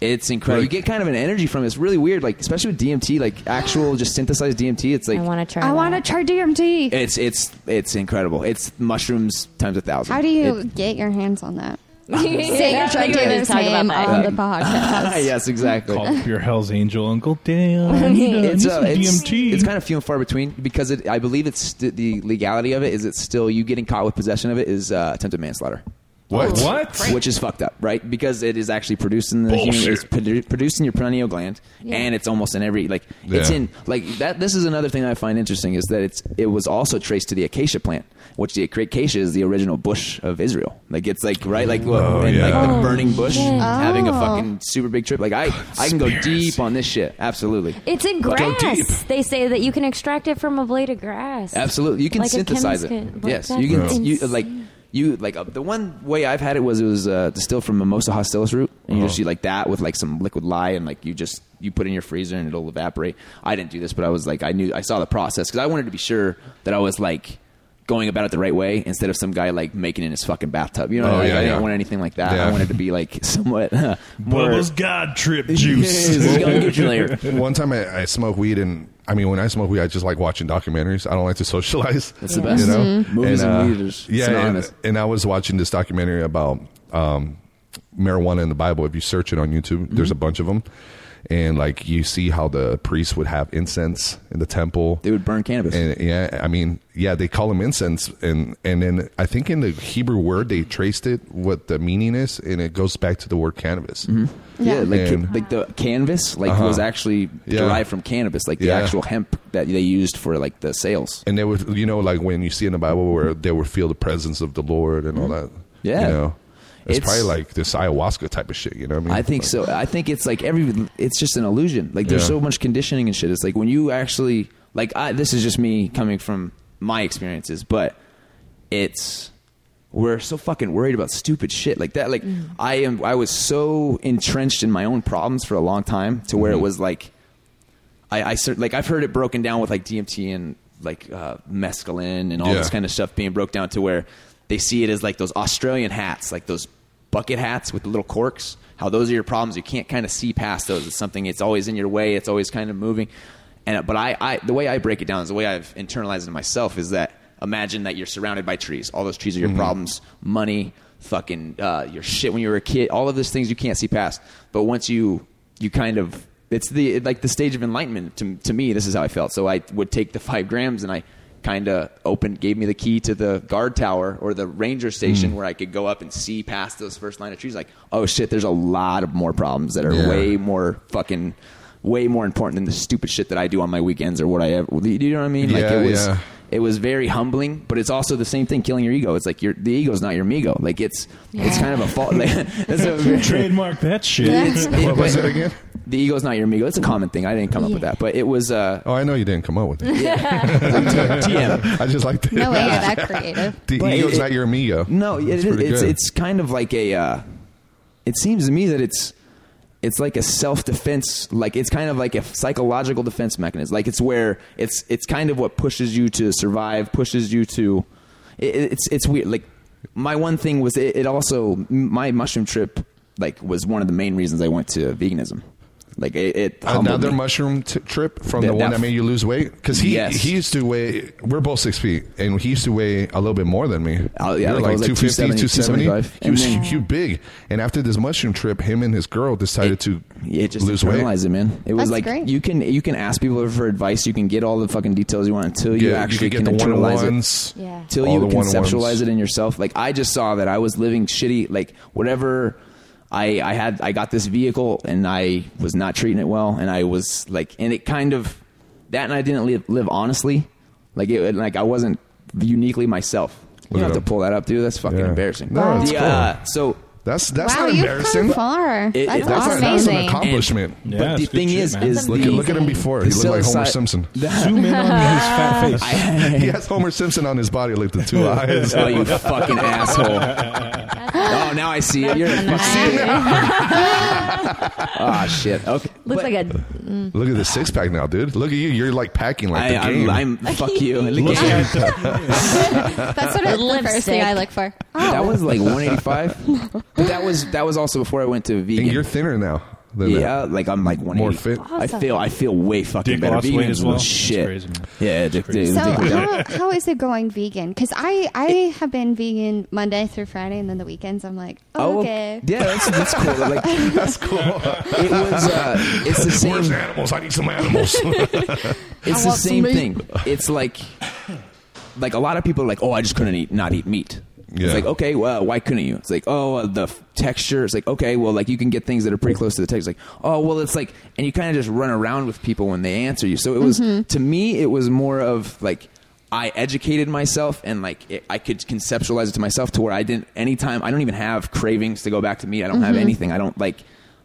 it's incredible. you get kind of an energy from it. It's really weird. Like especially with DMT, like actual just synthesized DMT. It's like I want to try. I want to try DMT. It's it's it's incredible. It's mushrooms times a thousand. How do you It- get your hands on <laughs> that? Say Yeah, your drug we were just dealer's talking about name that. on the <laughs> Ah, podcast. yes, exactly. Call up your Hell's Angel uncle. Damn, I need a- I it's, need uh, some it's, DMT. it's kind of few and far between because it, I believe it's st- the legality of it is it's still you getting caught with possession of it is uh, attempted manslaughter. What? Oh, what? Which is fucked up, right? Because it is actually produced in the Bullshit. human, it's produ- produced in your pineal gland, Yeah. and it's almost in every like it's Yeah. in like that. This is another thing I find interesting is that it's it was also traced to the acacia plant, which the acacia is the original bush of Israel. Like it's like right like Oh, and, like yeah. the burning bush shit. having a Oh. fucking super big trip. Like I I can go deep on this shit. Absolutely. It's in Go deep. Uh, grass. They say that you can extract it from a blade of grass. Absolutely, you can Like a synthesize it. chemist can- yes, like, you that's can. You like you like uh, the one way I've had it was it was uh, distilled from mimosa hostilis root, and you Uh-huh. just you like that with like some liquid lye, and like you just you put it in your freezer and it'll evaporate. I didn't do this, but I was like I knew I saw the process because I wanted to be sure that I was like going about it the right way instead of some guy like making it in his fucking bathtub. You know, Oh, like, yeah, I didn't yeah. want anything like that. Yeah. I wanted to be like <laughs> somewhat more. Bubba's <laughs> God trip Yes, juice. it's got nuclear layer. One time I, I smoked weed, and I mean, when I smoke weed, I just like watching documentaries. I don't like to <laughs> socialize. That's the best. Mhm. Movies and weed is uh, yeah, synonymous. and, and I was watching this documentary about um, marijuana in the Bible. If you search it on YouTube, Mm-hmm. there's a bunch of them. And like you see how the priests would have incense in the temple, they would burn cannabis. And yeah, I mean, yeah, they call them incense, and and then I think in the Hebrew word they traced it what the meaning is, and it goes back to the word cannabis. Mm-hmm. Yeah, like And- like the canvas like Uh-huh. was actually Yeah. derived from cannabis, like the Yeah. actual hemp that they used for like the sales. And they would, you know, like when you see in the Bible where they would feel the presence of the Lord and all that. Yeah. You know, it's, It's- probably like this ayahuasca type of shit, you know what I mean? I think so. I think it's like every it's just an illusion. Like there's Mm-hmm. Yeah. so much conditioning and shit. It's like when you actually like I this is just me coming from my experiences, but it's we're so fucking worried about stupid shit like that. Like I am I was so entrenched in my own problems for a long time to where Mm-hmm. Mhm. it was like I, I cer- like I've heard it broken down with like DMT and like uh, mescaline and all Yeah. this kind of stuff being broke down to where they see it as like those Australian hats, like those bucket hats with little corks. How those are your problems. You can't kind of see past those. It's something. It's always in your way. It's always kind of moving. And but I, I the way I break it down is the way I've internalized it myself is that imagine that you're surrounded by trees. All those trees are your Mhm. problems. Money, fucking uh, your shit when you were a kid. All of those things you can't see past. But once you you kind of it's the like the stage of enlightenment to to me. This is how I felt. So I would take the five grams and I kind of opened gave me the key to the guard tower or the ranger station Mm. where I could go up and see past those first line of trees. Like oh shit, there's a lot of more problems that are Yeah. way more fucking. Way more important than the stupid shit that I do on my weekends or what I ever. Do you know what I mean? like Yeah, it was, yeah. it was very humbling, but it's also the same thing killing your ego. It's like your the ego's not your amigo. Like it's it's kind of a fault. <laughs> Like, that's <laughs> a- Trademark that shit. It's- What was but it again? The ego's not your amigo. It's a common thing. I didn't come up with that, but it was. Uh, oh, I know you didn't come up <laughs> with it. TM. <laughs> I just like No way you're <laughs> that creative. The But ego's it- not your amigo. No, it is, That's pretty it's good. it's kind of like a. Uh, it seems to me that it's it's like a self defense. Like it's kind of like a psychological defense mechanism. Like it's where it's it's kind of what pushes you to survive, pushes you to. It, it's it's weird. Like my one thing was it, it also my mushroom trip like was one of the main reasons I went to veganism. Like it, it humbled another me. mushroom t- trip from That- the one that- that made you lose weight because he Yes. he used to weigh we're both six feet and he used to weigh a little bit more than me Oh, yeah, You're like I was like, like 250 270, 270 he And was then- hu- huge big and after this mushroom trip him and his girl decided to just lose weight internalize it, man. It was That's like great. you can you can ask people for advice. You can get all the fucking details you want until you Yeah, you actually can get can the internalize one-on-ones, it. Yeah. Till all you the one-on-ones. conceptualize it in yourself. Like I just saw that I was living shitty. Like whatever. I, I had I got this vehicle and I was not treating it well and I was like and it kind of that and I didn't live, live honestly like it like I wasn't uniquely myself. You Look don't at have him. to pull that up, dude. That's fucking embarrassing. No, it's The, cool. uh, so that's that's wow, not you've embarrassing come far. It- that's amazing. it- that's not- that's an amazing. accomplishment And- Yeah, but the it's good thing shit, is- man. is look at the- look at him before the he looked like Homer psilocy- <laughs> Simpson Zoom in on his fat <laughs> face. he has Homer Simpson on his body like the two <laughs> eyes Oh, <laughs> <laughs> you fucking asshole. Oh, now I see it. You're a Ah, shit. Okay. Looks like a. Mm. Look at the six pack now, dude. Look at you. You're like packing like the I- I'm- game. I'm- fuck you. The Look game. at <laughs> That's sort of the first thing Lipstick. I look for. Oh, That was like 185. but that was that was also before I went to vegan. you're thinner now. than yeah, like I'm like 180. More fit. I feel I feel way fucking Dick better. lost weight Vegan as well. That's Shit. Yeah, Dick, So dude, Dick- how, how is it going vegan? Because I I have been vegan Monday through Friday, and then the weekends I'm like, Oh, okay. Yeah, that's, <laughs> that's cool. Like, that's <laughs> cool. It was. Uh, it's the same. Where's the animals? I need some animals. it's <laughs> I the want some same meat. thing. It's like, like a lot of people are like, oh, I just couldn't eat, not eat meat. It's Yeah. like, okay, well, why couldn't you? It's like, oh, uh, the f- texture. It's like, okay, well, like you can get things that are pretty close to the texture. It's like, oh, well, it's like, and you kind of just run around with people when they answer you. So it was, Mm-hmm. Mhm. to me, it was more of like, I educated myself and like it, I could conceptualize it to myself to where I didn't, anytime, I don't even have cravings to go back to meat. I don't Mm-hmm. have Mhm. anything. I don't like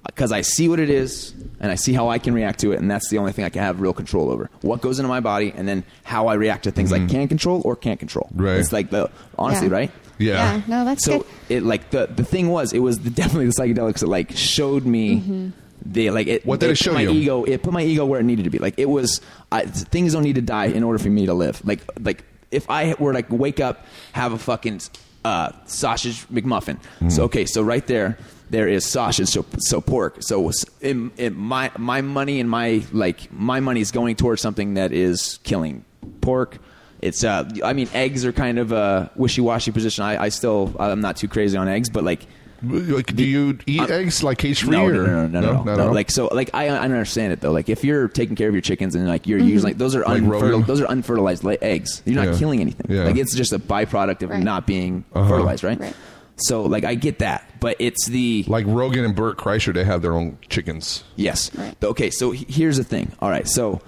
because I see what it is and I see how I can react to it, and that's the only thing I can have real control over. What goes into my body, and then how I react to things I can control or can't control. Right. It's like the honestly, Yeah. right? Yeah. Yeah, no, that's so good. it like the the thing was it was the, definitely the psychedelics that like showed me. Mhm. The, like it, What did it put show my you? ego it put my ego where it needed to be like it was I, things don't need to die in order for me to live like like if i were to like, wake up have a fucking uh, sausage mcmuffin Hmm. so okay so right there there is sausage so so pork so s- in, in my my money and my like my money is going towards something that is killing pork it's uh i mean eggs are kind of a wishy-washy position i i still i'm not too crazy on eggs but like <laughs> like, do you eat eggs like cage free? Uh, no, or no, no, no, no, no, no, at all? Like so, like I, I don't understand it though. Like if you're taking care of your chickens and like you're Mhm. using like those are Like Rogan? unfertil, those are unfertilized like, eggs. You're not Yeah. killing anything. Yeah. Like it's just a byproduct of Right. not being Uh-huh. fertilized, right? Right. So like I get that, but it's the like Rogan and Burt Kreischer, they have their own chickens. Yes. Okay, so he- here's the thing. All right, so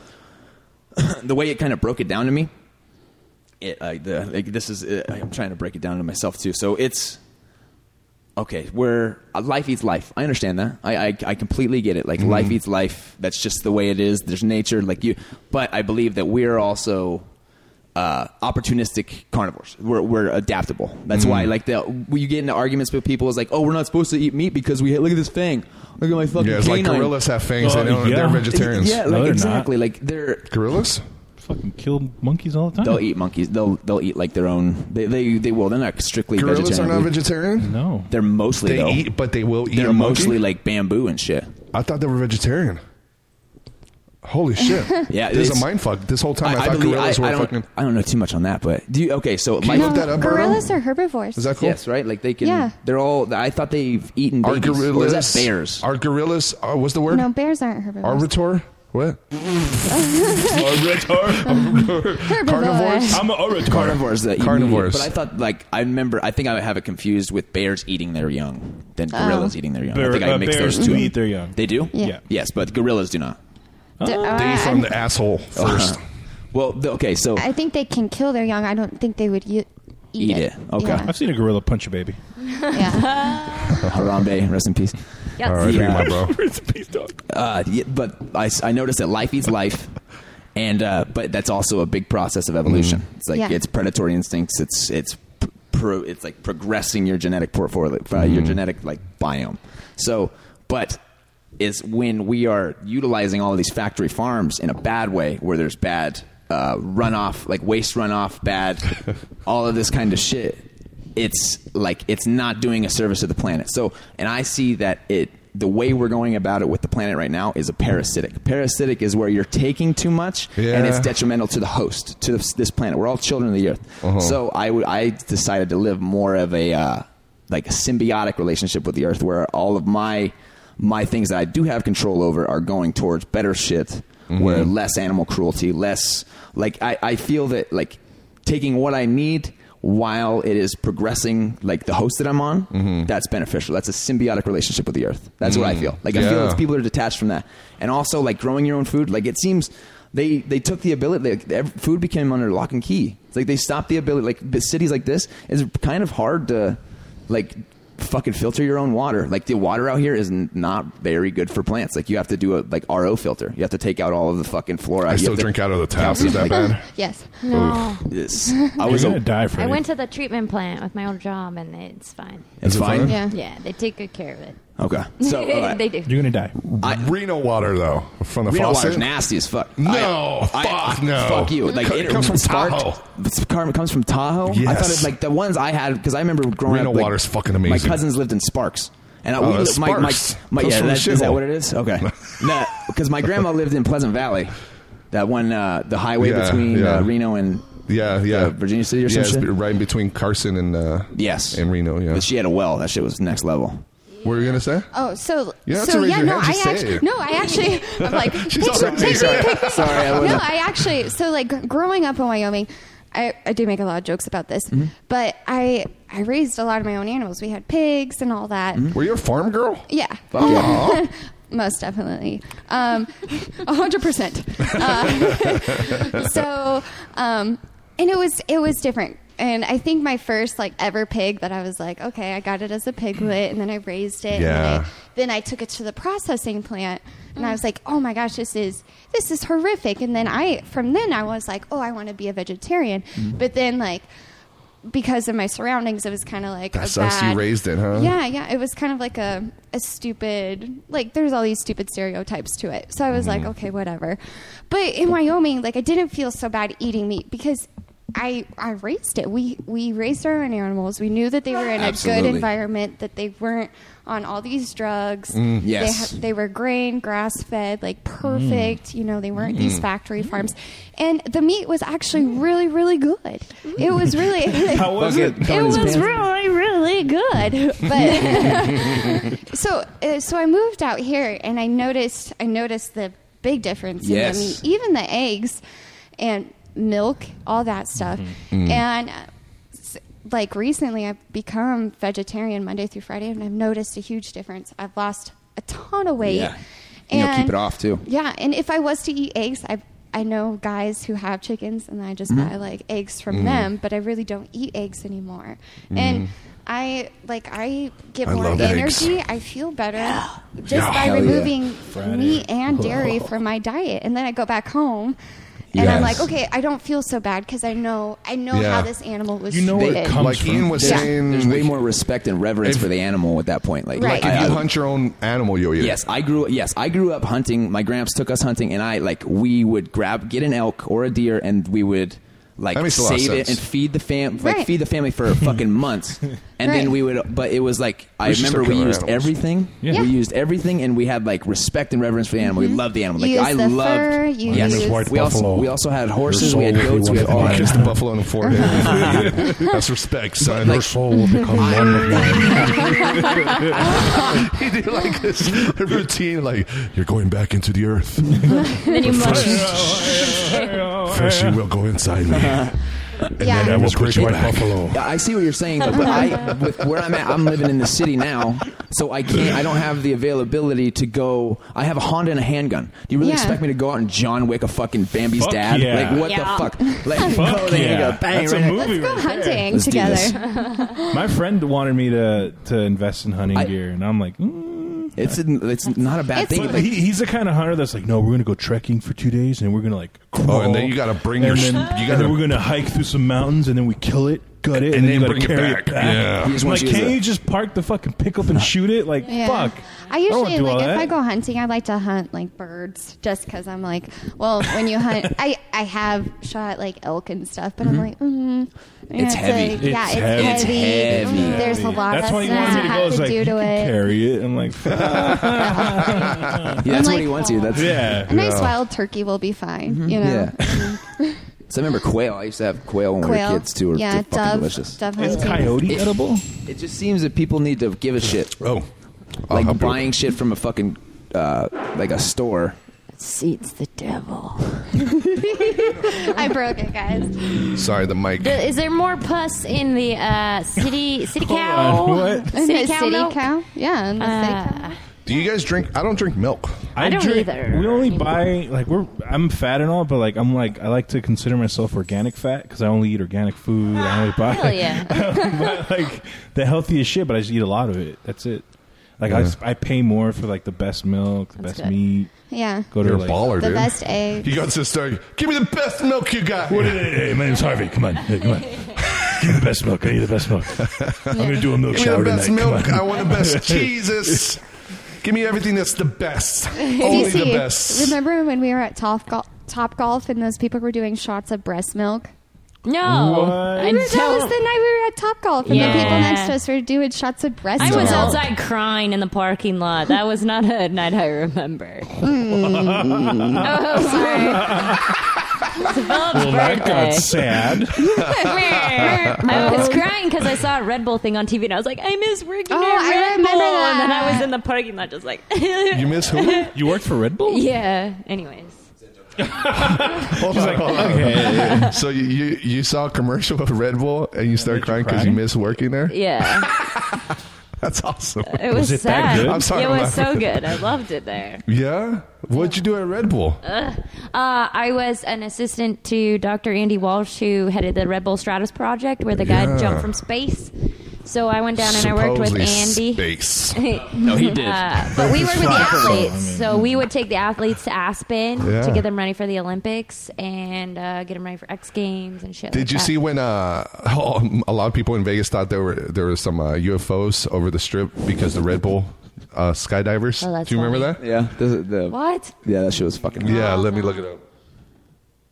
<clears throat> the way it kind of broke it down to me, it uh, the, like this is uh, I'm trying to break it down to myself too. So it's okay. Where uh, life eats life, I understand that. I I, I completely get it. Like Mm-hmm. Mhm. life eats life. That's just the way it is. There's nature. Like you, but I believe that we're also. Uh, opportunistic carnivores. We're, we're adaptable. That's why, Mhm. Mm. like, the, when you get into arguments with people, it's like, oh, we're not supposed to eat meat because we look at this fang, look at my fucking Yeah, it's like canine. gorillas have fangs. They Oh, don't- yeah. they're vegetarians. Yeah, No, like they're exactly. Like they're gorillas. fucking kill monkeys all the time. They'll eat monkeys. They'll they'll eat like their own. They they, they will. They're not strictly Gorillas vegetarian. are not I believe. vegetarian? No, they're mostly They though. eat, but they will eat They're a monkey? mostly like bamboo and shit. I thought they were vegetarian. Holy shit! <laughs> Yeah, this is it's- a mind fuck. This whole time I, thought believe- gorillas I- were I don't, fucking. I don't know too much on that, but do you? Okay, so Can you look that up, Burrow? Gorillas are herbivores. Yes, right. Like they can. Yeah. They're all. I thought they've eaten Are babies. Or gorillas is that bears? Are gorillas? Uh, what's the word? No, bears aren't herbivores. <laughs> Arbitor? What? <laughs> Arbitor? Carnivores? I'm an orator. Carnivores. That eat meat. Carnivores. But I thought like I remember. I think I would have it confused with bears eating their young than Oh. gorillas eating their young. Bear- I think I uh, mixed bears those two. do up. eat their young. They do. Yeah. Yeah. Yes, but gorillas do not. D- uh, They from I, the asshole 1st Uh-huh. Well, th- okay. So I think they can kill their young. I don't think they would <laughs> u- eat, Yeah. I've seen a gorilla punch <laughs> a baby. Harambe, rest in peace. Yes. All right, Yeah. my bro. <laughs> <laughs> Uh, yeah, but I, s- I noticed that life eats life, and uh, but that's also a big process of evolution. It's like Mm. Yeah. it's predatory instincts. It's it's p- pro, it's like progressing your genetic portfolio, uh, your genetic like biome. So, but is when we are utilizing all of these factory farms in a bad way, where there's bad uh, runoff, like waste runoff, bad, all of this kind of shit it's like it's not doing a service to the planet. So, and I see that it the way we're going about it with the planet right now is a parasitic. Parasitic is where you're taking too much and it's Yeah. detrimental to the host, to this, this planet. We're all children of the earth. Uh-huh. So, I would I decided to live more of a uh, like a symbiotic relationship with the earth where all of my my things that I do have control over are going towards better shit Mm-hmm. where less animal cruelty, less like I, I feel that like taking what I need while it is progressing like the host that I'm on, Mm-hmm. that's beneficial. That's a symbiotic relationship with the earth. That's what I Mm. feel. Like I feel Yeah. it's people are detached from that. And also like growing your own food, like it seems they they took the ability like ev- food became under lock and key. It's like they stopped the ability like b- cities like this is kind of hard to like fucking filter your own water. Like the water out here is n- not very good for plants. Like you have to do a like RO filter. You have to take out all of the fucking fluoride. I You still have to- drink out of the tap. Is that bad? yes. No. <laughs> Yes. I You're was gonna a, die for I it. went to the treatment plant with my old job, and it's fine. it's Is it fine. fine? Yeah. Yeah, they take good care of it. <laughs> Okay. So uh, they do. You're gonna die. Reno water though from the Reno water's faucet. nasty as fuck. No, fuck no. Fuck you. Like It comes from sparked- Tahoe. It's car- comes from Tahoe. I Yes. thought it, like the ones I had because I remember growing Reno up. Like, water's fucking amazing. My cousins lived in Sparks. And I, Oh, we, that's li- my, my, Sparks. my, Comes yeah, from that, the is that shithole. what it is? <laughs> Okay, no, because my grandma lived in Pleasant Valley, that one, uh, the highway Yeah, between yeah. Uh, Reno and Yeah, yeah. Uh, Virginia City or some yeah, it's shit? right in between Carson and uh, yes, and Reno. Yeah. But she had a well. That shit was next level. What were you gonna say? Oh, so You don't have to so raise yeah, your no, hand, I just say actually it. no, I <laughs> actually I'm like She's take already me, take me, sorry. take me. Sorry, I no, wasn't- I actually so like gr- growing up in Wyoming, I, I do make a lot of jokes about this, Mm-hmm. but I I raised a lot of my own animals. We had pigs and all that. Mm-hmm. Were you a farm girl? Yeah. <laughs> Fuck yeah. Most definitely, um, a hundred percent. Uh, <laughs> So, um, and it was it was different. And I think my first like ever pig that I was like, okay, I got it as a piglet, and then I raised it. Yeah. And then I, then I took it to the processing plant, and I was like, oh my gosh, this is this is horrific. And then I from then I was like, oh, I want to be a vegetarian. Mm. But then like because of my surroundings, it was kind of like That a sucks. You bad- raised it, huh? Yeah, yeah. It was kind of like a a stupid like there's all these stupid stereotypes to it. So I was like, okay, whatever. But in Wyoming, like I didn't feel so bad eating meat because I I raised it. We we raised our own animals. We knew that they were in a Absolutely. good environment. That they weren't on all these drugs. They Yes. ha- they were grain, grass fed, like perfect. You know, they weren't these factory farms. And the meat was actually really, really good. It was really. How <laughs> was it? It was really, really good. <laughs> But <laughs> so, uh, so I moved out here, and I noticed, I noticed the big difference Yes. in the meat, even the eggs, and milk, all that stuff. Mm-hmm. And uh, s- like recently, I've become vegetarian Monday through Friday, and I've noticed a huge difference. I've lost a ton of weight. Yeah. And you'll keep it off, too. Yeah, and if I was to eat eggs, I I know guys who have chickens, and I Mm-hmm. just buy like eggs from them. But I really don't eat eggs anymore, and I like I get Mm-hmm. I more love eggs. energy. I feel better just Yeah. by Hell yeah. removing <laughs> Friday. meat and dairy from my diet, and then I go back home. And I'm Yes. like, okay, I don't feel so bad because I know I know Yeah. how this animal was it treated. like Ian was there's, saying, there's way like- more respect and reverence for the animal at that point. Like, Like, I- if you I- hunt your own animal, you'll eat it. Yes, I grew. Yes, I grew up hunting. My gramps took us hunting, and I like we would grab get an elk or a deer, and we would like That makes a lot of save it sense. and feed the fam like Right. feed the family for fucking months, and Right. then we would. But it was like I We should remember still we kill our used animals. everything. Yeah. We used everything, and we had like respect and reverence for the animal. We loved the animal. Like You I used the loved. fur, you yes, used- White we also buffalo. we also had Your horses. We had soul will be goats. We had one all with that. Kiss the buffalo on the <laughs> forehead. <laughs> That's respect, son. Her soul will <laughs> become <laughs> one with mine. <laughs> he did like this <laughs> routine, like you're going back into <laughs> the earth. then you But mush. <laughs> <laughs> First, you will go <laughs> inside me, and Yeah. then I will put you back. Yeah, I see what you're saying, though, but I, with where I'm at, I'm living in the city now, so I can't. I don't have the availability to go. I have a Honda and a handgun. Do you really Yeah. expect me to go out and John Wick a fucking Bambi's Fuck dad? yeah. Like what Yeah. the fuck? Like Fuck go there, yeah. go bang, That's a right there. movie Let's Go hunting Let's do <laughs> this. together. My friend wanted me to to invest in hunting gear, and I'm like, mm, it's it's not a bad It's- thing. But he, he's the kind of hunter that's like, no, we're gonna go trekking for two days, and we're gonna like, Oh, and crawl, then you gotta bring and your then, sh- you and gotta- then we're gonna hike through some mountains, and then we kill it, gut it, And and, then you gotta bring it carry back. Yeah. He just like, wants you as can't a- you just park the fucking <laughs> pickup and shoot it? Like, Yeah. fuck. I don't wanna usually do all like if that. I go hunting, I like to hunt like birds, just because I'm like, well, when you <laughs> hunt, I I have shot like elk and stuff, but Mm-hmm. I'm like, mm, yeah, It's heavy. a- yeah, it's It's heavy. heavy. It's heavy. Mm, There's a lot That's of why he stuff wanted me to I go. I have was to like, do to you can it. carry it. I'm like, <laughs> Yeah, that's what he wants you. That's yeah. A nice wild turkey will be fine. Mm-hmm. You know. Yeah. <laughs> so I remember quail. I used to have quail when Quail. we were kids too. Or Yeah, they're fucking dove- delicious. dove Is hunting. coyote it, edible? It just seems that people need to give a shit. Oh, like buying shit from a fucking uh, like a store. Seeds the devil. <laughs> I broke it, guys. Sorry, the mic. The, is there more pus in the uh, city city cow? on, what? In City the cow city milk? Uh, cow? Yeah, in the city cow. Do you guys drink? I don't drink milk. I, drink- We only buy like we're. I'm fat and all, but like I'm like I like to consider myself organic fat because I only eat organic food. <laughs> I only buy Hell yeah. but, like the healthiest shit, but I just eat a lot of it. That's it. Like I, Yeah. s- I pay more for like the best milk, the best good. meat. Yeah. Go to You're a like, baller, The dude. best eggs. You got to start. Give me the best milk you got. What- hey, hey, hey, my name's Harvey. Come on, hey, come on. Give me the best milk. I need the best milk. I'm gonna do a milk Give me shower the best tonight. Come milk. on. I want the <laughs> best Jesus. Give me everything that's <laughs> the best. <laughs> Only CC, the best. Remember when we were at Top Golf, Top Golf and those people were doing shots of breast milk? No. What? I I that was don't- the night we were at Top Golf and Yeah. the people next to us were doing shots of breast I milk. was outside crying in the parking lot. That was not a night I remember. Mm. Oh, sorry. It's Bob's Well, that got birthday. <laughs> sad. <laughs> I was crying because I saw a Red Bull thing on TV and I was like, I miss working Oh, at I Red remember Bull. that. And then I was in the parking lot just like, <laughs> You miss who? You worked for Red Bull? yeah. Anyways. Hold on, hold on. So you, you you saw a commercial of Red Bull and you start crying because you miss working there. Yeah. That's awesome. It was, sad. I'm sorry. It I'm was so <laughs> laughing. good. I loved it there. Yeah. What'd you do at Red Bull? Ugh. Uh, I was an assistant to Dr. Andy Walsh, who headed the Red Bull Stratus project, where the guy Yeah. jumped from space. So I went down and I worked with Supposedly Andy. <laughs> space. no, he did. but we worked <laughs> with the Fuck. athletes, so we would take the athletes to Aspen Yeah. to get them ready for the Olympics and uh, get them ready for X Games and shit. Did like you that. see when uh, <laughs> oh, a lot of people in Vegas thought there were there were some uh, UFOs over the strip because the Red Bull uh, skydivers? Oh, that's do you remember that? Yeah. The, the, What? Yeah, that shit was fucking. Yeah, Oh, let me look it up.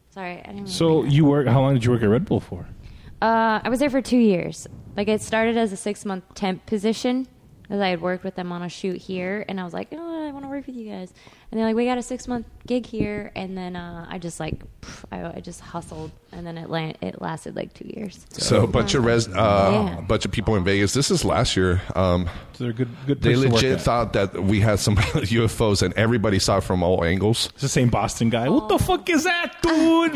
Sorry, I didn't. So you work? How long did you work at Red Bull for? Uh, I was there for two years. Like it started as a six month temp position because I had worked with them on a shoot here, and I was like, oh, I want to work with you guys. And they're like, we got a six month gig here, and then uh, I just like, pff, I, I just hustled, and then it la- it lasted like two years. So a bunch of res, uh, Yeah. a bunch of people in Vegas. This is last year. Um, So they're a good. Good. they place to work legit at. thought that we had some <laughs> UFOs, and everybody saw it from all angles. It's the same Boston guy. What the fuck is that, dude?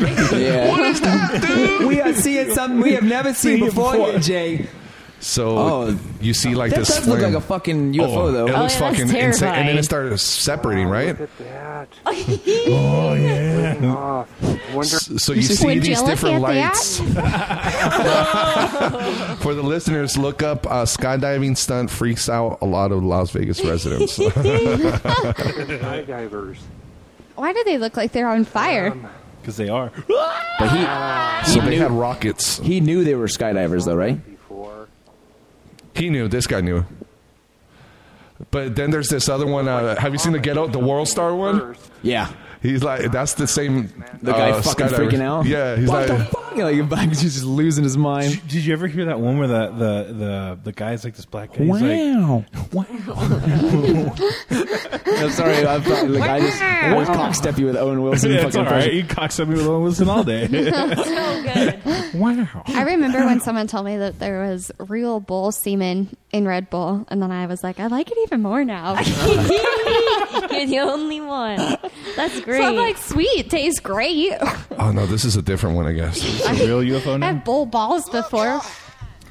<laughs> <laughs> What is that, <laughs> dude? We are seeing something we have never seen before, Jay. So Oh. you see like That this. does look flame. like a fucking UFO, though. It Oh, looks yeah, that's fucking insane. And then terrifying. it started separating, right? <laughs> oh yeah. S- so you see We're these jealous different at the lights. For the listeners, look up uh, skydiving stunt freaks out a lot of Las Vegas <laughs> residents. <laughs> Why do they look like they're on fire? because they are. But he, So he they knew, had rockets. He knew they were skydivers, though, right? He knew. This guy knew. But then there's this other one. Uh, have you seen the Get Out, the World Star one? Yeah. He's like, that's the same. The guy uh, fucking skydiver. freaking out. Yeah, he's what like, the fuck? Like, he's just losing his mind. Did, did you ever hear that one where the the the, the guy's like this black guy? He's like, Wow. <laughs> I'm sorry. I, thought, like, I just I always cockstep you with Owen Wilson. <laughs> Yeah, fucking it's all impression. right. You cocks up me with Owen Wilson all <laughs> day. Wow. I remember when someone told me that there was real bull semen in Red Bull, and then I was like, I like it even more now. <laughs> You're the only one. That's great. So I'm like, sweet, tastes great. oh no, this is a different one, I <laughs> guess. It's a real UFO I now. had bull balls before.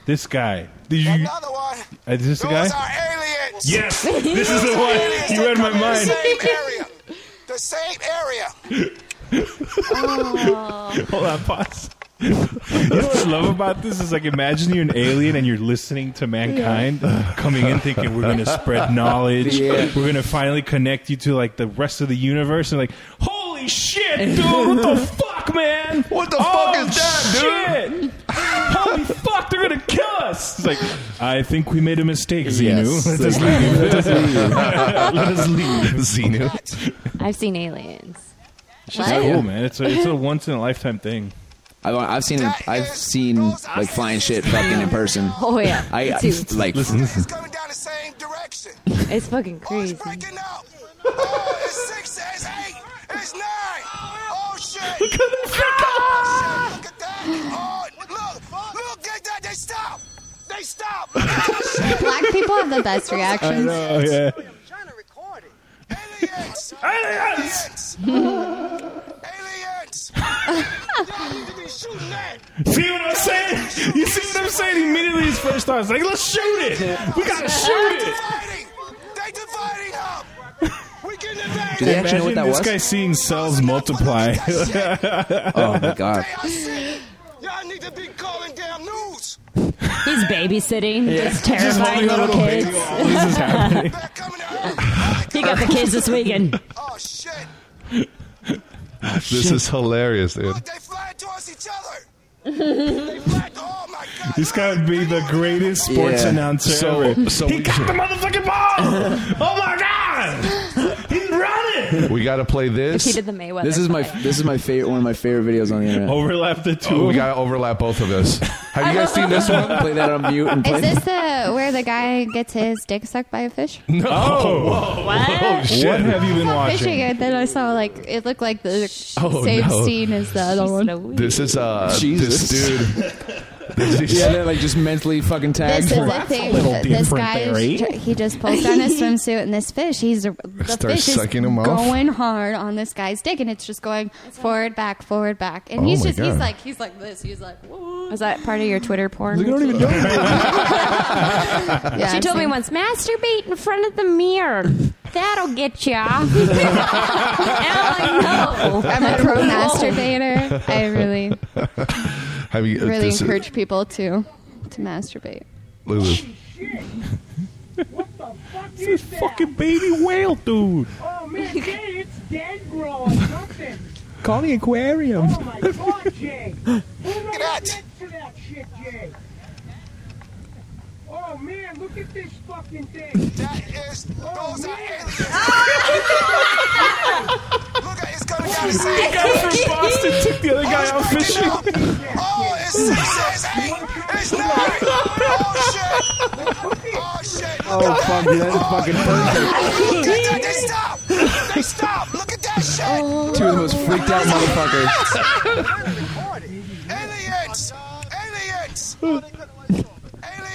This guy. Did you? Another one. Is this the guy? <laughs> Yes, this is the one. You read my mind. The same area. <laughs> Hold on, pause. you know what I love about this is like imagine you're an alien and you're listening to mankind coming in thinking we're gonna <laughs> spread knowledge, Yeah. we're gonna finally connect you to like the rest of the universe, and like, "Oh, holy shit, dude, what the fuck, man? What the fuck is that, dude? holy fuck, they're gonna kill us. It's like, I think we made a mistake, Xenu. Yes. <laughs> Let us Let us leave. leave. <laughs> Let us leave, Xenu. I've seen aliens. It's What? just cool, man. It's a, <laughs> it's a once in a lifetime thing. I've, I've seen I've seen like flying shit fucking in person. Oh, yeah. I, Me I too. like Listen, listen. It's fucking crazy. Oh, Look at this. Ah, Look at that. Oh, look. Look at that. They stop. They stop. Ah, Black people have the best reactions. I know, yeah. Aliens. Aliens. See what I'm saying? You see what I'm saying? <laughs> Immediately his first thought is like, let's shoot it. We gotta shoot it. Do they actually know what that this was? guy seeing cells multiply. <laughs> Oh my god. He's babysitting. Yeah. Just Just terrifying holding a little little kids. baby while <laughs> this is happening. he got the kids this weekend. Oh, <laughs> This is hilarious, dude. This guy would be the greatest sports Yeah. announcer So- ever. so he we- got the motherfucking <laughs> ball. oh my god! He's running. We got to play this. He did the Mayweather. This is my fight. this is my favorite one of my favorite videos on the internet. Overlap the two. Oh, we got to overlap both of us. Have you guys seen this one? Play that on mute and play. Is this the where the guy gets his dick sucked by a fish? <laughs> No. Oh, Oh, shit. What have <laughs> you been Fishing watching? it, then I saw like it looked like the Oh, same no. scene as the other one. This is uh Jesus. this <laughs> dude. This is- yeah, they're like just mentally fucking tagged. This is the thing. This guy, eh? is eh? tr- he just pulls down <laughs> his swimsuit, and this fish, he's the Starts fish is sucking him off. going hard on this guy's dick, and it's just going forward, back, forward, back, and Oh he's my just God. he's like he's like this, he's like. Whoa. Was that part of your Twitter porn? Yeah, she I've told me seen- once, masturbate in front of the mirror. That'll get <laughs> ya. and I'm like, <laughs> no. I'm a pro masturbator. I really, <laughs> Have you uh, really this is- encourage people to to masturbate. look at this. This is fucking baby whale, dude. Oh man, Jay, it's dead bro or something. Call the aquarium. Oh my god, <laughs> Jay. Who that. to that shit, Jay? Oh man, look at this fucking thing. That is those are aliens. look at it's coming down the <laughs> The same. guy from Boston took the other guy out fishing. Oh, it's <laughs> six, it's eight, it's nine. Oh shit! Oh shit! Look Oh at fuck, that. dude, that's fucking <laughs> perfect. Look at that! They stop! They stop! Look at that shit! Two of the most freaked out motherfuckers. Aliens! Aliens!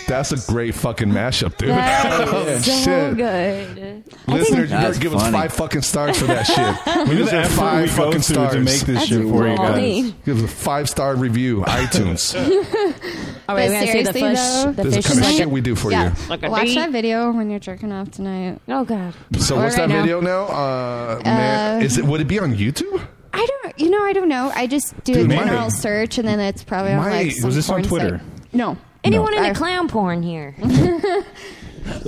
That's a great fucking mashup, dude. <laughs> That Oh, is so shit. good. Listeners, you That's better give us funny. five fucking stars for that <laughs> shit. Look at Give us the effort we five go fucking through stars to make this That's shit for you funny. guys. Give us a five star <laughs> review, iTunes. All right, But we're gonna see the seriously, fish. though- The This fish is the kind of is shit we do for yeah, Like a watch D? that video when you're jerking off tonight. Oh god. you. So Or what's right that now. video now? Uh, man, Uh, is it? Would it be on YouTube? I don't, you know, I don't know. I just do Dude, a my- general search, and then it's probably on my- like was some this on porn Twitter? site. No, Anyone No. into I- clown porn here?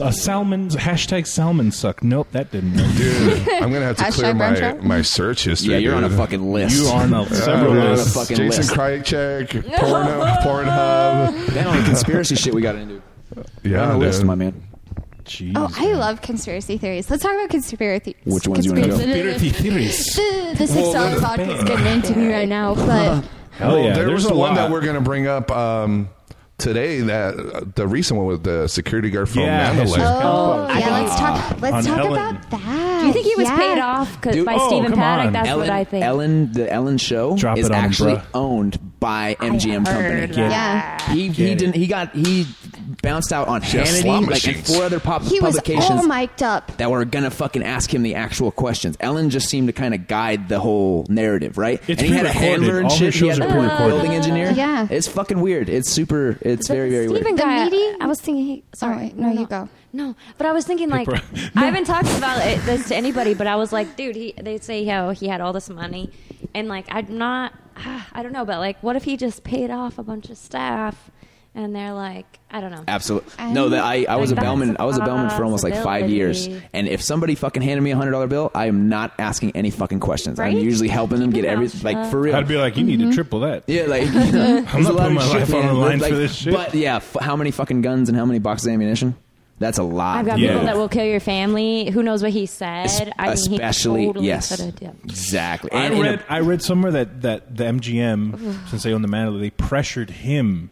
Uh, salmons hashtag salmon suck. Nope, that didn't work. Dude, I'm gonna have to clear my, my search history. Yeah, you're on dude. a fucking list. You are on <laughs> a- Yeah, several dude. lists. fucking Jason list. Krychek, Pornhub, Pornhub. Then all the conspiracy shit we got into. Yeah, on a list, dude. my man. Jeez. Oh, I love conspiracy theories. Let's talk about conspiracy. Which ones you wanna go? Conspiracy theories. The, the Well, six dollar the- vodka is getting into me right now, but Uh-huh. Hell yeah, There there's was a a one lot. that we're gonna bring up um, today. That uh, the recent one with the security guard from Yeah, Mandalay. Jesus oh yeah, let's talk. Let's talk about that. Do you think he was Yeah. paid off 'cause- by oh. Stephen Paddock? That's Ellen, what I think. Ellen, the Ellen Show Drop is it on 'em, actually bruh. owned by MGM Company. heard Get that. he he Get didn't he got he bounced out on has slot Hannity like and machines. four other pop He was publications all mic'd up. that were gonna fucking ask him the actual questions. Ellen just seemed to kind of guide the whole narrative, right? It's and he had a pre-recorded. handler and All her shit. He shows had are a pre-recorded. building engineer. Yeah. it's fucking weird. It's super. It's very very Stephen weird. guy, The meeting? I was thinking. He, sorry, Oh, wait, no, you go. No, but I was thinking like Paper. I haven't talked about it, this to anybody, but I was like, dude, he they say how he had all this money, and like I'm not, <sighs> I don't know, but like, what if he just paid off a bunch of staff, and they're like, I don't know. Absolutely. No, that I, I was a Like, that's bellman. a I was a bellman for almost like five years. possibility. And if somebody fucking handed me a hundred dollar bill, I am not asking any fucking questions. Right? Uh, Mm-hmm. I'm usually helping them Keep get your every mouth like shut. for real. I'd be like, you need to triple that. yeah, <laughs> like <laughs> I'm I'm not putting my life on the line for this shit. But yeah, f- how many fucking guns and how many boxes of ammunition? That's a lot. I've got Yeah. people that will kill your family. Who knows what he said? I mean, Especially he totally yes, could have- yeah. exactly. I And in a- read I read somewhere that that the MGM since they own the Mandalay they pressured him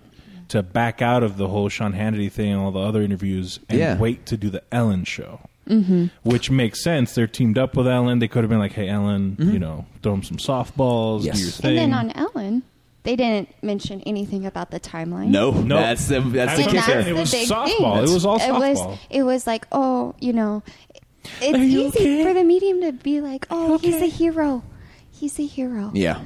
to back out of the whole Sean Hannity thing and all the other interviews and Yeah. wait to do the Ellen show. Mm-hmm. Which makes sense. They're teamed up with Ellen. They could have been like, "Hey, Ellen, you know, throw him some softballs, Mm-hmm. Yes. do your And thing." then on Ellen, they didn't mention anything about the timeline. no, No. that's the that's I And the don't that's care. kicker. the It was big softball. Thing. It was all It softball. was, it was like, oh, you know, it's Are you easy okay? for the medium to be like, oh, he's a hero. He's a hero. Yeah,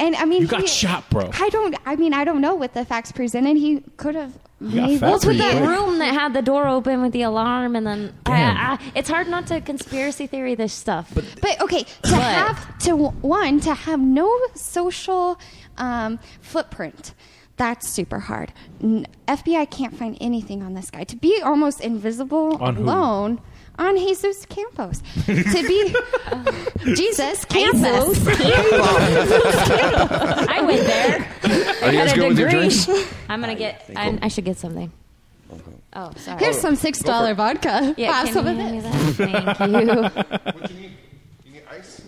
And I mean, You got he- shot, bro. I don't. I mean, I don't know what the facts presented. He could have. got made- facts What's with that Pretty quick. room that had the door open with the alarm and then I, Damn. I, it's hard not to conspiracy theory this stuff. But But okay, to But- have to one to have no social um, footprint. That's super hard. N- FBI can't find anything on this guy. To be almost invisible On who? alone on Jesus Campos. to be Jesus Campos. <laughs> Mm-hmm. <laughs> I went there. Are you I had guys a going with your degree. drinks? <laughs> I'm gonna get. I'm, I should get something. Oh, sorry. Here's some six dollar vodka. yeah, Have can some you of hand me <laughs> it. that? Thank you. What you need? You need ice?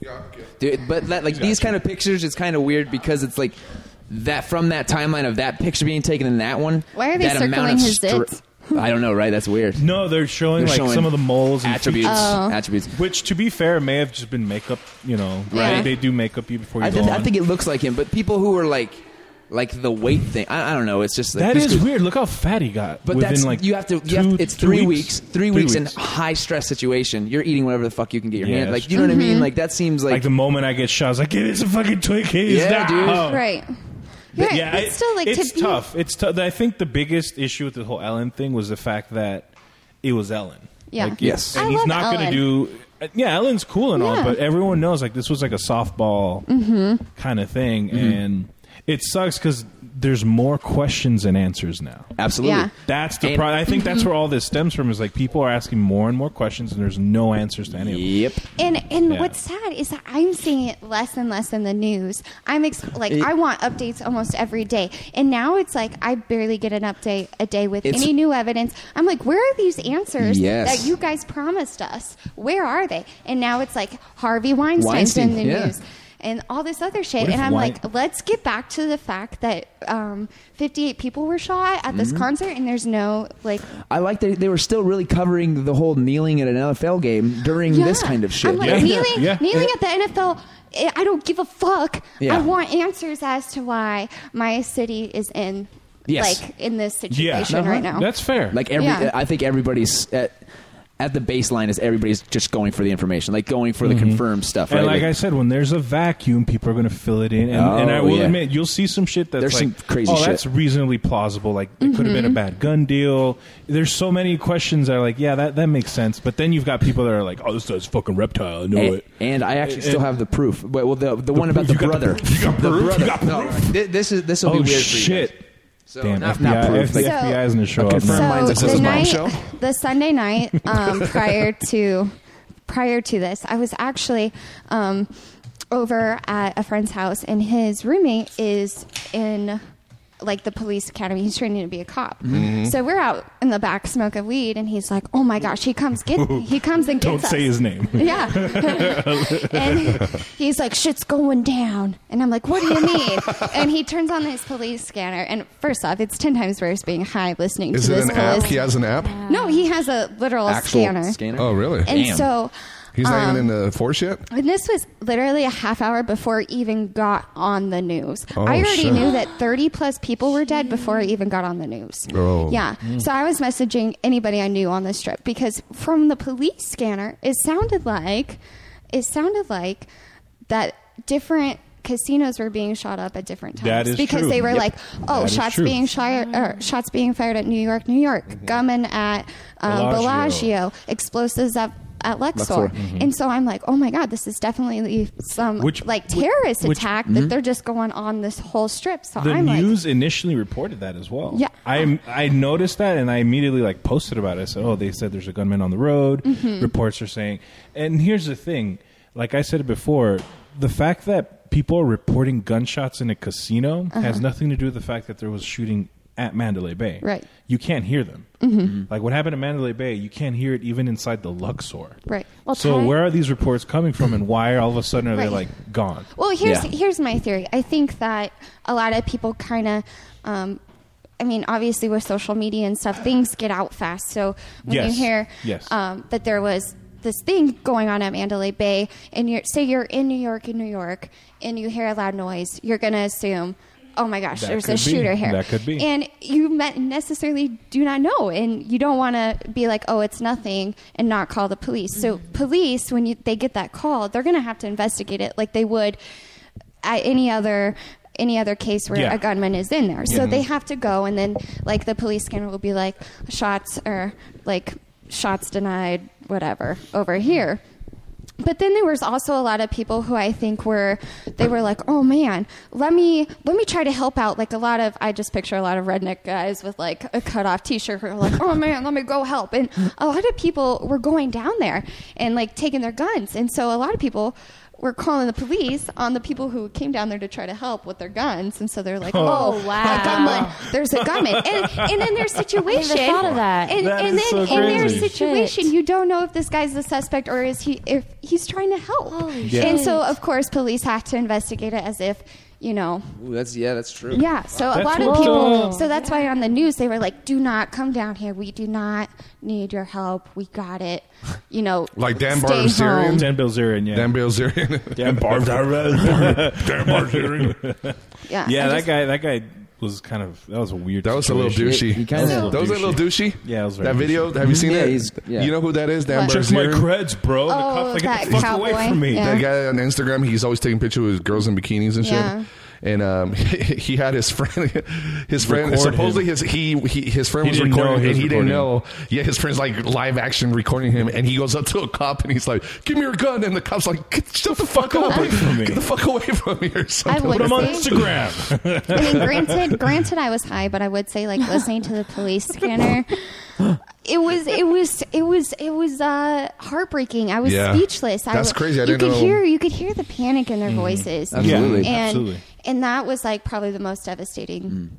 Yeah, okay. dude. But that, like these kind of pictures, it's kind of weird because it's like that from that timeline of that picture being taken in that one. Why are they that amount circling of his str- zits? I don't know, right? That's weird. no, they're showing They're like showing some of the moles and attributes, features, Oh. attributes. which to be fair may have just been makeup, you know. Right. They, they do makeup you before you I, go th- I on. think it looks like him, but people who are like, like the weight thing, I, I don't know. It's just like, that this is dude- weird. Look how fat he got. But within that's like you have to. You two- have, it's two three weeks, three, weeks, weeks. in high stress situation. You're eating whatever the fuck you can get your Yeah, hand. that's Like you know what I Mm-hmm. mean? Like that seems like, like, the moment I get shot, I was like, "Give me some fucking twig keys Yeah, now." Right. But Right, Oh. yeah, but it- still, like, it's to be- tough. It's tough. I think the biggest issue with the whole Ellen thing was the fact that it was Ellen. Yeah. Like, Yes. and I he's love not Ellen. to do. uh, Yeah, Ellen's cool and all, Yeah. but everyone knows like this was like a softball Mm-hmm. kind of Mm-hmm. thing, and it sucks because there's more questions than answers now. absolutely. Yeah. Mm-hmm. That's the And- problem. I think that's where all this stems from. Is like people are asking more and more questions, and there's no answers to any of them. Yep. And and Yeah. what's sad is that I'm seeing it less and less in the news. I'm ex- like I want updates almost every day, and now it's like I barely get an update a day with It's- any new evidence. I'm like, where are these answers Yes. that you guys promised us? Where are they? And now it's like Harvey Weinstein's Weinstein, in the yeah. news. And all this other shit, What if and I'm Wein- like, let's get back to the fact that um, 58 people were shot at this concert, and there's no like I like that they were still really covering the whole kneeling at an NFL game during this Yeah. kind of shit. I'm like, Yeah. kneeling, Yeah. kneeling at the NFL. I I don't give a fuck. Yeah. I want answers as to why my city is in, Yes. like, in this Yeah, situation Uh-huh. right now. That's fair. Like every, Yeah. I think everybody's at, at the baseline is everybody's just going for the information, like going for the confirmed stuff. Mm-hmm. And right? like I said, when there's a vacuum, people are going to fill it in. And, and I Oh, will yeah. admit, you'll see some shit that's There's like, some crazy oh, shit." that's reasonably plausible. Like it could have Mm-hmm. been a bad gun deal. There's so many questions that are like, yeah, that, that makes sense. But then you've got people that are like, oh, this guy's a fucking reptile. I know and, it. and I actually still And- have the proof. Wait, Well, the the, one about the proof? You got the brother. proof? You got The proof? You brother. got No, proof? thi- this is this will oh be weird for you. shit! So Damn, not, FBI, not proof. the like- FBI is going to show up. so now. the night, <laughs> the Sunday night um, prior to prior to this, I was actually um, over at a friend's house, and his roommate is in like the police academy. He's training to be a cop. Mm-hmm. Mhm. So we're out in the back smoking weed, and he's like, "Oh my gosh, he comes <laughs> get he comes and gets Don't us." say his name. <laughs> Yeah. <laughs> And- He's like, shit's going down. And I'm like, what do you <laughs> mean? and he turns on his police scanner. And first off, it's 10 times worse being high listening Is to it this an app? police- He has an app? No, he has a literal scanner. Oh, really? And so. He's not um, even in the force yet? and this was literally a half hour before it even got on the news. Oh, I already shit. knew that 30 plus people were dead before I even got on the news. Oh. Yeah. Mm. So I was messaging anybody I knew on this trip because from the police scanner, it sounded like, it sounded like that different casinos were being shot up at different times That is because true. they were Yep. like oh That is shots true. Mm-hmm. being fired or shots being fired at new york new york gunmen at um, Bellagio. bellagio explosives at, at Luxor. luxor, Mhm. and so I'm like, oh my god, this is definitely some Which- like which- terrorist which- attack Mhm. that they're just going on this whole strip. So the I'm like, news initially reported that as well. Yeah. I I noticed that and I immediately like posted about it. I said, "Oh, they said there's a gunman on the road." Mm-hmm. Mhm. Reports are saying, and here's the thing: like I said before, the fact that people are reporting gunshots in a casino has Uh-huh. nothing to do with the fact that there was shooting at Mandalay Bay. Right. You can't hear them. Mm-hmm. Mhm. Like what happened at Mandalay Bay, you can't hear it even inside the Luxor. right. so where are these reports coming from, and why all of a sudden are they Right. like gone? Well, here's here's my theory. I think that a lot of people kind of, um, I mean, obviously with social media and stuff, things get out fast. So when Yes. you hear Yes. um, that there was this thing going on at Mandalay Bay, and you're say you're in New York, in New York, and you hear a loud noise, you're gonna assume. Oh my gosh! That there's could a be. shooter here. That could be. And you me- necessarily do not know, and you don't want to be like, "Oh, it's nothing," and not call the police. So, police, when you, they get that call, they're going to have to investigate it, like they would at any other any other case where Yeah. a gunman is in there. So Yeah. they have to go, and then like the police scanner will be like shots or like shots denied, whatever over here. But then there was also a lot of people who I think were they were like, oh man, let me let me try to help out. Like a lot of I just picture a lot of redneck guys with like a cut off t shirt who are like, oh man, let me go help. And a lot of people were going down there and like taking their guns, and so a lot of people were calling the police on the people who came down there to try to help with their guns, and so they're like, Oh. <laughs> "Oh, Oh, wow. wow, gunman, there's a gunman," and, and <laughs> in their situation, I never thought of that. and, That and is then so in their crazy. situation, you don't know if this guy's the suspect or is he if he's trying to help, shit. and so of course police have to investigate it as if you know Ooh, that's yeah, that's true. yeah, so a lot of people. So that's why on the news they were like, "Do not come down here. We do not need your help. We got it." You know, Like Dan stay home. Bilzerian? Dan Bilzerian, yeah. Dan Bilzerian. <laughs> Dan Bilzerian. Dan Bilzerian. Yeah, Yeah, I that just- guy. That guy was kind of. That was a weird. That was a little douchey. That was a little That was a little douchey. Yeah, it was very That video, have you seen Yeah, that? he's- yeah. You know who that is? Dan What? Check my Bilzerian? creds, bro. The Oh, cops, like, get the that fuck away cowboy. from me. Yeah. That guy on Instagram, he's always taking pictures with girls in bikinis and shit. Yeah. And um, <laughs> he had his friend, his friend Record supposedly him. his he, he his friend He was didn't know recording he and was he didn't recording. know. Yeah, his friend's like live action recording him, and he goes up to a cop and he's like, "Give me your gun," and the cop's like, "Get- "Shut the fuck up, get the fuck away from me," or something. would Put him on say- Instagram. I mean, <laughs> granted, granted, I was high, but I would say like listening to the police scanner. It was, it was, it was, it was uh, heartbreaking. I was Yeah. speechless. I That's wa- crazy. I you didn't could know- Mm-hmm. hear, you could hear the panic in their voices. Absolutely. and Yeah, absolutely. and that was like probably the most devastating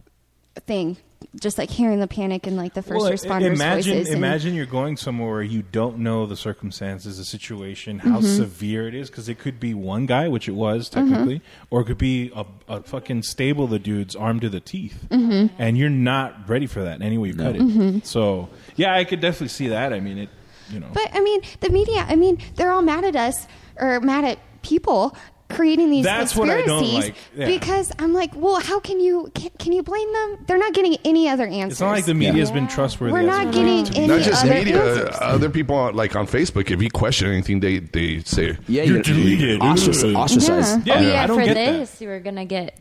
thing. Just like hearing the panic and like the first Mm. Well, i- responders' imagine, voices. and- Imagine you're going somewhere where you don't know the circumstances, the situation, how Mhm. severe it is, because it could be one guy, which it was Mhm. technically, or it could be a, a fucking stable of dudes armed to the teeth, Mhm. and you're not ready for that. Anyway, you cut it. Mhm. So yeah, I could definitely see that. I mean, it. You know, But I mean, the media. I mean, they're all mad at us or mad at people creating these That's what I conspiracies don't like. Yeah. because I'm like, well, how can you can, can you blame them? They're not getting any other answers. it's not like the media's been trustworthy. We're as not of getting late. any Not just other media, answers. other people on, like on Facebook. If you question anything, they they say Yeah, you're, you're deleted, ostrac- ostracized. Yeah, Yeah. oh, yeah I don't for get that. this, you were going to get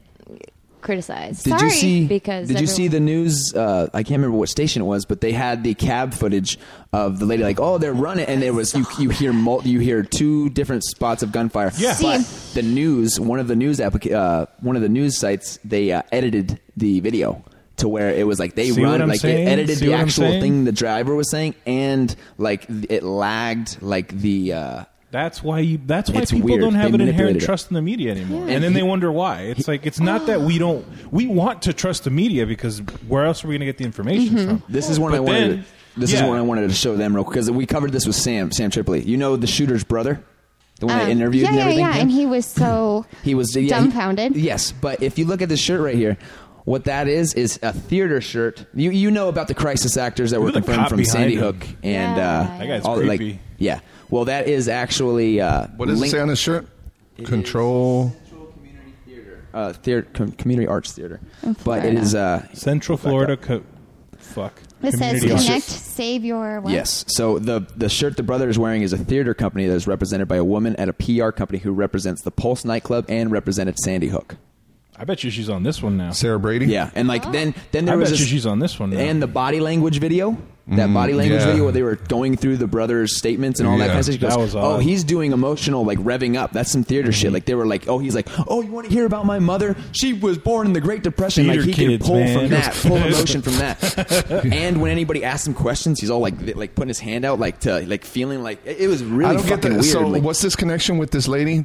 criticized. Did you Sorry, see? Because did you see everyone- the news? Uh, I can't remember what station it was, but they had the cab footage of the lady like, "Oh, they're running," and it was you. You hear mul- you hear two different spots of gunfire. Yeah. See- But the news, one of the news applica- uh, one of the news sites, they uh, edited the video to where it was like they See what run I'm like saying? they edited See the what I'm actual saying? thing the driver was saying and like th- it lagged like the uh That's why you. That's why It's people weird. don't have They an manipulated inherent it. trust in the media anymore, Yeah. and then they wonder why. It's like it's not that we don't. We want to trust the media because where else are we going to get the information Mm-hmm. from? This is one I Oh, But wanted. then- to, this yeah. is one I wanted to show them real because we covered this with Sam Sam Tripoli. You know the shooter's brother, the one I Um, interviewed yeah, and everything. yeah, yeah. And he was <laughs> so He was yeah, he- dumbfounded. yes, but if you look at this shirt right here, what that is is a theater shirt. You you know about the crisis actors that were Look at the confirmed cop from Sandy behind him. Hook and uh, That guy's all like creepy. yeah. Well, that is actually uh, What does it linked- say on his shirt? Control. uh, theater, com- community arts theater, In but it Oh, Florida. is uh, Central Florida. Co- fuck. It says Community connect, arts. save your. What? Yes. So the the shirt the brother is wearing is a theater company that is represented by a woman at a PR company who represents the Pulse nightclub and represented Sandy Hook. I bet you she's on this one now. Sarah Brady. Yeah, and like then then there I was bet you this, she's on this one now. and the body language video. That Mm, body language yeah. video where they were going through the brother's statements and all that Yeah. kind of stuff. She That goes, was oh, odd. he's doing emotional, like revving up. That's some theater shit. Like they were like, oh, he's like, oh, you want to hear about my mother? She was born in the Great Depression. like Theater he kids, can pull man. from that, pull emotion from that. and when anybody asks him questions, he's all like, th- like putting his hand out, like to, like feeling like it, it was really I don't get fucking that. weird. So, like, what's this connection with this lady?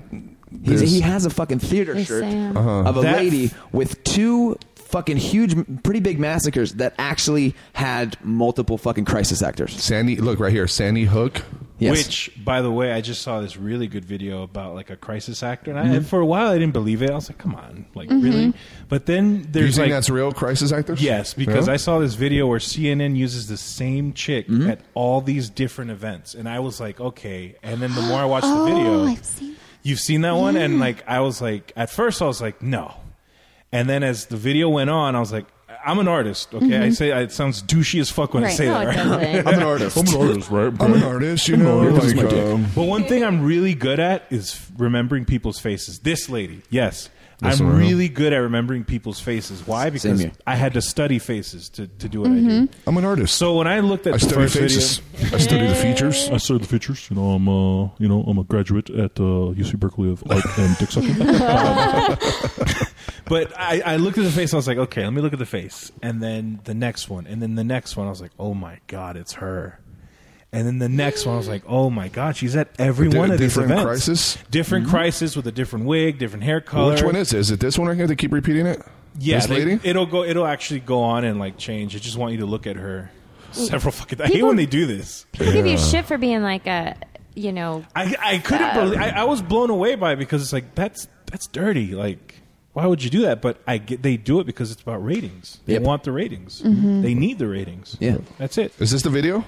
He's, There's- he has a fucking theater shirt Sam. Uh-huh. of a That- lady with two fucking huge, pretty big massacres that actually had multiple fucking crisis actors. Sandy, look right here. Sandy Hook. Which, by the way, I just saw this really good video about like a crisis actor, and I, Mm-hmm. Mhm. for a while I didn't believe it. I was like, "Come on, like Mm-hmm. Mhm. really?" But then Do there's you think like that's real? Crisis actors? Yes, because Yeah? Mm-hmm. I <laughs> saw this video where CNN uses the same chick at all these different events, and I was like, "Okay." And then the more I watched oh, the video, I've seen. You've seen that one, and Yeah. like I was like, at first I was like, no, and then as the video went on, I was like, I'm an artist, okay. I Mhm. say it sounds douchey as fuck when I Right. say No, that. it Right? doesn't. I'm an <laughs> artist. I'm an artist, right? I'm an artist, you know, like, um, but one thing I'm really good at is remembering people's faces. This lady, yes. This I'm one, right? really good at remembering people's faces. Why? Because here. I had to study faces to, to do what I Mhm. do. I'm an artist. So when I looked at I the study first faces. video, I study the <laughs> features. I study the features. You know, I'm uh, you know, I'm a graduate at uh, UC Berkeley of <laughs> Art and Dick <laughs> But I, I looked at the face. I was like, okay, let me look at the face, and then the next one, and then the next one. I was like, oh my god, it's her. And then the next one, I was like, oh my god, she's at every A di- one of different these events. crisis? different Mhm. Mm-hmm. crisis with a different wig, different hair color. Which one is it? Is it this one right here? They keep repeating it. Yeah, This like, lady. it'll go. It'll actually go on and like change. I just want you to look at her Mm. several fucking. I hate People- when they do this. People give you shit for being like a, you know, I, I couldn't Uh, believe. I, I was blown away by it because it's like that's that's dirty. Like, why would you do that? But I get they do it because it's about ratings. They want the ratings. Mhm. They need the ratings. Yeah, that's it. Is this the video?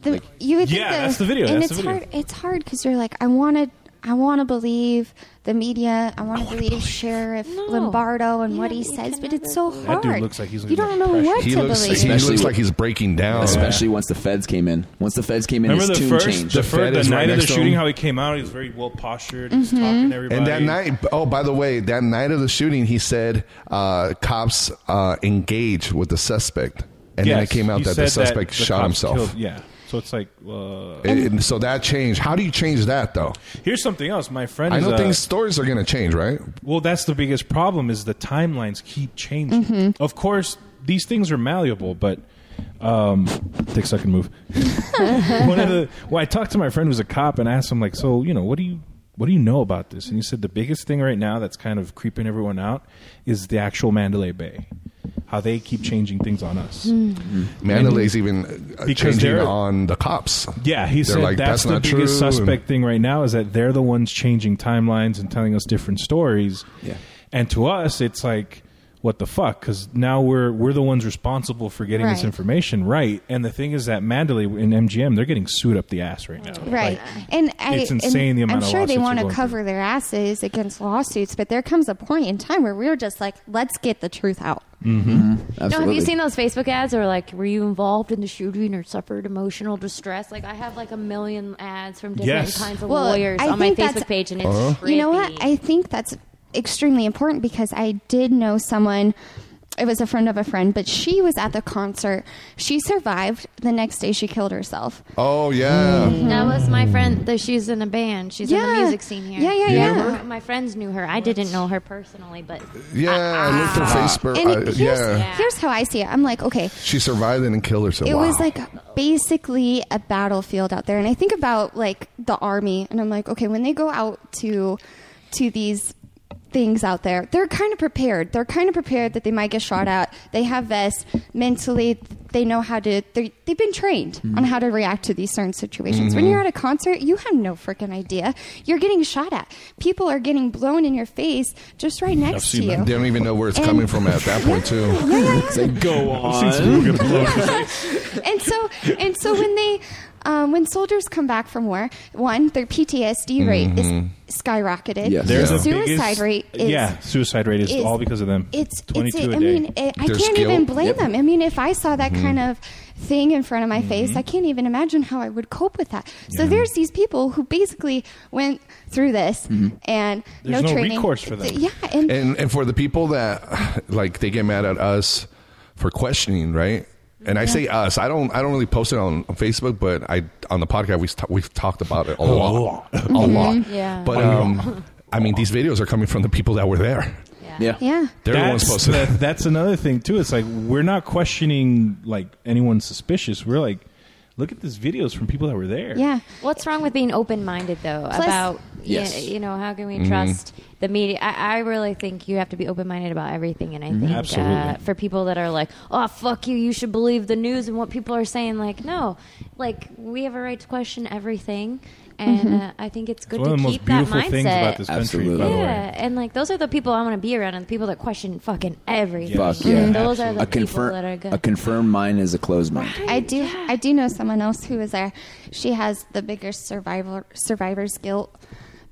The, you would think Yeah, that's the video, And that's it's the video. hard. It's hard because you're like, I want to. I want to believe the media. I want to believe, Sheriff Lombardo and what he says, but it's so hard. That dude looks like he's you don't know what to believe. he's breaking down. Especially once the feds came in. Once the feds came in, Remember his the tune first, changed. the, fir- the night of the shooting, house. how he came out, he was very well postured, he was Mm-hmm. talking to everybody. And that night, oh, by the way, that night of the shooting, he said uh, cops uh, engage with the suspect, and then it Yes, came out he that the said suspect the shot cops himself. killed- yeah, so it's like, uh, And, and so that changed. How do you change that though? here's something else. My friend, I is, know uh, things stories are going to change, right? Well, that's the biggest problem is the timelines keep changing. Mhm. Of course, these things are malleable, but um, take a second move. <laughs> One of the well, I talked to my friend who's a cop and I asked him like, so you know, what do you what do you know about this? And he said the biggest thing right now that's kind of creeping everyone out is the actual Mandalay Bay, how they keep changing things on us. Mandalay's And- even uh, because changing they're- on the cops. yeah, he They're said like, that's, that's, the not biggest true," and- suspect thing right now is that they're the ones changing timelines and telling us different stories. Yeah. And to us, it's like, what the fuck? Because now we're we're the ones responsible for getting this Right. information right. And the thing is that Mandalay and MGM they're getting sued up the ass right now. Right, Like, and I, it's insane and the amount I'm of sure they lawsuits want to are going cover their asses against lawsuits, but there comes a point in time where we were just like, let's get the truth out. Mm-hmm. No, have you seen those Facebook ads that are like, were you involved in the shooting or suffered emotional distress? Like, I have like a million ads from different Yes. kinds of Well, lawyers I on my think that's- Facebook page, and it's You know what? I think that's extremely important because I did know someone it was a friend of a friend, but she was at the concert. She survived. The next day, she killed herself. Oh yeah. Mm. That was my friend. That she's in a band. She's in the Yeah. music scene here. Yeah, yeah, You yeah. know her? My, my friends knew her. I didn't know her personally, but Yeah, I looked her Facebook. Uh, Uh, And I, here's, uh, yeah. here's how I see it. I'm like, okay, She survived it and killed herself. it Wow. was like basically a battlefield out there and i think about like the army and i'm like okay when they go out to to these things out there they're kind of prepared they're kind of prepared that they might get shot at they have vests mentally they know how to they- they've been trained Mhm. on how to react to these certain situations when Mhm. you're at a concert you have no freaking idea you're getting shot at people are getting blown in your face just right next to you They don't even know where it's And- coming from at that point too. It's like, go I've seen uh, people get blown. and so and so when they um, when soldiers come back from war, one their PTSD rate Mm-hmm. Mhm. is skyrocketed. Yes. They're the suicide biggest- rate is yeah, suicide rate is, is- all because of them. It's, it's 22 I a day. mean, it, I There's can't guilt. even blame Yep. them. I mean, if I saw that Mhm. kind of thing in front of my Mm-hmm. face, I can't even imagine how I would cope with that. So there's these people who basically went through this Mm-hmm. Mhm. and There's no no training. recourse for them. Yeah, and and and for the people that like they get mad at us for questioning, right? And I Yeah. say us. I don't. I don't really post it on, on Facebook, but I on the podcast we've ta- we've talked about it a lot, a lot. Mhm. Yeah. But A um, I mean, these videos are coming from the people that were there. Yeah. Yeah. They're the ones that's, posted. that- <laughs> that's another thing too. It's like we're not questioning like anyone suspicious. We're like, look at these videos from people that were there. Yeah. What's wrong with being open minded though? Plus- about Yes. yes. you, know, how can we Mhm. trust the media? I, I really think you have to be open minded about everything, and I Mhm. think Absolutely. Uh, for people that are like, oh fuck you, you should believe the news and what people are saying. Like, no, like we have a right to question everything. And uh, I think it's good It's one to of the most keep that beautiful mindset. things about this country, by the way. yeah, and like those are the people I want to be around, and the people that question fucking everything. Fuck yeah. Mm-hmm. those are the a people confirm- that are good. A confirmed mind is a closed mind. I do. I do know someone else who was there. She has the biggest survivor survivor's guilt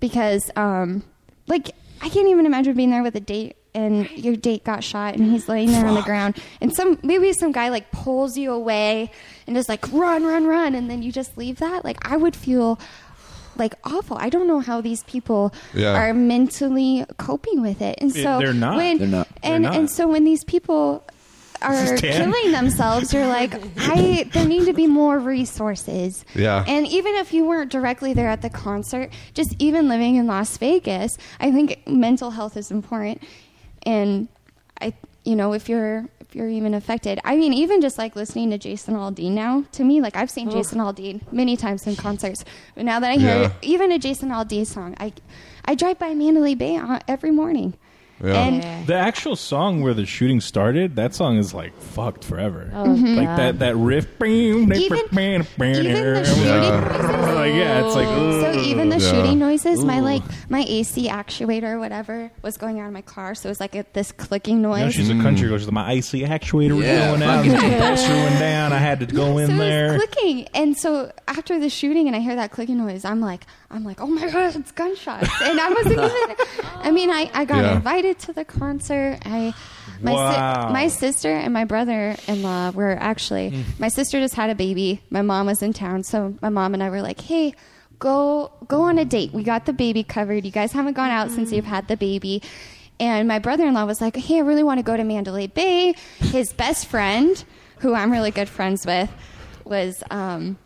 because, um, like, I can't even imagine being there with a date and your date got shot and he's laying there on the Fuck. ground and some maybe some guy like pulls you away and is like run run run and then you just leave that like I would feel like awful I don't know how these people Yeah. are mentally coping with it and Yeah, so they're not. when They're not. and They're not. and so when these people This are is Dan. killing themselves, you're like, I there need to be more resources. Yeah. And even if you weren't directly there at the concert, just even living in Las Vegas, I think mental health is important. And I you know, if you're if you're even affected. I mean, even just like listening to Jason Aldean now, to me, like I've seen Oof. Jason Aldean many times in concerts. But now that I hear Yeah. even a Jason Aldean song, I I drive by Mandalay Bay uh, every morning. And the actual song where the shooting started, that song is like fucked forever. Oh, Mhm. Like God. that that riff. Even, even the like, yeah, it's like Oh. So even the yeah. shooting noises, my Ooh. like my AC actuator or whatever was going on in my car, so it was like a, this clicking You know, noise. she's a country girl. She's like, my AC actuator was Yeah, going out. fucking My compressor yeah. went down. I had to go in so there. It's clicking, and so after the shooting, and I hear that clicking noise, I'm like, I'm like, oh my god, it's gunshots! And I <laughs> wasn't even. I mean, I, I got Yeah. invited to the concert. I my Wow. si- my sister and my brother-in-law were actually. Mm. My sister just had a baby. My mom was in town, so my mom and I were like, hey. Go go on a date. We got the baby covered. You guys haven't gone out since you've had the baby. And my brother in law was like, Hey, I really want to go to Mandalay Bay. His best friend, who I'm really good friends with, was um,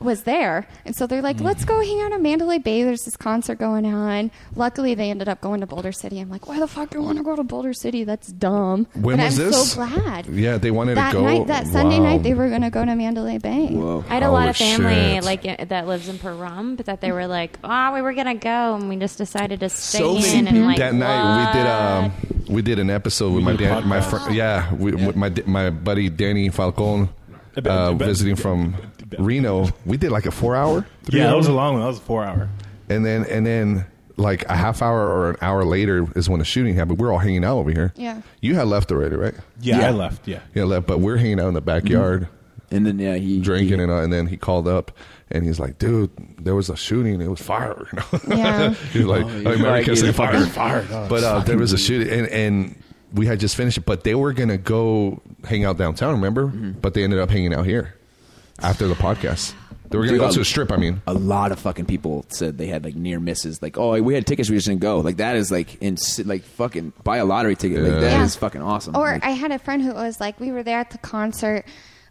was there. And so they're like, Let's go hang out at Mandalay Bay. There's this concert going on. Luckily, they ended up going to Boulder City. I'm like, Why the fuck do I want to go to Boulder City? That's dumb. When but was I'm this? so glad. Yeah, they wanted That to go night, that Sunday Wow. night, they were going to go to Mandalay Bay. Whoa. I had a lot Holy of family Oh, shit. like i- that lives in Pahrump, but that they were like, "Oh, we were gonna go, and we just decided to stay so many in." people And like that night we did um we did an episode with my did a dad, my podcast. friend yeah, we, with my d- my buddy Danny Falcon uh, visiting from Reno we did like a four hour three yeah, that was a hour? long one. That was a four hour. and then and then like a half hour or an hour later is when the shooting happened we're all hanging out over here Yeah. you had left already right Yeah, I left. Yeah. yeah left but we're hanging out in the backyard and then yeah he drinking and and then he called up. And he's like, dude, there was a shooting. It was fire. <laughs> You know? Yeah. he's like, Oh, I he's mean, like, Americans say he's fire, fucking fired up. But uh, there was a Fucking shooting, and, and we had just finished it. But they were gonna go hang out downtown, remember? But they ended up hanging out here after the podcast. They were gonna Dude, go to the strip. I mean, a lot of fucking people said they had like near misses. Like, oh, we had tickets, we just didn't go. Like that is like in like fucking buy a lottery ticket. Like that is Yeah. fucking awesome. Or Like, I had a friend who was like, we were there at the concert.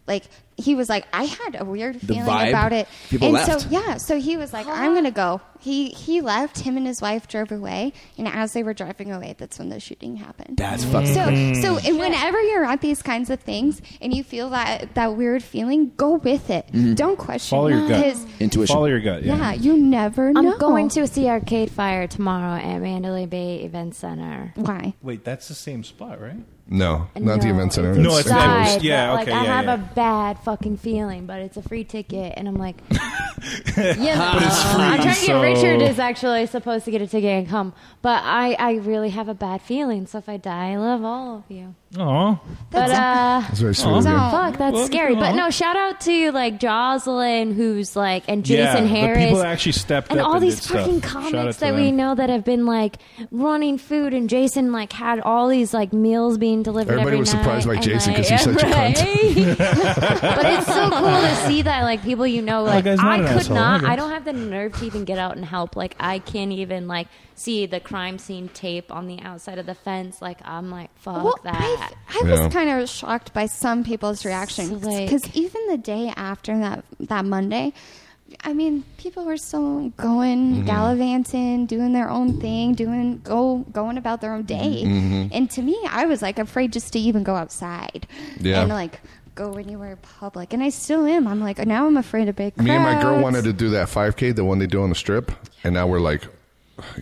Like he was like, I had a weird The feeling vibe. about it. People and so left. yeah, so he was like, I'm gonna go. He he left. Him and his wife drove away, and as they were driving away, that's when the shooting happened. That's fucking so. crazy. Mm-hmm. So and whenever you're at these kinds of things and you feel that that weird feeling, go with it. Mm-hmm. Mhm. Don't question. Follow your it, gut. 'cause- Intuition. Follow your gut. Yeah. you never I'm know. going to see Arcade Fire tomorrow at Mandalay Bay Event Center. Why? Wait, that's the same spot, right? no, not the No, event center. it's that inside, was- yeah, but, okay, Like I yeah, have yeah. a bad fucking feeling, but it's a free ticket, and I'm <laughs> like, yeah, But it's free, I'm trying to so- get Richard is actually supposed to get a ticket and come, but I I really have a bad feeling. So if I die, I love all of you. Oh, But uh, That's very sweet of you. Oh. fuck, that's Well, uh-huh. scary. But aw. no, shout out to like Jocelyn, who's like, and yeah, Jason Harris, The people that actually stepped and up all and these did stuff. freaking Shout out comics to that we them. know that have been like running food and jason like had all these like meals being delivered Everybody every was surprised night, by and, Jason 'cause like, he's such <laughs> a cunt <laughs> but it's so cool to see that like people you know like Oh, guy's not i an could asshole, I not guess. I, don't have the nerve to even get out and help like i can't even like see the crime scene tape on the outside of the fence like i'm like fuck Well, that I was Yeah. kind of shocked by some people's reaction because even the day after that that Monday, I mean, people were still going Mhm. gallivanting, doing their own thing, doing go going about their own day. Mhm. And to me, I was like afraid just to even go outside Yeah. and like go anywhere public. And I still am. I'm like now I'm afraid of big crowds. Me and my girl wanted to do that 5K, the one they do on the strip, and now we're like,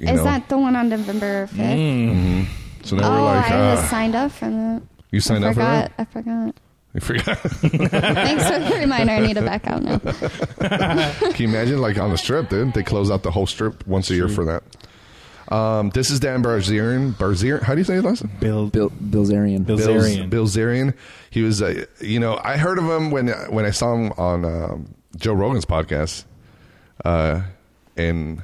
you Is know. that the one on November fifth? Mhm. So now oh, we're like, I uh, was signed up for that. You signed I up for forgot, that? I forgot. you forgot. <laughs> Thanks for the reminder. I need to back <laughs> out now. Can you imagine, like on the strip, dude? They close out the whole strip once a year for that. Um, this is Dan Barzerian. Barzerian, how do you say his last name? Bill Bill Bilzerian. Bilzerian. Bill Zarian. He was, uh, you know, I heard of him when uh, when I saw him on um, Joe Rogan's podcast, uh, and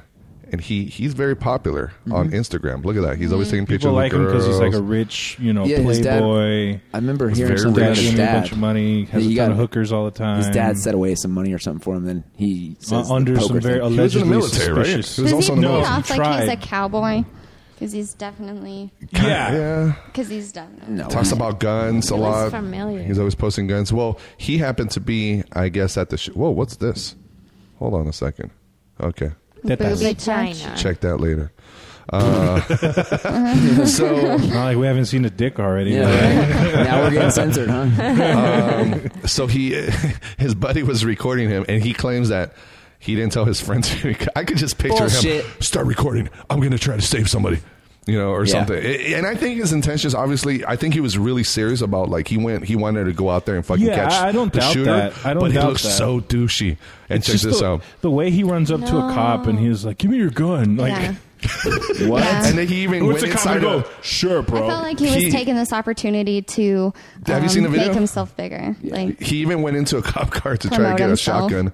and he he's very popular on Instagram. Look at that. He's always taking pictures. Mm-hmm. People like of him because he's like a girls. <laughs> rich, you know, Yeah, his dad- playboy. I remember He's hearing very something about rich, his getting dad. a bunch of money, has He a got- ton of hookers all the time. His dad set away some money or something for him. Then he says Uh, under the some poker very thing. alleged- he was in the allegedly military, right? suspicious. He was Does also Does in he play the No, it military. off he like he's a tried. cowboy? Because he's definitely. Yeah. Yeah. Because he's definitely. No, talks about guns a It lot. was familiar. He's always posting guns. Well, he happened to be, I guess, at the sh- whoa. What's this? Hold on a second. Okay, Tetas. Booby Vagina. touch. check that later. <laughs> Uh, <laughs> <laughs> so, Not like we haven't seen a dick already. Yeah, right. <laughs> now we're getting censored, huh? <laughs> um, so he, <laughs> his buddy was recording him, and he claims that. He didn't tell his friends. <laughs> I could just picture Bullshit. him start recording. I'm going to try to save somebody, you know, or Yeah. something. I- And I think his intentions, obviously, I think he was really serious about like he went, he wanted to go out there and fucking Yeah, catch I- I don't the doubt shooter. that. I don't but he doubt looks that. so douchey. And check this the, out. the way he runs up to a cop and he's like, "Give me your gun!" Like, yeah. What? Yeah. And then he even what's went the cop inside. and go? a- Sure, I bro. felt like he was He- taking this opportunity to um, Have you seen the video? make himself bigger. Like, he even went into a cop car to try to Promote get a himself. shotgun.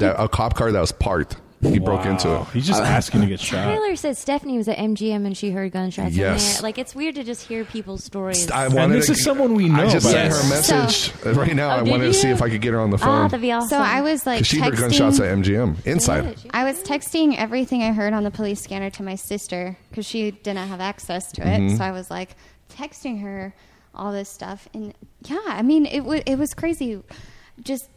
That a cop car that was parked. He broke Wow. into it. He's just asking to get shot. Tyler said Stephanie was at MGM and she heard gunshots. Uh, Yes. In there. Like it's weird to just hear people's stories. I And wanted this to- is someone we know. I just by sent the her way. a message right now. Oh, I did wanted to see you? if I could get her on the ah, phone. that'd be awesome. so I was like 'Cause she heard gunshots at texting. MGM inside. I was texting everything I heard on the police scanner to my sister because she didn't have access to it. Mhm. So I was like texting her all this stuff, and yeah, I mean it. wa it was crazy, just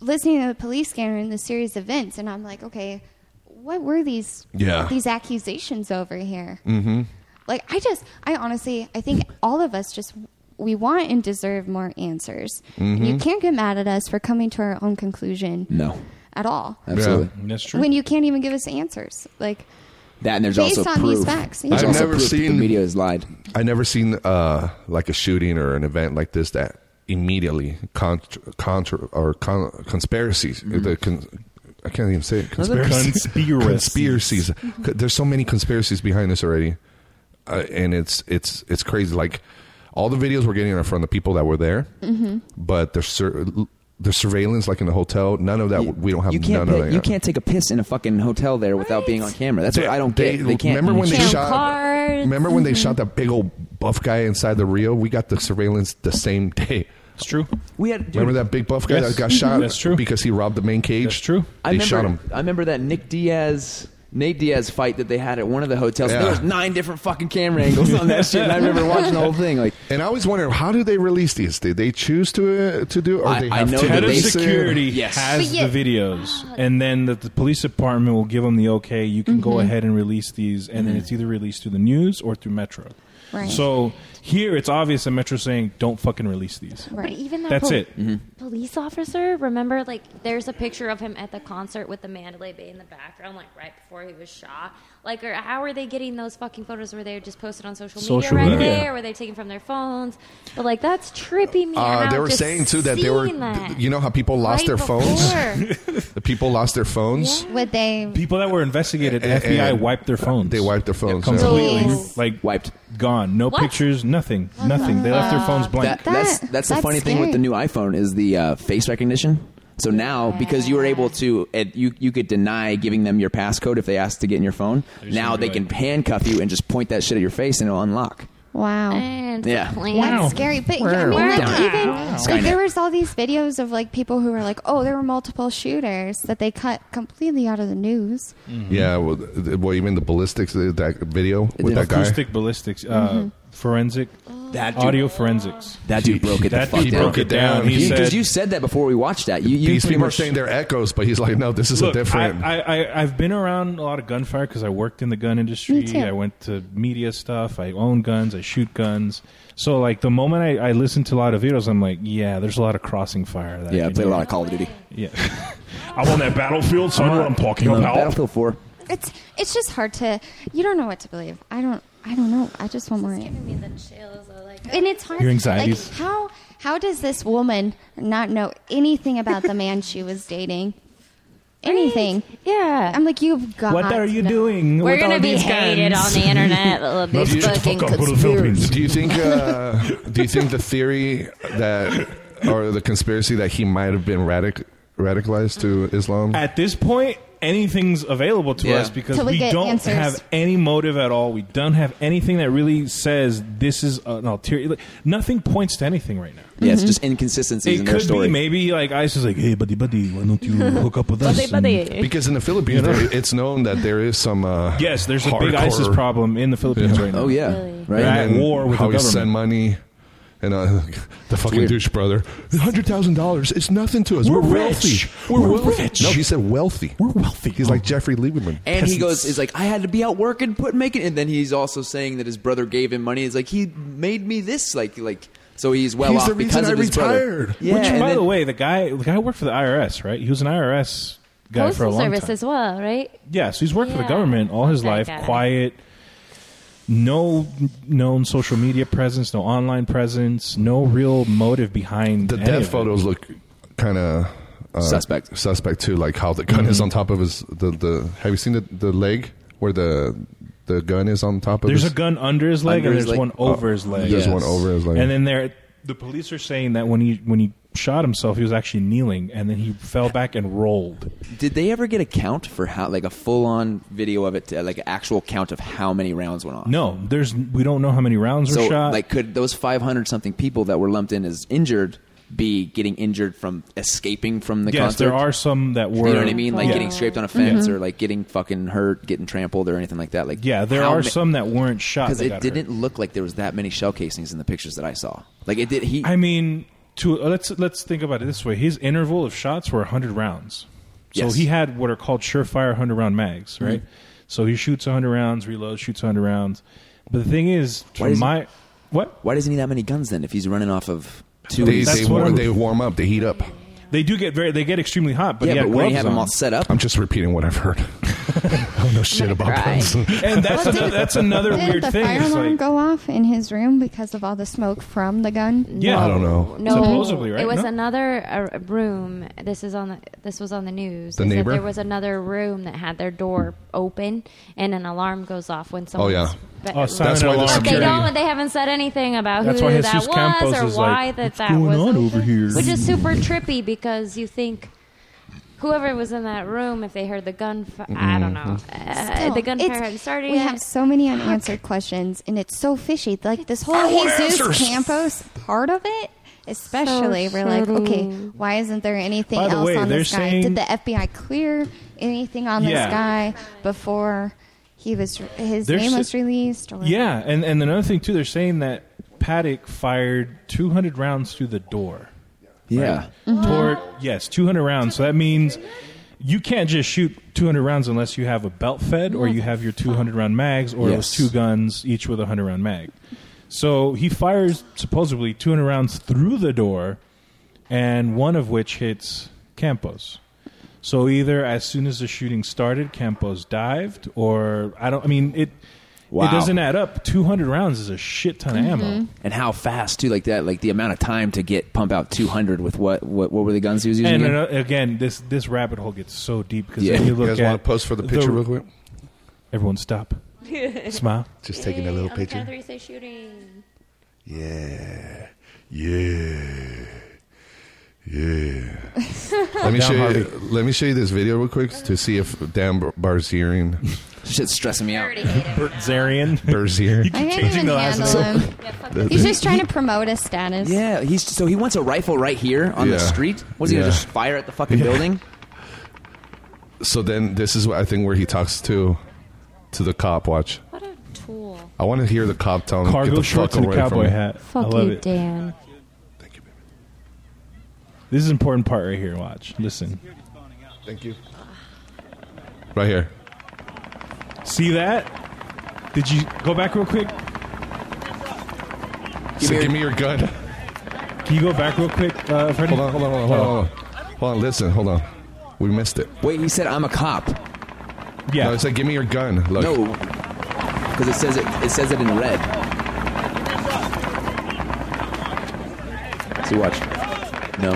listening to the police scanner and the series of events, and I'm like, okay, what were these? Yeah. these accusations over here. Mm-hmm. Like I just, I honestly, I think all of us just. We want and deserve more answers. And you Mhm. can't get mad at us for coming to our own conclusion No, at all absolutely. That's true. when you can't even give us answers. Like, That and there's Based also on proof. these facts, yeah. There's I've also never proof that seen- the media has lied. I never seen uh, like a shooting or an event like this that immediately contra, contra or con, conspiracies. Mm-hmm. The con, I can't even say it. Conspiracies. Conspiracies. Conspiracies. C- There's so many conspiracies behind this already, uh, and it's it's it's crazy. Like all the videos we're getting are from the people that were there, Mhm. but there's sur- the surveillance, like in the hotel. None of that. we don't have You can't. none of pick- that. you yet. can't take a piss in a fucking hotel there without being on camera. That's They- what I don't they- get. They can't. Remember when they Show shot? cards. Remember when they shot that big old buff guy inside the Rio? We got the surveillance the same <laughs> day. It's true. Mm-hmm. We had dude, Remember that big buff guy Yes. that got shot? That's true. Because he robbed the main cage. That's true. I They remember, shot him. I remember that Nick Diaz, Nate Diaz fight that they had at one of the hotels. Yeah. There was nine different fucking camera angles <laughs> on that shit, and I remember watching the whole thing. Like, and I always wonder how do they release these? Did they choose to uh, to do? Or I- they I have know to that Head of release it? security Yes. has But yet- the videos, and then the, the police department will give them the okay. You can go Mhm. ahead and release these, and then it's Mm-hmm. either released through the news or through Metro. Right. So here, it's obvious that Metro's saying, "Don't fucking release these." But even that that's poli- it. Mm-hmm. police officer, remember, like, there's a picture of him at the concert with the Mandalay Bay in the background, like, right before he was shot. Like, or how are they getting those fucking photos? Were they just posted on social, media Social right media. away, or were they taken from their phones? But, like, that's tripping me Uh, out. they were just saying too that they were, seeing that. you know, how people lost Right their phones. before. <laughs> the people lost their phones. <laughs> Would they? People that were investigated, And- FBI and- wiped their phones. They wiped their phones yeah. completely, Jeez. like wiped, gone. No What? pictures, nothing, nothing. They left their phones blank. That, that's That- that's the that's funny thing with scary. the new iPhone is the uh, face recognition. So now, because you were able to, it, you you could deny giving them your passcode if they asked to get in your phone. now they can handcuff you and just point that shit at your face and it'll unlock. Wow. And Yeah. That's scary. But I mean, like, Wow. even Skynet. like, there was all these videos of like people who were like, "Oh, there were multiple shooters," that they cut completely out of the news. Mm. Mm-hmm. Yeah, well, th- well, even the ballistics uh, that video with that guy. acoustic ballistics, uh, Mhm. forensic, That dude- audio forensics. That dude broke it. That the fuck dude broke it down. He because said- you said that before we watched that. You, you These pretty people are much- saying they're echoes, but he's like, no, this is Look, a different. I, I, I, I've been around a lot of gunfire because I worked in the gun industry. Me too. I went to media stuff. I own guns. I shoot guns. So, like, the moment I, I listen to a lot of videos, I'm like, yeah, there's a lot of crossing fire. That yeah, I can played a do. lot of Call of Duty. Yeah. I'm on that battlefield, so I know what I'm talking You know, about. Battlefield Four. It's it's just hard to. You don't know what to believe. I don't. I don't know. I just want more. Giving me the chills. I like, And it's hard. Your anxieties. Like, how how does this woman not know anything about the man she was <laughs> dating? Anything? Yeah. I'm like, you've got. What are you to know. doing? We're with gonna all be these hated guns? on the <laughs> internet. uh, No, These you shut the fucking fuck up, go to the conspiracies. do you think? Uh, do you think the theory that, or the conspiracy that he might have been radic- radicalized to Islam? At this point, anything's available to Yeah. us because Till we we, get don't answers. have any motive at all. We don't have anything that really says this is an ulterior. like, nothing points to anything right now. Yeah, Mm-hmm. it's just inconsistencies in It their could story. be maybe like ISIS, like, hey, buddy, buddy, why don't you hook up with us? Buddy, and- buddy. Because in the Philippines, You know? there, it's known that there is some. Uh, Yes, there's a big hardcore- ISIS problem in the Philippines right now. Oh yeah, right. They're at and war with how the we government. send money. And uh, <laughs> the fucking weird. douche brother, hundred thousand dollars. It's nothing to us. We're, We're wealthy. rich. We're wealthy. rich. No, he said wealthy. We're wealthy. He's like Jeffrey Lieberman. And he goes, he's like, I had to be out working, put making, and then he's also saying that his brother gave him money. He's like, he made me this, like, like, so he's well He's off the reason because I of his brother. retired. Yeah, Which, by and then- the way, the guy the guy worked for the IRS, right? He was an IRS guy for a Postal long service time. as well, right? Yeah, so he's worked for Yeah. the government all his That life, guy. quiet, no known social media presence, no online presence, no real motive behind The any of death it. photos look kind of uh, Suspect. Suspect too, like how the gun is Mhm. on top of his. The, the have you seen the, the leg where the the gun is on top of? There's a his, gun under his leg, Under and his there's leg. one over his leg. Uh, There's one over his leg. And then there, the police are saying that when he when he shot himself, he was actually kneeling, and then he fell back and rolled. Did they ever get a count for how, like, a full-on video of it, to, like, an actual count of how many rounds went off? No, there's we don't know how many rounds so, were shot. like, could those 500 something people that were lumped in as injured be getting injured from escaping from the yes, concert? there are some that were. you know what I mean? Like Yeah. Mm-hmm. getting scraped on a fence Mm-hmm. or like getting fucking hurt, getting trampled or anything like that. Like Yeah, there how are ma- some that weren't shot because that it got didn't look like there was that many shell casings in the pictures that I saw. Like it did. He I mean, to let's let's think about it this way: his interval of shots were 100 rounds, so Yes. Mm-hmm. he had what are called surefire 100 round mags, right? So he shoots 100 rounds, reloads, shoots 100 rounds. But the thing is, Why from does he- my what why doesn't he need that many guns then if he's running off of two? They, That's they, what warm, I'm- they warm up. They heat up. they do get very they get extremely hot, but yeah, he had but when you gloves have them on. all set up, I'm just repeating what I've heard. I don't know <laughs> shit about cry. guns. and that's Well, another, didn't- that's another Didn't weird the thing. fire It's alarm like, go off in his room because of all the smoke from the gun? yeah, I don't know. No, Supposedly, right? It was No? another uh, room. This is on the this was on the news. The is that neighbor? There was another room that had their door open, and an alarm goes off when someone. yeah. Oh, silent That's why the alarm. But they security- don't. They haven't said anything about That's who why that Jesus was Campos or is why like, that "What's that going was on over here?" Which is <laughs> super trippy because you think whoever was in that room, if they heard the gun, <laughs> Mm-hmm. I don't know, uh, Still, the gunfire it's- hadn't started We yet. have so many unanswered questions, and it's so fishy. Like this whole I want Jesus answers. Campos part of it Especially, So we're like, true. okay, why isn't there anything By the else way, on they're this guy? saying- Did the FBI clear anything on Yeah. this guy before he was his They're name sa- was released? Or Yeah, and and another thing too, they're saying that Paddock fired 200 rounds through the door. Yeah. Right? Toward- yes, 200 rounds. So that means you can't just shoot 200 rounds unless you have a belt fed or you have your 200 round mags or it Yes. was two guns each with a 100 round mag. So he fires supposedly 200 rounds through the door and one of which hits Campos. So either as soon as the shooting started, Campos dived, or I don't. I mean, it Wow. it doesn't add up. Two hundred rounds is a shit ton of Mm-hmm. ammo. And how fast too? Like that, like the amount of time to get pump out 200 with what? What, what were the guns he was using? And uh, again? ano- again, this this rabbit hole gets so deep because Yeah. then you You look guys at. wanna post for the picture real quick? <laughs> Everyone, stop. Smile. Just taking a little On the count picture. of three, say shooting. Yeah. <laughs> Yeah. Yeah. Calm let me down, show you. Harvey. Let me show you this video real quick to see if Dan Bar- Barzerian. Shit's stressing me out. <laughs> Berzerian. Berzerian. I can't even handle him. He's just trying to promote his status. Yeah, he's so he wants a rifle right here on the Yeah. street. Was he gonna Yeah. just fire at the fucking Yeah. building? So then, this is what I think where he talks to, to the cop. Watch. What a tool. I want to hear the cop tell him Cargo get the shorts fuck and a away from cowboy me." hat. I Fuck love you, it. Dan. This is an important part right here. Watch. Listen. Thank you. Right here. See that? Did you go back real quick? Give me, give me your gun. Can you go back real quick, uh, Freddie? Hold on, hold on, hold on, hold on, hold on. Hold on, listen, hold on. We missed it. Wait, he said I'm a cop. Yeah. No, it's like give me your gun. Look. No, because it says it. It says it in red. See, watch. No.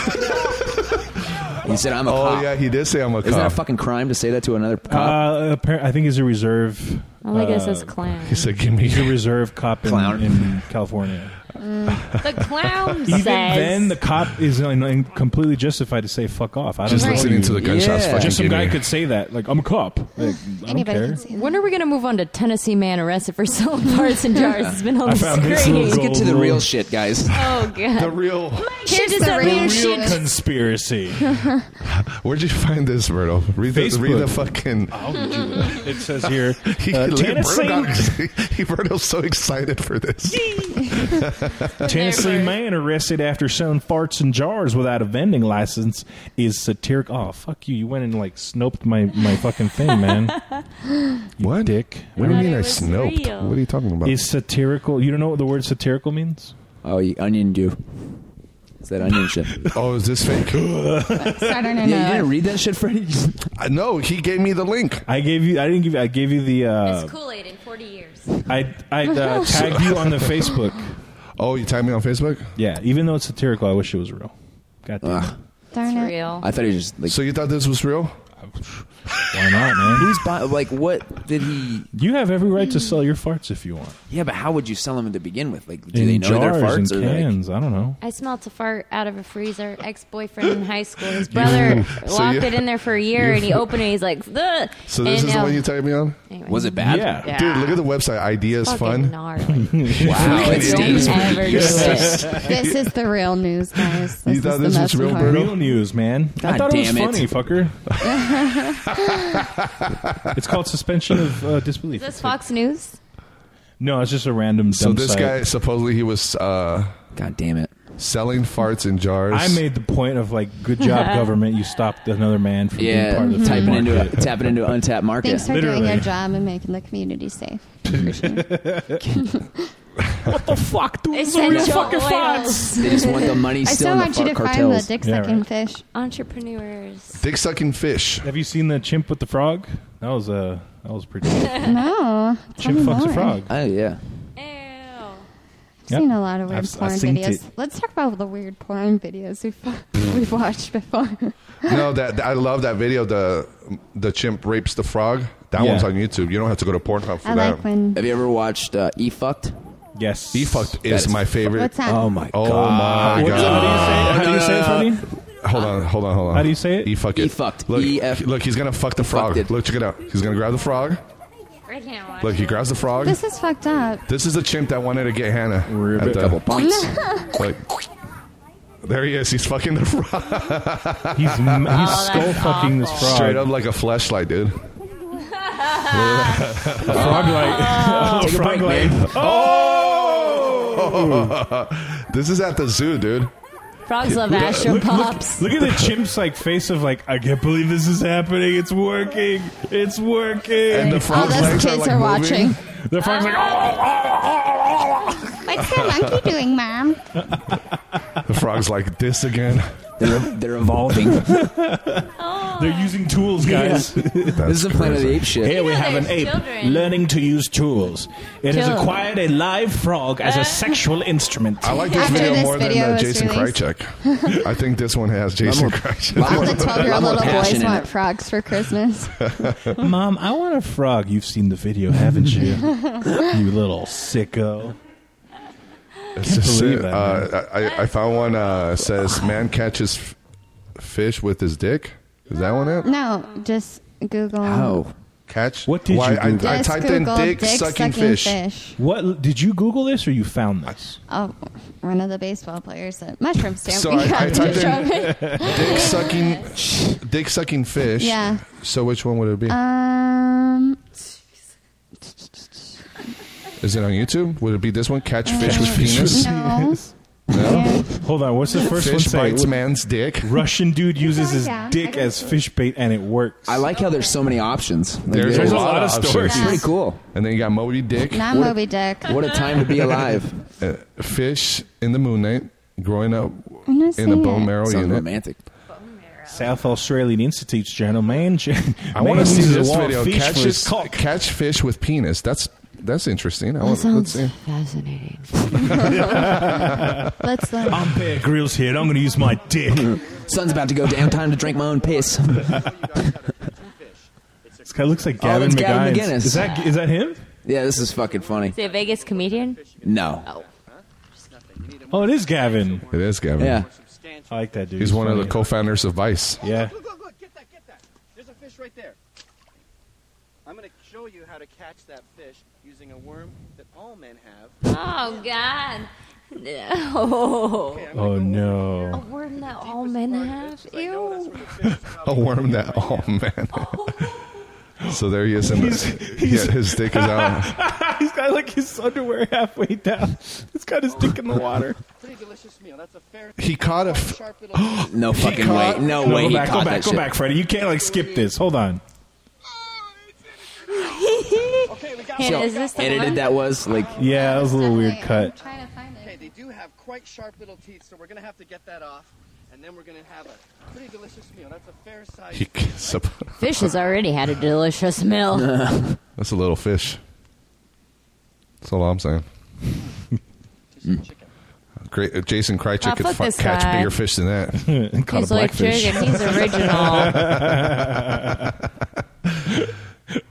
<laughs> he said I'm a Oh, cop. yeah, he did say I'm a Isn't that cop. a fucking crime to say that to another cop? Uh, appar- I think he's a reserve. I think it uh, says clown. <laughs> He said give me He's a your reserve cop in, Clown. in California. Mm. The clown Even says. then, the cop is in- in- completely justified to say "fuck off." I don't Just know listening you. to the gunshots Yeah. fucking Just some give guy me- could say that. Like, I'm a cop. Like, I don't care. When are we going to move on to Tennessee man arrested for <laughs> selling parts and jars? <laughs> It's been on I the found this screen. little Let's get to the Gold. real shit, guys. <laughs> Oh, God. The real. Here's the that real weird shit. shit. Conspiracy. Where'd you find this, Myrtle? Read the, Facebook. read the fucking. it <laughs> says here, <laughs> He, uh, Myrtle Tennessee, got- <laughs> he, Myrtle's so excited for this. Tennessee man arrested after selling farts and jars without a vending license is satiric. Oh fuck you! You went and like snoped my my fucking thing, man. <laughs> <laughs> what? Dick. What do you Thought mean it I was snoped? real. What are you talking about? Is satirical? You don't know what the word satirical means? Oh, you onion do. It's that onion shit. oh, is this <laughs> fake? I don't know. Yeah, you didn't read that shit, <laughs> Freddie. I, Uh, no, he gave me the link. I gave you. I didn't give. you I gave you the. Uh, It's <laughs> Kool Aid in 40 years. I I <laughs> uh, tagged you on the Facebook. Oh, you tagged me on Facebook? Yeah, even though it's satirical, I wish it was real. God damn. it. Darn it. Real. Ah, I thought he was just like. So you thought this was real? <laughs> Why not, man? Who's buy, like what did he? You have every right to sell your farts if you want. Yeah, but how would you sell them to begin with? Like, do in they know jars their farts? and or like- cans. I don't know. I smelt a fart out of a freezer. Ex boyfriend in high school. <laughs> His brother So locked you- it in there for a year, you- and he opened it. He's like, Ugh. So this and is the now- <laughs> one you tagged me on? Anyway. was it bad? Yeah. Yeah. Dude, look at the website. Idea is Fucking fun. <laughs> gnarly. Wow, Don't it's dangerous. ever do This, it. <laughs> this is the real news, guys. This You thought is the this was most real, important. Bruno? <laughs> Real news, man. I God thought it was damn it. funny, fucker. it's called suspension of uh, disbelief. Is this Fox News? no, it's just a random. So dumb this site. guy supposedly he was uh, God damn it! selling farts in jars. I made the point of like, good <laughs> job, government. You stopped another man from being Yeah, part of the free typing into market. a, tapping into an untapped market. Thanks for Literally. doing your job and making the community safe. <laughs> what the fuck, dude? These are real Essential fucking oils. they just want the <laughs> money I still still in the want you to fuck find the cartels. dick Yeah, sucking right. fish. Entrepreneurs. dick sucking fish. Have you seen the chimp with the frog? That was uh, that was <laughs> pretty. No, tell chimp me fucks a more. frog. Oh yeah, Ew. I've Yep. seen a lot of weird I've- I've porn seen videos. it. Let's talk about the weird porn videos we've <laughs> we've watched before. No, that, that- I love that video. The the chimp rapes the frog. That Yeah. one's on YouTube. You don't have to go to Pornhub for I that. like when have you ever watched uh, E Fucked? Yes, E fucked That is is- my favorite. what's that? my Oh my What- god! How do you say it? How do you say it, Freddie? Hold on, hold on, hold on. How do you say it? E fuck it. E fucked. Look, Uh, E F- look, he's gonna fuck the frog. fucked it. Look, check it out. He's gonna grab the frog. freaking watch Look, he grabs the frog. This is fucked up. This is the chimp that wanted to get Hannah. Rip it. Couple points. <laughs> points. there he is. He's fucking the <laughs> frog. he's <laughs> m- he's Oh, skull that's fucking this awful. frog. Straight up like a flashlight, <laughs> dude. frog <laughs> light. Take a Frog break, light. Oh! man. Oh! <laughs> this is at the zoo, dude. Frogs love Look- Astro look- Pops. Look, at the chimp's like face of like I can't believe this is happening. It's working. It's working. And the All frog's those legs are, kids like, are moving. watching. The frog's "Oh, like Ah. What's the monkey doing, <laughs> mom? The frog's like this again. They're, they're <laughs> evolving. They're using tools, "Oh, <laughs> guys. Yeah. This is a Planet of the Apes shit. Here we You know have an there's ape children. <laughs> <laughs> learning to use tools. It has Children. acquired a live frog as a sexual instrument. I like this After video this more video than uh, was Jason released. Krychek. I think this one has Jason <laughs> more- Krychek. lot All the 12 year old more little passion boys in want it. frogs for Christmas. <laughs> Mom, I want a frog. You've seen the video, haven't you? <laughs> you little sicko. It's Can't just- believe that, uh, I, I- I found one uh, says man catches f- fish with his dick. Is that one it? no, just Google. Catch? What did Why, you Google? I, I Just typed in Google dick, sucking, fish. What did you Google this or you found this? Oh, one of the baseball players at mushroom So stamping I, I typed in competition. dick sucking, dick sucking fish. Yeah. Uh, So which one would it <laughs> be? Um, Is it on YouTube? Would it be this one? Catch fish with penis. no. No? Hold on, what's the first fish one say? bites What- man's dick. Russian dude uses his Yeah, I dick guess as fish bait and it works. I like how there's so many options. Like, There's, There's a a lot, lot of of options. stories. It's pretty cool. And then you got Moby Dick. Not What- Moby Dick. What a time <laughs> to be <laughs> alive. Uh, fish in the moon night, growing up I'm not in a seeing bone it. marrow Sounds unit. romantic. South Australian Institute's journal, man. I want to see this video. Fish Catch, for his his- cock. catch fish with penis. That's that's interesting. I That want, sounds let's see. fascinating. Let's learn. I'm Bear Grylls here, and I'm going to use my dick. <laughs> Sun's about to go down. Time to drink my own piss. This guy looks like Gavin, oh, that's Gavin McGuinness. McGinnis. Is that is that him? Yeah, this is fucking funny. Is he a Vegas comedian? No. Oh. Oh, it is Gavin. It is Gavin. Yeah. I like that dude. He's one of the funny. co-founders of Vice. <laughs> Yeah. Look, look, look, get that, get that. There's a fish right there. I'm going to show you how to catch that fish using a worm that all men have. <laughs> Oh God. <laughs> No. Oh A no. worm that all men have. Ew. A worm that. Oh <laughs> man. so there he is. In the, yeah, his dick is <laughs> out. <laughs> He's got like his underwear halfway down. He's got his dick in the water. Pretty delicious meal. That's a fair. He caught a. F- Sharp little. <gasps> No fucking way. No, way. go he back, caught go that back, go shit. back, Freddie. You can't like skip this. Hold on. <laughs> Okay, we got See how Hannah, is this the edited one? that was like. Yeah, that was a little weird cut. trying to find Okay, they do have quite sharp little teeth, so we're going to have to get that off. And then we're going to have a pretty delicious meal. That's a fair size. he, Fish has already had a delicious <laughs> meal. <laughs> <laughs> that's a little fish. That's all I'm saying. to some chicken. Great. uh, Jason Krychek Ah, could fuck fu- this catch guy. bigger fish than that. <laughs> Caught a He's like blackfish. Jig and he's original.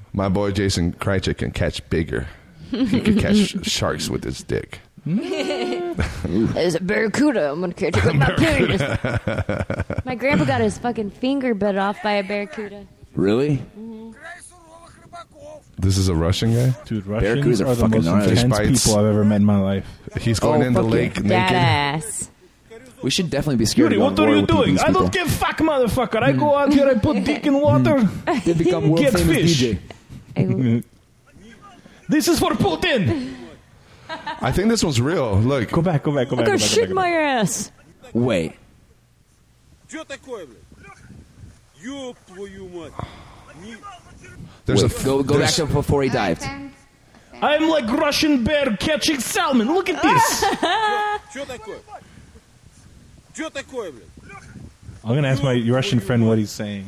<laughs> My boy Jason Krychek can catch bigger. He <laughs> could catch sharks with his dick. There's a barracuda. I'm gonna catch it with my penis. <laughs> <laughs> My grandpa got his fucking finger bit off by a barracuda. Really? <laughs> This is a Russian guy. Dude, Barracudas Russians are are, the fucking most gnarly. intense Bites. people I've ever met in my life. He's going Oh, in the fuck lake That naked. ass. We should definitely be scared. of going to war with these people. give fuck, motherfucker. I Mm. go out here, I put dick <laughs> in water. They become world Get famous fish. DJ. <laughs> this is for Putin. I think this one's real. Look, Go back, go back, go I'm gonna back. go back, go back, shit go my back. ass. Wait. there's Wait, a f- go go back there's- to before he dived. I'm like Russian bear catching salmon. Look at <laughs> this. I'm gonna ask my Russian friend what he's saying.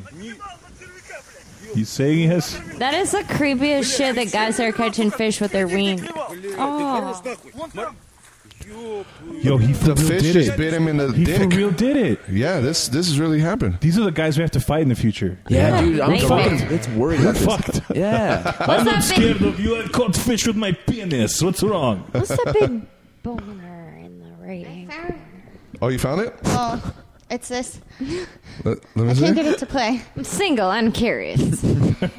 He's saying he has. That is the creepiest shit that guys are catching fish with their wing. Oh. Yo, he for the real fish did just it. bit him in the He for dick. real did it. Yeah, this this has really happened. These are the guys we have to fight in the future. Yeah, dude, I'm Nightmare. fucking. It's worried about this. Fucked. <laughs> Yeah. What's I'm not that big? scared of you. I caught fish with my penis. What's wrong? What's that big boner in the right hand? Oh, you found it? Oh, it's this. <laughs> Let, let me I see. can't get it to play. I'm single. I'm curious. <laughs>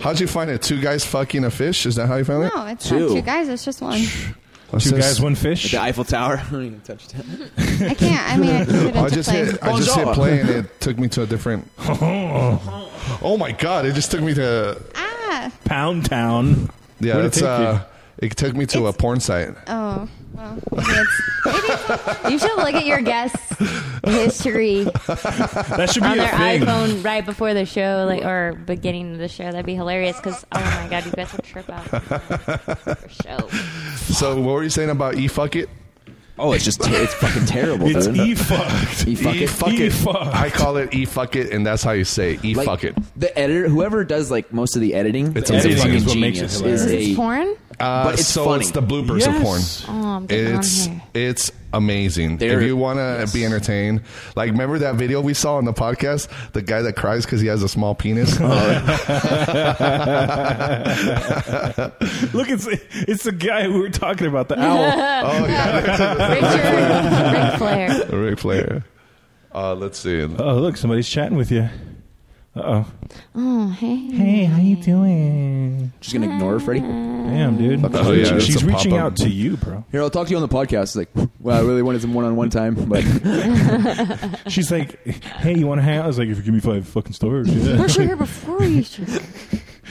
How'd you find it? Two guys fucking a fish? Is that how you found it? No, it's not two guys. It's just one. Two guys, one fish. The Eiffel Tower. <laughs> I don't even touch that. I can't. I mean, <laughs> I could Oh, I have just just like. hit, I just hit play and it took me to a <laughs> different. Oh, my god! It just took me to Ah. Pound Town. Yeah, Where'd it that's take you? uh, it took me to a porn site. Oh. <laughs> Well, You should look at your guests' history <laughs> That should be on a their thing. iPhone right before the show, like or beginning of the show. That'd be hilarious because oh my god, you guys would trip out. show. So what were you saying about e fuck it? Oh, it's just it's fucking terrible. It's dude. e-fucked. E fuck it. fuck it. I call it e fuck it, and that's how you say it. e Like, fuck it. The editor, whoever does like most of the editing, It's is a amazing. fucking Is what makes it genius. hilarious. Is Is a- it Porn? Uh, But it's so funny. it's the bloopers Yes. of porn. Oh, I'm getting on it's here. it's amazing. There- if you want to be entertained, like remember that video we saw on the podcast, the guy that cries because he has a small penis. <laughs> Look, it's it's the guy we were talking <laughs> about, the <laughs> owl. Ric Flair. Ric Flair. Uh, let's see. Oh, look, somebody's chatting with you. Uh oh. Oh hey. Hey, how you doing? Just gonna ignore her, Freddie. Damn, dude. Oh, yeah, it's She's a reaching pop-up. out to you, bro. Here, I'll talk to you on the podcast. It's like, well, I really wanted some one-on-one time, but She's like, hey, you want to hang out? I was like, if you give me five fucking stars, yeah. <laughs> weren't you here before you?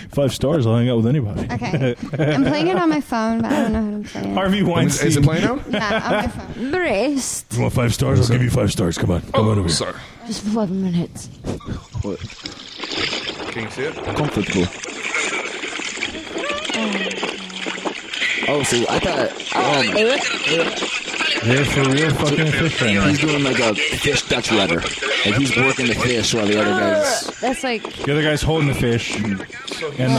five stars, I'll hang out with anybody. Okay. I'm playing it on my phone, but I don't know how to play it. <laughs> Harvey Weinstein. Is it playing now? Nah, on my phone. Brace. <laughs> You want five stars? I'll give you five stars. Come on. Come on over here. Sorry. Just for five minutes. Can you see it? comfortable. Oh, so I thought. <laughs> Oh, my- They're for real fucking fish right now. he's doing like a fish Dutch lever. Like he's working the fish while the other Oh. guys. That's like The other guy's holding the fish, and the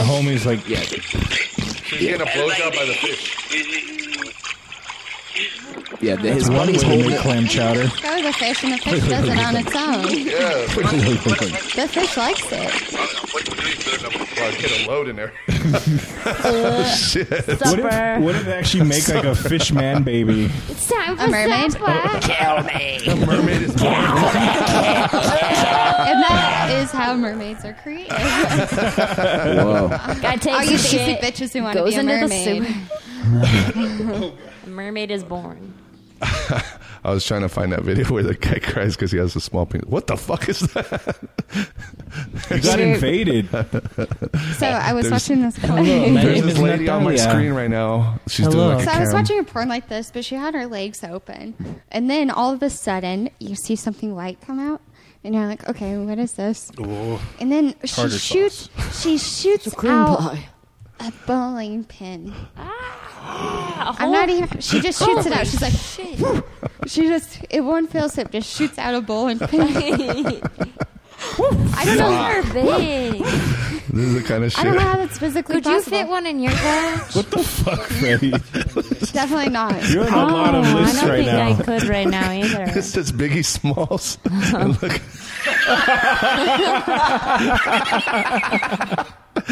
homie's like, Yeah, She's getting a blowjob by the fish. yeah. the- His it's one way buddy's to holding. make clam <laughs> chowder. Go the fish, and the fish does it on its own. The fish likes it. <laughs> Wow, get a load in there. <laughs> <laughs> Shit. What if, supper. what if they actually make like a fish man baby? It's time for A mermaid? supper. Mermaid is And that is how mermaids are created. Whoa. Gotta take All some you lazy shit. bitches who want to Goes be a into mermaid. the sewer. <laughs> A mermaid is born. I was trying to find that video where the guy cries because he has a small penis. What the fuck is that? You got Dude. <laughs> invaded. So I was There's- watching this porn. My There's name this is lady on my Natalia. screen right now. She's Hello. Oh. doing like a So I was cam. watching a porn like this, but she had her legs open. And then all of a sudden, you see something light come out. And you're like, okay, what is this? And then she Tartar shoots. She shoots out a bowling pin. Ah. I'm not even. She just shoots it out. She's like, "Whew." she just it one fell sip just shoots out a bowling <laughs> pin. I don't know. Those are big. This is the kind of I don't know <laughs> shit. how that's physically Could you possible. fit one in your glass? What the fuck, Freddy? Definitely not. <laughs> You're on a lot of Oh, I lists don't right think now. I could right now either. This is Biggie Smalls. <laughs> And look,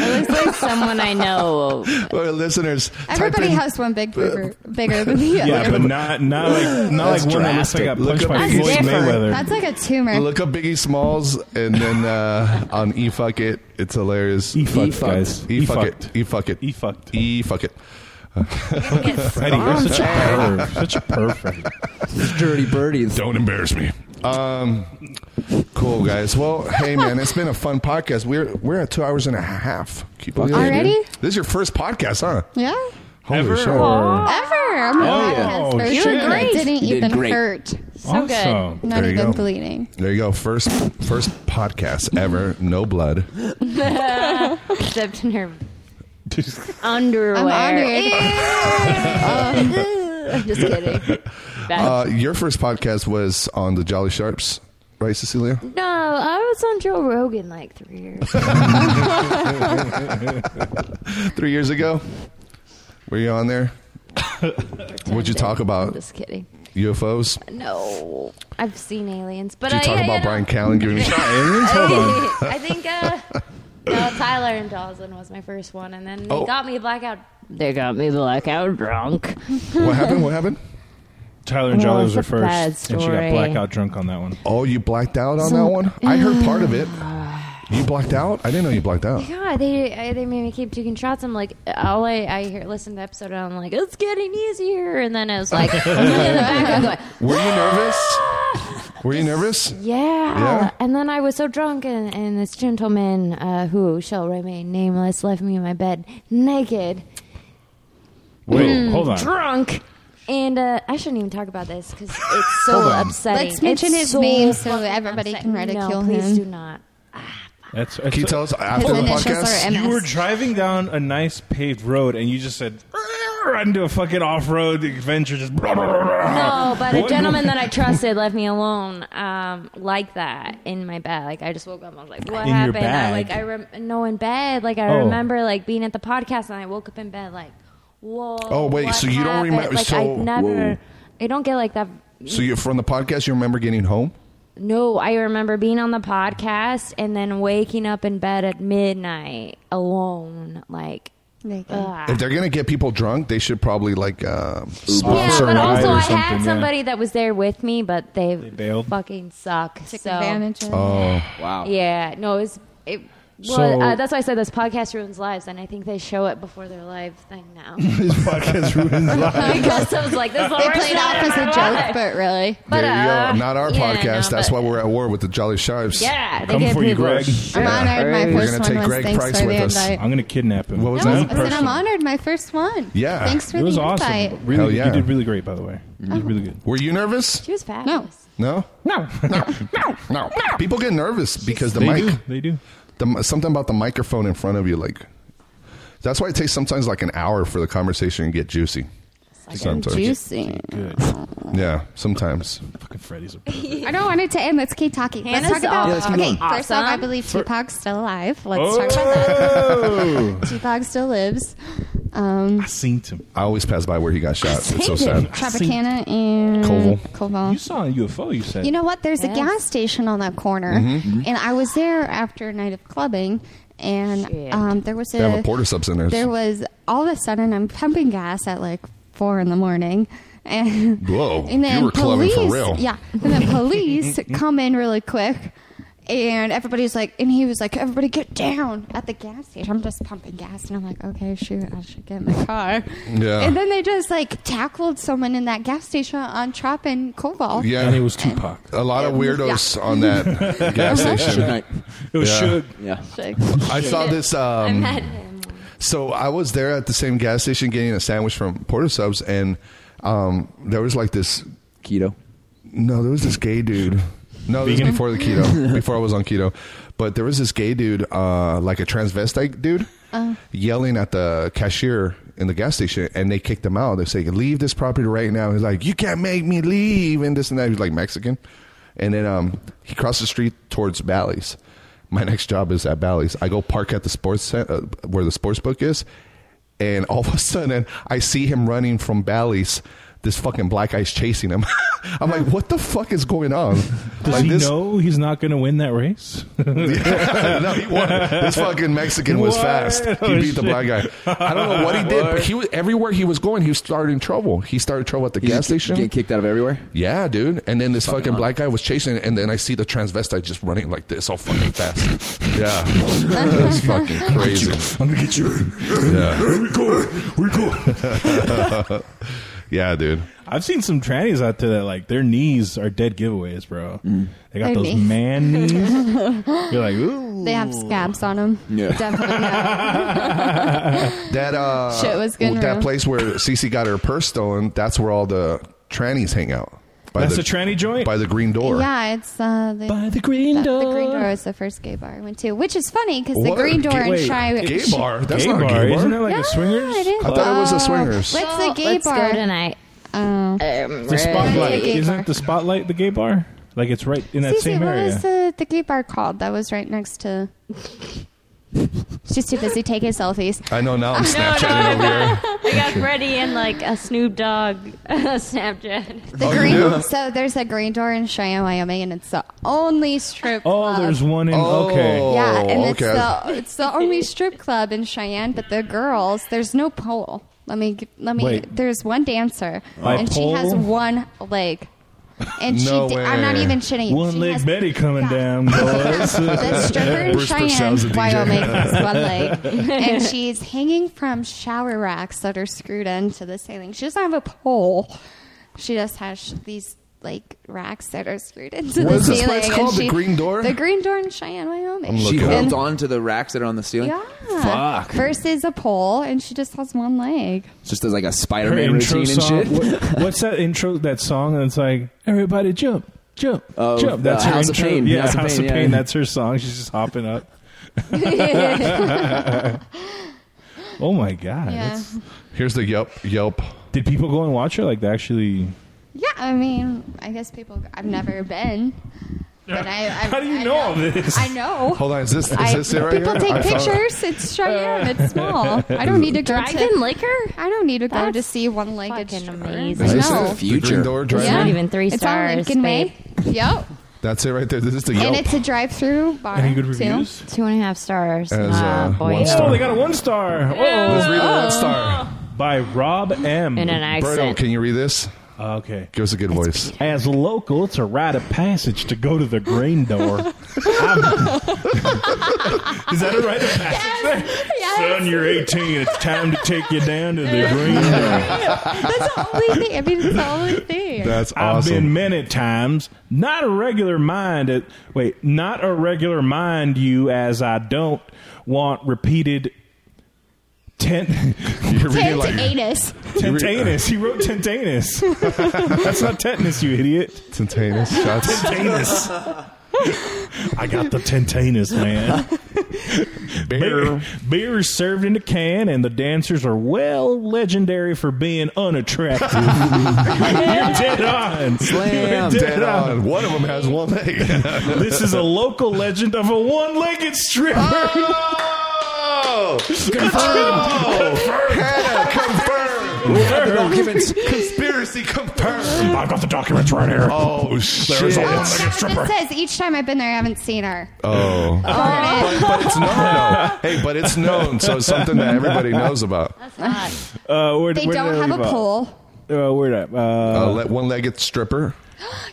It looks like someone I know. for our listeners, type Oh, Everybody in- has one big bigger, bigger than the other. Yeah, but not not like not like one that looks like I got Look punched up by That's Floyd different. Mayweather. That's like a tumor. Look up Biggie Smalls and then uh, on E Fuck It. It's hilarious. E Fuck fucked, guys. E Fuck E-fucked. It. E Fuck It. E fucked. E Fuck It. Freddy, you're such a perv. Such a perv, Freddy. Dirty birdies. Don't embarrass me. Um, cool guys. Well, hey man, it's been a fun podcast. We're we're at two hours and a half. Keep believing it, Already? dude. This is your first podcast, huh? yeah. Holy Ever shit! or- Ever. I'm a Oh, podcast yeah. person. You were great. It didn't You did even great. hurt. So good. Awesome. Not There you even go. bleeding. There you go. First first podcast ever. <laughs> No blood. <laughs> Except in her underwear. I'm honored. Ew. <laughs> I'm just <laughs> kidding. That- Uh, your first podcast was on the Jolly Sharps, right, Cecilia? no, I was on Joe Rogan like three <laughs> years. ago. Three years ago. Were you <laughs> on there? What'd you talk I'm about? just kidding. UFOs? No, <laughs> I've seen aliens, but Did you I, talk I, about I <laughs> Brian Callen giving you I, I think uh, no, Tyler and Dawson was my first one, and then they Oh. got me blackout. <laughs> They got me blackout drunk. <laughs> What happened? What happened? Tyler and Well, Jolly it's was her a bad first, and she got story. blackout drunk on that one. <sighs> Oh, you blacked out on that one? I heard part of it. You blacked out? I didn't know you blacked out. Yeah, they I, they made me keep taking shots. I'm like, all I, I hear listen to the episode, and I'm like, it's getting easier. And then it was <laughs> like, <laughs> I'm in the back, I'm going, Were you nervous? Were you nervous? yeah. Yeah? And then I was so drunk, and, and this gentleman uh, who shall remain nameless left me in my bed naked. Wait, Mm, hold on. Drunk. And uh, I shouldn't even talk about this because it's so Hold on. upsetting. Let's mention It's his so name so fucking everybody can upsetting. ridicule no, please him. do not. That's, Can you tell us after the podcast? You were driving down a nice paved road and you just said, "Rrrr," into a fucking off road adventure. Just No, <laughs> no, but a gentleman that I trusted left me alone um, like that in my bed. Like I just woke up and I was like, "What In your happened?" I bag? like I rem- no in bed. Like I Oh. remember like being at the podcast and I woke up in bed like, "Whoa!" Oh, wait, what so you don't happened?" remember- Like so- I never. Whoa. I don't get like that. So you from the podcast, you remember getting home? No, I remember being on the podcast and then waking up in bed at midnight alone, like. ugh. If they're gonna get people drunk, they should probably like uh, Yeah, sponsor but a ride also or I something, had yeah. somebody that was there with me, but they, bailed? fucking suck. Took so. advantage of Oh. Wow. Yeah, no, it's it. Well, So- uh, that's why I said this podcast ruins lives, and I think they show it before their live thing <laughs> now. This <laughs> podcast ruins lives. because <laughs> I was like, this is the They worst played night off of as my a life. joke, but really. But, there you uh, go. Not our yeah, podcast. no, but- That's why we're at war with the Jolly Sharps. Yeah, they Come get for you, people- Greg. I'm honored my we're first gonna one take was Greg thanks Price for with the us. invite. I'm gonna kidnap him. What was No, that? I said I'm honored. My first one. Yeah. Thanks for it was the awesome. invite. Oh. Really, Hell yeah. you did really great, by the way. You did really good. Were you nervous? She was fabulous. No. No. <laughs> No. People get nervous because the They mic. do. They do. The, mi- something about the microphone in front of you, like. That's why it takes sometimes like an hour for the conversation to get juicy. Sometimes. Juicy. Good. <laughs> Yeah, sometimes. Fucking Freddy's a I don't want it to end. Let's keep talking. Hannah's Let's talk about Yeah, let's move okay. on. Oh. First off, I Awesome. believe For- Tupac's still alive. Let's talk Oh! about that. Tupac still lives. Um, seen him. <laughs> I always pass by where he got shot. It's so seen him. sad. Tropicana and Koval. Koval. You saw a UFO. You said. You know what? There's a Yes. gas station on that corner, Mhm. Mhm. and I was there after a night of clubbing, and um, there was a, They have a porta subs in there. There was all of a sudden I'm pumping gas at like four in the morning, <laughs> and Whoa, and then you were clubbing police, for real. yeah, and then police come in really quick. And everybody's like, and he was like, everybody get down at the gas station. I'm just pumping gas. And I'm like, okay, shoot, I should get in my car. Yeah. And then they just like tackled someone in that gas station on Trop and Cobalt. Yeah, and it was Tupac. A lot of weirdos Yeah. <laughs> on <laughs> that gas station. Suge Knight. It was Suge. Yeah. I saw this. Um, So I was there at the same gas station getting a sandwich from Porta Subs, and um, there was like this keto. No, there was this gay dude. No, this was Vegan? before the keto. <laughs> before I was on keto, but there was this gay dude, uh, like a transvestite dude, yelling at the cashier in the gas station, and they kicked him out. They say, "Leave this property right now." He's like, "You can't make me leave," and this and that. He's like Mexican, and then um, he crossed the street towards Bally's. My <laughs> next job is at Bally's. I go park at the sports center, uh, where the sports book is, and all of a sudden I see him running from Bally's. This fucking black guy's chasing him. <laughs> I'm like, what the fuck is going on? Does like he this, know he's not going to win that <laughs> race? <laughs> no, he won. <laughs> This fucking Mexican was What? <laughs> fast. He Oh, beat the shit. black guy. I don't know what he did, but he was everywhere he was going. He was starting trouble. He started trouble at the gas station. Getting kicked out of everywhere. yeah, dude. And then this Fucking fucking, hot. black guy was chasing, it, and then I see the transvestite just running like this, all fucking <laughs> fast. Yeah, <laughs> it's fucking crazy. I'm gonna get you. Yeah, <laughs> we go. <laughs> We go. yeah, dude. I've seen some trannies out there that like their knees are dead giveaways, bro. Mm. They got Their those knees. man <laughs> knees. You're like, ooh, They have scabs on them. Yeah. Definitely. That uh, Shit was getting that real. place where Cece got her purse stolen. That's where all the trannies hang out. By that's the, a tranny joint. by the green door. Yeah, it's uh, the, By the green that- The door. Green Door is the first gay bar I went to, which is funny because the What? Green Door Gay- in Shy. Gay bar? That's Gay not bar. a gay bar. Isn't that like No, a swingers? it is. Uh, I thought it was a swingers. What's the gay Let's bar? go tonight. Oh. Um, The spotlight. Gay Isn't bar. the spotlight the gay bar? Like it's right in that Cece, same what area. was the, the gay bar called that was right next to? She's too busy taking selfies. I know now I'm no, Snapchatting no. over I here. got Freddie and like a Snoop Dogg <laughs> Snapchat. The Oh, you do? green. So there's a green door in Cheyenne, Wyoming, and it's the only strip. oh, club. there's one in. Okay. Yeah, and Oh, it's okay. the it's the only strip club in Cheyenne. But the girls, there's no pole. Let me let me. Wait. There's one dancer, By and she has pole? one leg. And No she, di- I'm not way. even shitting. you. One she leg has Betty coming down, boys. <laughs> the <laughs> stripper in Cheyenne, Wyoming, is one leg, <laughs> <laughs> and she's hanging from shower racks that are screwed into the ceiling. She doesn't have a pole; she just has sh- these like racks that are screwed into What the is this ceiling. place and called? The she- Green Door? The Green Door in Cheyenne, Wyoming. She And- holds on to the racks that are on the ceiling. Yeah. Fuck. Versus a pole, and she just has one leg. Just as like a Her Spider-Man intro routine and song. shit. what- what's that intro? That song? And it's like everybody jump, jump, Oh, jump. That's uh, her House of intro. Pain. Yeah, House of Pain, yeah. That's her song. She's just <laughs> hopping up. oh my god! Yeah. Here's the yelp. Yelp. Did people go and watch her? Like they actually? Yeah, I mean, I guess people. I've never been. But I, I, <laughs> How do you know all this? I know. Hold on, is this is I- this it right people here? take I found- pictures. It's Cheyenne. <laughs> It's small. I don't need to go Dragon to liquor. I don't need to go to see one legged. Fucking amazing. Is this I know. it? The Green Door Yeah. Drive? it's on Lincoln Way. Yep. That's it right there. This is the And Yelp. it's a drive-through bar. Any good too. reviews? Two and a half stars. As, Ah, uh, boy. one star. Oh, they got a one star. Yeah. Oh, Let's read the one star. <laughs> by Rob M. In an accent. Berto, can you read this? Okay. Give us a good voice. As a local, it's a rite of passage to go to the green door. I'm- Is that a rite of passage? Son, you're 18. It's time to take you down to the green door. That's the only thing. I mean, it's the only thing. I've been many times. Not a regular mind. At, wait, not a regular mind. You, as I don't want repeated. Tent, <laughs> you're Tent <laughs> anus. Tentanus. He wrote tentanus. That's not tetanus, you idiot. Tentanus <laughs> shots. Tentanus. I got the <laughs> tentanus, man. Beer. Beer is served in a can, and the dancers are well legendary for being <laughs> unattractive. You're dead on. Slam. You're Dead on. One of them has one leg. This <laughs> is a local legend of a one-legged stripper. Oh! Confirmed. Hannah, confirmed. We have the documents. Conspiracy confirmed. I've got the documents right here. Oh shit! a It says each time I've been there, I haven't seen her. Oh. But, but it's known, though. Hey, but it's known, so it's something that everybody knows about. Uh, where, They where don't did I have leave a off? pole. Uh, where did I? Uh, Uh, let one-legged stripper.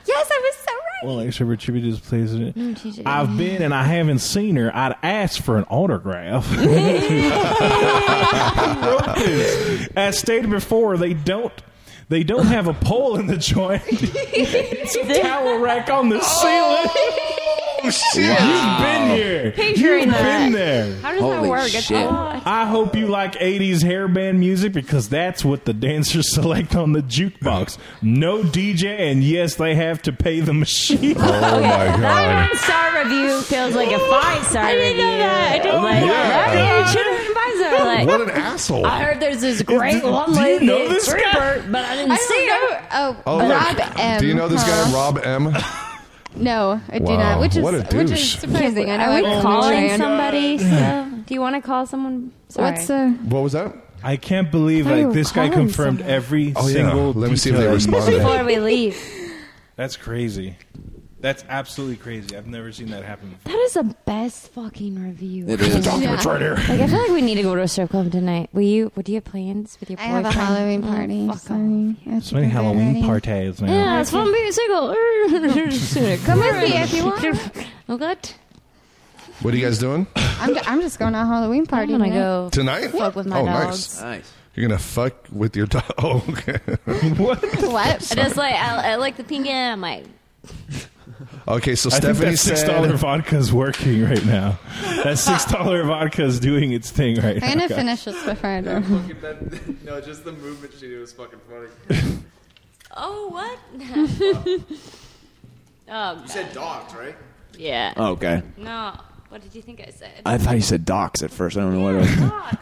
Yes, I was so right. Well, extra attributed his place in Mm, it. No, she didn't. I've been and I haven't seen her. I'd ask for an <laughs> autograph. <laughs> Wrote this. As stated before, they don't. They don't have a pole in the joint. <laughs> it's a towel rack on the ceiling. Oh shit! You've been here. Picturing You've that. been there. How does that Holy work? It's shit. a lot. I hope you like 80s hairband music because that's what the dancers <laughs> select on the jukebox. No DJ, and yes, they have to pay the machine. Oh my That god! one star review feels like a five star review. Oh, I didn't know that. I didn't like, know that. Right? It should have been five star. Like, What an asshole! I heard there's this great do you one <laughs> lady know this guy? stripper, but I didn't I see don't her. know. Oh, Oh, look. Rob M. Do you know this guy, huh? Rob M? No, I do Wow, not. Which is what a which is douche. surprising. I know Are we it's calling Cheyenne. somebody? still? Do you want to call someone? Sorry. What's uh, What was that? I can't believe I thought you like were this guy calling confirmed someone. every Oh, yeah. single. Let me see if they detail. responded. before <laughs> we leave? That's crazy. That's absolutely crazy. I've never seen that happen. before. That is the best fucking review. It is. It's right here. Like I feel like we need to go to a strip club tonight. Will you? What do you have plans with your I have a boyfriend? Halloween Oh, party. fuck so off. I So many think I'm Halloween ready. parties now. Yeah, it's fun being single. <laughs> Come with on. me if you <laughs> want. Oh God, What are you guys doing I'm, ju- I'm just going to a Halloween I'm party. gonna tonight. go. tonight? Fuck with my oh, dogs. nice. Nice. You're gonna fuck with your dog. <laughs> Oh, okay. <laughs> What? I just like I, I like the pink and I'm like Okay, so I think Stephanie that six dollar said. <laughs> vodka is working right now. That six dollar vodka is doing its thing right I'm now. going to finish this before I go. <laughs> no, just the movement she did was fucking funny. oh what? oh <laughs> God. You said dogs, right? Um, yeah. <laughs> Oh, Okay. No, what did you think I said? I thought you said <laughs> docs <laughs> at first. I don't know what. It was.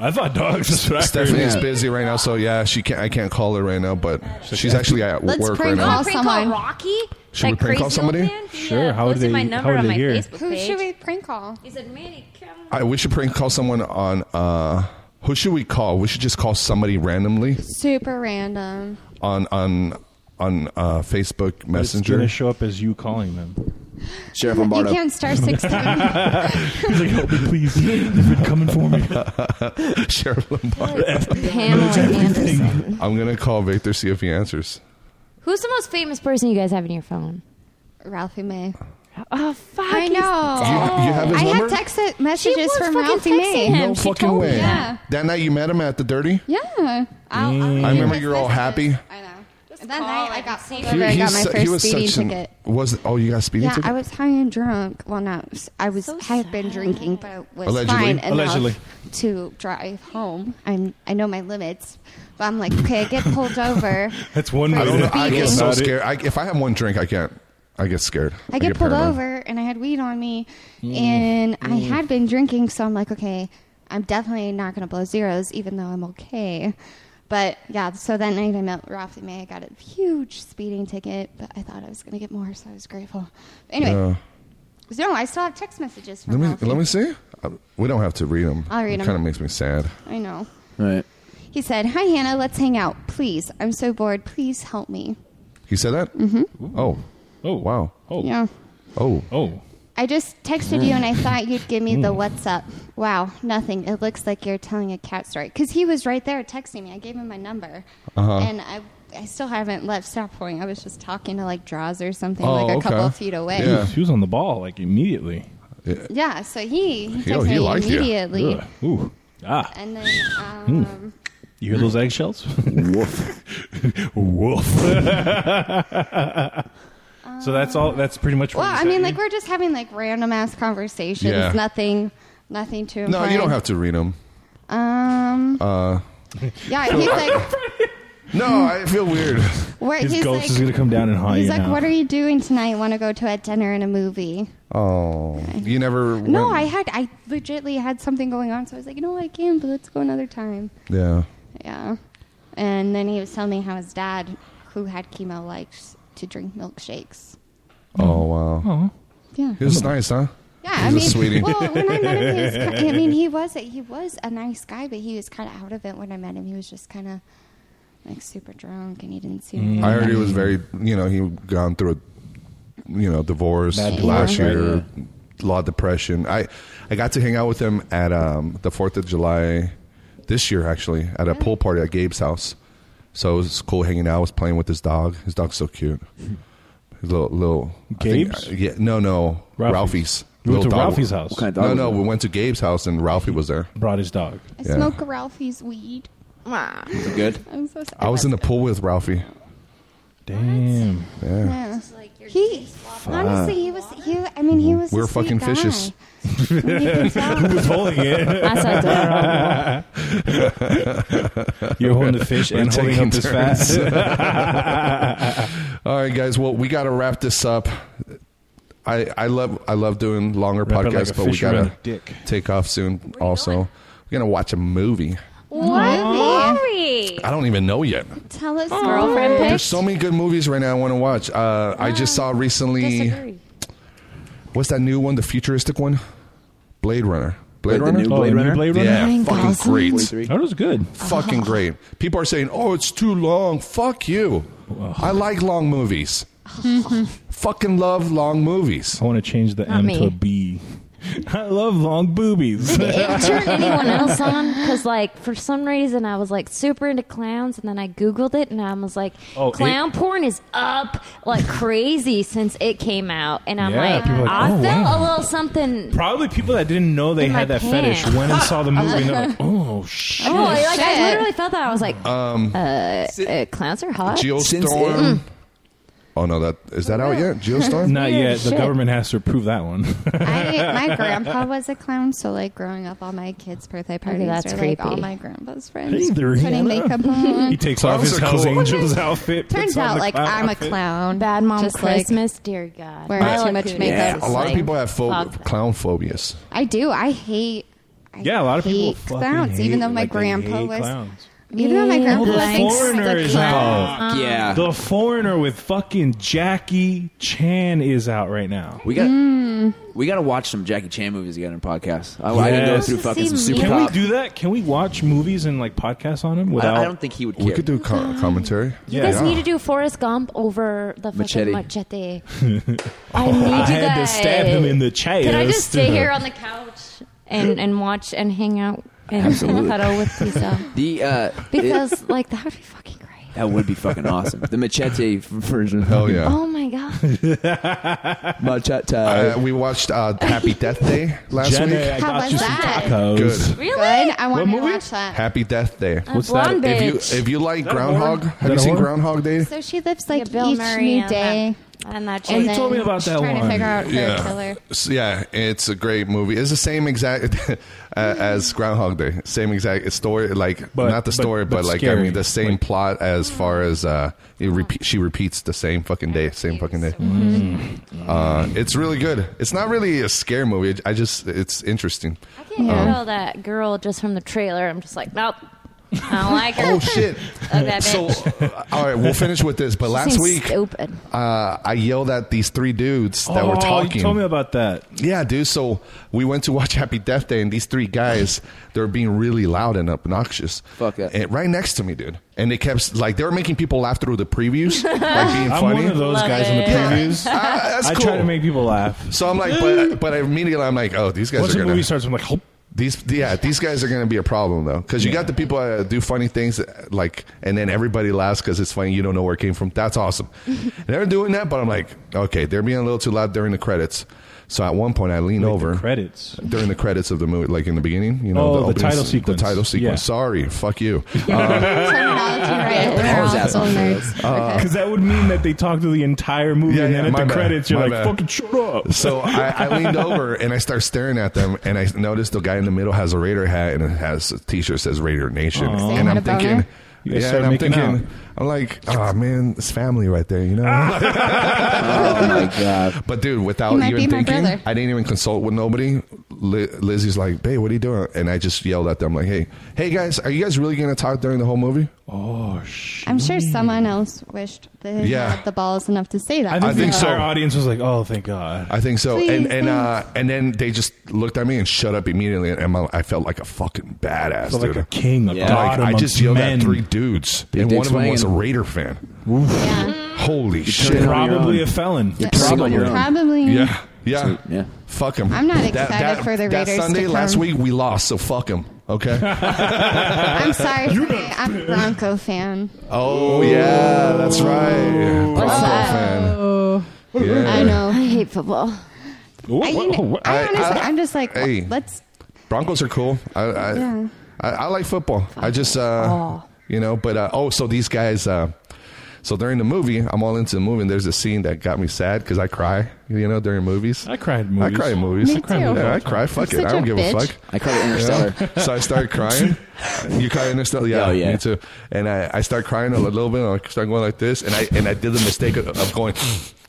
I thought dogs. That's what I heard. Stephanie's Yeah. busy right now, so yeah, she can't. I can't call her right now, but she's actually at Let's work right prank now. call prank someone. call Rocky. Should we That prank call crazy somebody? old man? He, Sure, uh, how would posted they- my how number would on they my hear? Facebook Who page. should we prank call? He said, "Manny, come." I, we should prank call someone on. uh Who should we call? We should just call somebody randomly Super random. on on on uh, Facebook It's gonna Messenger. show up as you calling them. <laughs> Sheriff You Lombardo. can <laughs> star 16. He's like, "Help me, please! They've been coming for me." <laughs> Sheriff Lombardo. <laughs> Pamela Anderson. I'm gonna call Victor see if he answers. Who's the most famous person you guys have in your phone? Ralphie May. Oh fuck! I know. You- you have his I number? have text messages was from fucking Ralphie texting May. him. No She fucking told me way. that. That night you met him at the dirty. Mm. Yeah. I remember you're all happy. And that night I got pulled He- over. I got he's my su- first speeding an- ticket. Was oh you got a speeding yeah, ticket? I was high and drunk. Well, no, I was had been drinking, but I was Allegedly. fine enough Allegedly. to drive home. I'm I know my limits, but I'm like, okay, I get pulled over. That's one. I, don't know, I get so About it. scared. I, if I have one drink, I can't. I get scared. I get pulled paranoid. over and I had weed on me Mm. and I Mm. had been drinking, so I'm like, okay, I'm definitely not going to blow zeros, even though I'm okay. But yeah, so that night I met Ralphie May. I got a huge speeding ticket, but I thought I was going to get more, so I was grateful. Anyway, Yeah. so no, I still have text messages Uh, let from me Ralphie. let me see. Uh, We don't have to read them. I'll read It 'em. kind of makes me sad. I know. All right. He said, Hi, Hannah, let's hang out. Please. I'm so bored. Please help me. He said that. Mm-hmm. Oh. Oh wow. Oh. Yeah. Oh. Oh. I just texted you and I thought you'd give me the what's up. Wow, nothing. It looks like you're telling a cat story. Because he was right there texting me. I gave him my number. Uh-huh. And I, I still haven't left Stop Point. I was just talking to like Draws or something, Oh, like a okay. couple of feet away. Dude, she was on the ball like immediately. Yeah, so he, he Yo, texted he me liked you. immediately. Ugh. Ooh. Ah. And then, um, Mm. You hear those eggshells? Woof. <laughs> Woof. so that's all. That's pretty much. well, what I you mean, said. like we're just having like random ass conversations. Yeah. Nothing, nothing to No, you don't have to read them. Um, <laughs> Uh. yeah, he's like, No, I feel weird. Where- His he's ghost like- is gonna come down and haunt he's like, uh, what are you doing tonight? Want to go to a dinner and a movie? Oh, you never. No, went- I had I legitly had something going on, so I was like, you know what, I can, but let's go another time. Yeah. Yeah. And then he was telling me how his dad, who had chemo, likes to drink <laughs> milkshakes. Oh wow. Oh. Yeah. He was nice, huh? Yeah, He's I a mean, sweetie. well, when I met him, he was kind I mean, he was a, he was a nice guy, but he was kind of out of it when I met him. He was just kind of like super drunk, and he didn't seem. Mm-hmm. I heard he was very, you know, he gone through a, you know, divorce Bad last blood. year, a lot of depression. I, I got to hang out with him at um, the Fourth of July this year, actually, at a pool party at Gabe's house. So it was cool hanging out. I was playing with his dog. His dog's so cute. His little little I think- uh, Gabe's? yeah, no, no, Ralphie's. Ralphie's. We went Little to dog. Ralphie's house. What kind of dog no, was no, it? we went to Gabe's house and Ralphie was there. Brought his dog. I smoke Ralphie's weed. Wow. good? I'm so sorry. I was in the pool with Ralphie. Damn. Yeah. Yeah. He honestly, he was he. I mean, he was. a We're sweet fucking guy. <laughs> fishes. Who was holding it? <laughs> That's <laughs> You're holding the fish and holding up this fat. <laughs> All right, guys. Well, we got to wrap this up. I I love I love doing longer Wrap it like podcasts, a but we fisherman. gotta take off soon. Also, we're gonna watch a movie. What movie? I don't even know yet. Tell us, girlfriend. There's so many good movies right now I want to watch. Uh, I just saw recently. What's that new one? The futuristic one? Blade Runner. Blade Wait, the Runner. new Oh, Blade the new Runner? Blade Runner? Yeah, Ryan fucking Gosling. great. 43. That was good. Fucking Uh-huh. great. People are saying, "Oh, it's too long." Fuck you. I like long movies. fucking love long movies. I want to change the Not M me. to a B. I love long boobies. <laughs> turn anyone else on because like for some reason i was like super into clowns and then i googled it and i was like Oh, clown it- porn is up like crazy since it came out and i'm Yeah, like, people are like, i "Oh, felt wow." a little something Probably people that didn't know they In had my that fetish pants. went and <laughs> saw the movie and they're like, oh, shit. oh I- like Shit. i literally felt that i was like Um, uh, uh, clowns are hot Mm. Geostorm. Oh no, that is that <laughs> out yet? Geostorm? Not yet. The Shit. government has to approve that one. <laughs> I, my grandpa was a clown, so like growing up, all my kids' birthday parties that's were like all creepy. my grandpa's friends Hey there, putting Hannah. <laughs> makeup on. He takes off Clowns his are Hell's cool. Angels outfit. Turns puts on out, the like clown I'm a outfit. clown. bad mom Just, like, christmas dear god wearing I too like much it. makeup. Yeah, a lot of Like, people have pho- fuck that. clown phobias. I do. I hate. I Yeah, a lot of people hate fucking clowns. hate- even though my like, they grandpa hate was. clowns. Even though my Yeah. grandpa Oh, the was like, Foreigner "Suck is it out. up." Yeah. The Foreigner with fucking Jackie Chan is out right now. We got Mm. we got to watch some Jackie Chan movies again in podcast. Oh, I, I gotta go Yes. through fucking some super Can we cop. do that? Can we watch movies and like podcasts on him without? I, I don't think he would care. We could do <laughs> co- commentary. you guys need to do Forrest Gump over the fucking Machete. machete. <laughs> Oh, I need you had to guys. stab him in the chest. Can I just stay here <laughs> <laughs> <laughs> on the couch and, and watch and hang out and <laughs> Absolutely. <laughs> cuddle with Lisa? the uh, Because it- like that would be fucking great. That would be fucking awesome. The machete version. Hell yeah. Oh my god. <laughs> machete. Uh, we watched uh, Happy Death Day last Jenny, week. I How got was you some that? tacos. Good. Really? Good. I want to movie? watch that. Happy Death Day. Uh, What's that? Blonde If Bitch. you if you like Is that Groundhog, horror? have you seen Groundhog Day? So she lives like Bill each Murray new and day. And that and chick. then she's trying to figure out her killer. S- yeah, it's a great movie. It's the same exact <laughs> uh, as Groundhog Day. Same exact story, like But- not the but- story, but, but like I scary. mean the same plot as far as uh, it repeat, she repeats the same fucking day, same fucking day. Mm. Uh, it's really good. It's not really a scare movie. It- I just it's interesting. I can't Um, tell that girl just from the trailer. I'm just like, nope. I don't <laughs> like her. <laughs> Oh shit! Fuck that So, bitch. uh, all right, we'll finish with this. But She last seems week, stupid. uh, I yelled at these three dudes that Oh, were you talking. told me about that. Yeah, dude. So we went to watch Happy Death Day, and these three guys they were being really loud and obnoxious. Fuck it. right next to me, dude. And they kept like they were making people laugh through <laughs> the previews, like being I'm funny. one of those Love guys in the it. Yeah. <laughs> previews. Ah, that's I cool. try to make people laugh. So I'm like, but but immediately I'm like, oh, these guys Once are the gonna. movie starts, I'm like, "Hope." These yeah, these guys are gonna be a problem though, because you got the people that do funny things that, like, and then everybody laughs because it's funny. You don't know where it came from. That's awesome. <laughs> they're doing that, but I'm like, okay, they're being a little too loud during the credits. So at one point, I lean over credits during the credits of the movie, like in the beginning, you know, Oh, the opening title s- sequence. The title sequence. Yeah. Sorry, fuck you. <laughs> Uh, <laughs> Terminology, right? We're all total nerds. Because that would mean that they talk through the entire movie, Yeah, and yeah, then at my the bad, credits, you're my like, bad. "Fucking shut <laughs> up." <laughs> so uh, I, I leaned over and I start staring at them, and I noticed the guy in the middle has a Raider hat and it has a T-shirt that says Raider Nation, Aw. They and had I'm a boner? thinking. You guys Yeah, started and I'm making thinking, out. I'm like, oh man, it's family right there, <laughs> you know. Oh my god. But dude, without He might even be my thinking, brother. I didn't even consult with nobody. Li- Lizzie's like, "Babe, what are you doing?" And I just yelled at them, like, "Hey, hey guys, are you guys really gonna talk during the whole movie?" Oh shit! I'm sure someone else wished they Yeah. had the balls enough to say that. I think, I think the so. entire audience was like, "Oh, thank God." I think so. Please, and and uh, thanks. and then they just looked at me and shut up immediately. And I'm- I felt like a fucking badass, Felt like dude. a king, a Like, god I just amongst yelled men. at three dudes, Big and one dicks of them was a banging. Raider fan. turning Holy shit! on your Probably own. a felon. <laughs> You're turning on your own. Probably. Yeah, yeah, So, yeah. Fuck them. I'm not excited for the That Raiders Sunday to last come. week we lost, so fuck them. Okay. <laughs> I'm sorry. for saying I'm a Bronco fan. Oh yeah, that's right. Bronco that? fan. Yeah. I know. I hate football. I, mean, I, Oh, I- honestly, I- I, am just like, Hey. let's. Broncos are cool. I I, Yeah. I, I like football. I just uh, Oh. you know, but uh, oh, so these guys. Uh, so during the movie, I'm all into the movie, and there's a scene that got me sad because I cry, you know, during movies. I cried in movies. I cry in movies. Me I cry in too. movies Yeah, all I the cry. Fuck You're it. I such don't a give a bitch. fuck. I call it Interstellar. So <laughs> I started crying. you cry Interstellar? Yeah, Oh, yeah. me too. And I, I start crying a little bit. and I start going like this, and I and I did the mistake of, <laughs> of going. <laughs>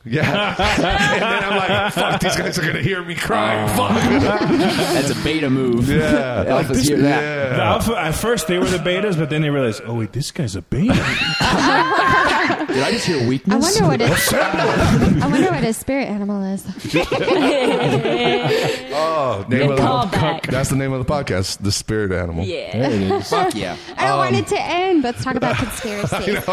Yeah, <laughs> and then I'm like, "Fuck, these <laughs> guys are gonna hear me crying." Fuck. Oh. That's a beta move. Yeah. Alphas hear that. The alpha, at first, they were the betas, but then they realized, "Oh wait, this guy's a <laughs> beta." Did I just hear I weakness? wonder what his. I wonder what his spirit animal is. Oh, name Good of the, callback. that's the name of the podcast, The Spirit Animal. Yeah. <laughs> Fuck yeah. I Um, don't want it <laughs> to end. Let's talk about conspiracy. Uh,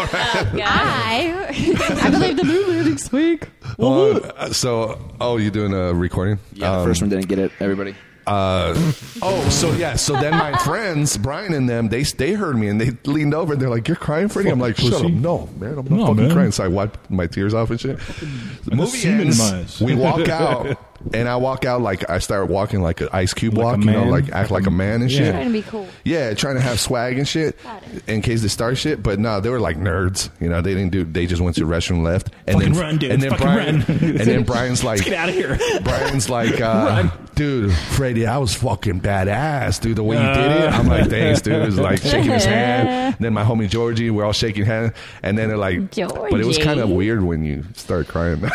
I, <laughs> <laughs> I believe the new lyrics week. Oh, uh, so, oh, you doing a recording? Yeah, the first one didn't get it, everybody. Uh, oh, so yeah. So then <laughs> my friends, Brian and them, they they heard me and they leaned over and they're like, "You're crying, Freddie." I'm like, Fucking "Shut up, pussy. no, man, I'm not No, fucking man. crying." So I wiped my tears off and shit. The movie semen in my ends. eyes. We <laughs> walk out, and I walk out like I start walking like an Ice Cube Like a walk, you know, man. like act like a man and Yeah. shit. Trying to be cool. Yeah, trying to have swag and shit in case they start shit. But no, they were like nerds. You know, they didn't do. They just went to the restroom, left, and Fucking then run, dude. and then Fucking Brian run. and then Brian's like, Let's get out of here. Brian's like, uh, dude, Freddie, I was fucking badass, dude. The way you did it, I'm Uh. like, thanks, dude. It was like shaking his hand. Then my homie Georgie, we're all shaking hands, and then they're like, but it was Georgie. kind of weird when you start crying. <laughs> you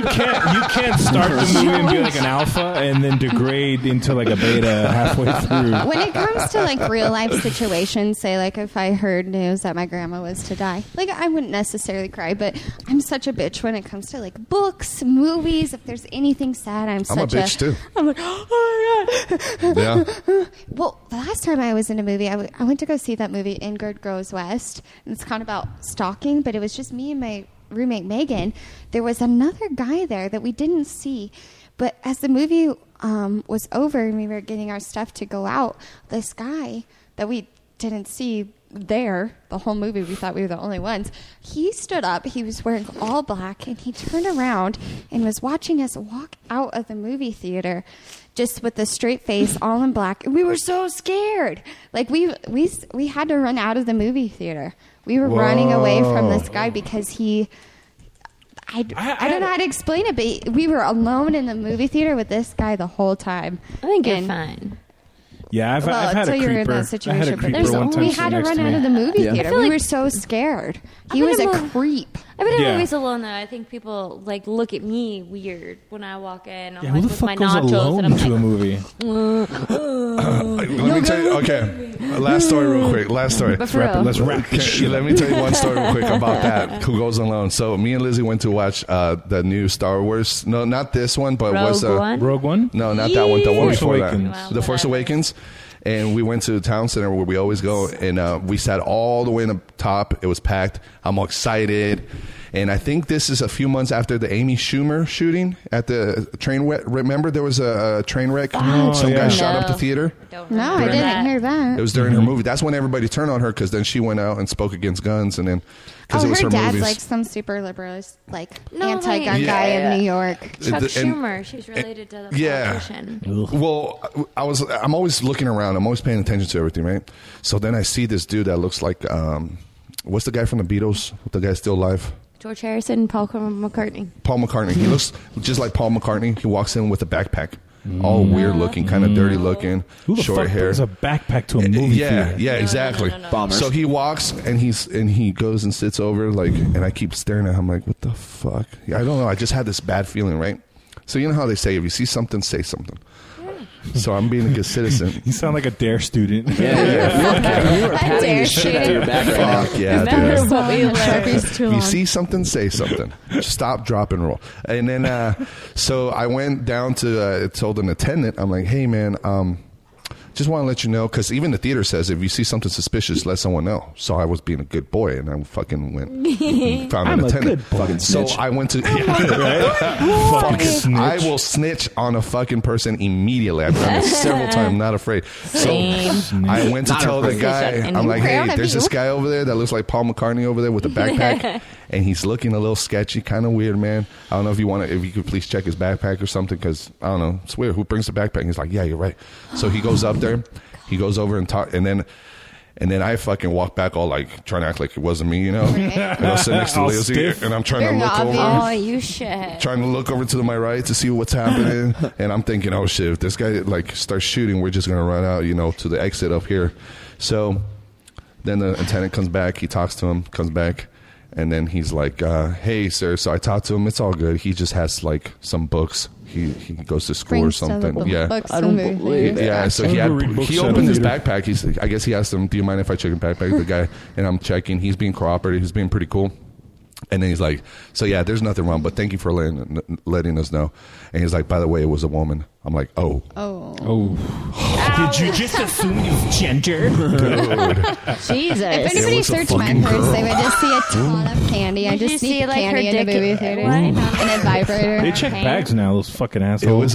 can't, you can't start the movie and be like an <laughs> alpha and then degrade into like a beta halfway Mm. through. When it comes to like real life situations, say like if I heard news that my grandma was to die, like I wouldn't necessarily cry, but I'm such a bitch when it comes to like books, movies. If there's anything sad, I'm, I'm a such bitch too. I'm like, oh my god. yeah, <laughs> Well, the last time I was in a movie, I, w- I went to go see that movie, Ingrid Goes West. And it's kind of about stalking, but it was just me and my roommate, Megan. There was another guy there that we didn't see. But as the movie um, was over and we were getting our stuff to go out, this guy that we didn't see there the whole movie. We thought we were the only ones. He stood up. He was wearing all black, and he turned around and was watching us walk out of the movie theater, just with a straight face, all in black. And we were so scared. Like we we we had to run out of the movie theater. We were running away from Whoa. this guy because he. I, I don't know how to explain it, but we were alone in the movie theater with this guy the whole time. I think you're fine. Yeah, I've, I've had a until creeper. you were in I that had a situation, creeper there's one only- time we sit had to next run me. out of the movie Yeah. theater. I feel We like- were so scared. He been was in a mo- creep. I've been in Yeah. movies alone though. I think people like look at me weird when I walk in. I'm Yeah, like who the with my fuck goes nachos alone and I'm to a movie? like, Let me tell you. Okay, last story real quick. Last story. But for Wrap it- real. let's wrap Okay, this shit Let up. me tell you one story real quick <laughs> about that. Who goes alone? So me and Lizzie went to watch uh, the new Star Wars. No, not this one, but Rogue was uh, One? Rogue One? No, not that one. The one Force before Awakens. that. The Force Awakens. And we went to the town center where we always go, and uh, we sat all the way in the top. It was packed. I'm all excited, and I think this is a few months after the Amy Schumer shooting at the train wreck. Remember, there was a, a train wreck. Oh, Some yeah. guy shot up No. the theater. No, I During- didn't hear that. It was during Mm-hmm. her movie. That's when everybody turned on her because then she went out and spoke against guns, and then because oh, it was her, her dad's movies. like some super liberalist, like No, like- anti-gun guy Yeah. in New York. Chuck The- and- Schumer. She's related to the yeah. politician. Well, I was. I'm always looking around. I'm always paying attention to everything, right? So then I see this dude that looks like, um, what's the guy from the Beatles? The guy still alive? George Harrison, Paul McCartney. Paul McCartney. <laughs> He looks just like Paul McCartney. He walks in with a backpack, all weird looking, kind of dirty looking, Mm. Who the short fuck hair. Eh, brings a backpack to <laughs> a movie Yeah, theater? yeah, exactly. So he walks and he's and he goes and sits over like, and I keep staring at him like, what the fuck? Yeah, I don't know. I just had this bad feeling, right? So you know how they say, if you see something, say something. So I'm being a good citizen. You sound like a dare student. Yeah, <laughs> yeah. Fuck yeah. You are patting Dare the shit out of your back right now. Fuck yeah, That dude. is what we learned. Sharpie's too long. You see something, say something. Stop, drop, and roll. And then, uh, so I went down to uh, told an attendant, I'm like, hey man, um, just want to let you know because even the theater says if you see something suspicious, let someone know. So I was being a good boy, and I fucking went <laughs> found I'm an a attendant. good boy. Fucking so snitch. I <laughs> went to. Right? Fuck, <laughs> Fucking I snitch. will snitch on a fucking person immediately. I've done it <laughs> several times. Not afraid. So Same. I went to Not tell the afraid. guy. And I'm like, you're hey, proud of there's this you. guy over there that looks like Paul McCartney over there with a <laughs> backpack, and he's looking a little sketchy, kind of weird, man. I don't know if you want to, if you could please check his backpack or something, because I don't know, it's weird. Who brings the backpack? And he's like, yeah, you're right. So he goes up there, he goes over and talk, and then. And then I fucking walk back all like trying to act like it wasn't me, you know. And I sit next to All Lizzie, stiff. and I'm trying to look over Oh, you shit. trying to look over to the- my right to see what's <laughs> happening and i'm thinking oh shit if this guy like starts shooting we're just gonna run out you know to the exit up here so then the attendant comes back he talks to him comes back and then he's like uh, hey sir so i talked to him it's all good he just has like some books he, he goes to school or Brings some something bu- yeah books I don't in the believe theater. yeah that. so he, had, Who read books he at a opened his theater? backpack he's i guess he asked him do you mind if i check your backpack the guy and i'm checking he's being cooperative he's being pretty cool and then he's like, "So yeah, there's nothing wrong, but thank you for letting letting us know." And he's like, "By the way, it was a woman." I'm like, "Oh, Oh. oh, Did you just assume his gender? Jesus. If It anybody was a searched my fucking purse, they girl. would just see a ton of candy. I Did you just see, sneak like, her candy in dick the movie in- theater <laughs> Why and a vibrator. They check bags now, those fucking it assholes.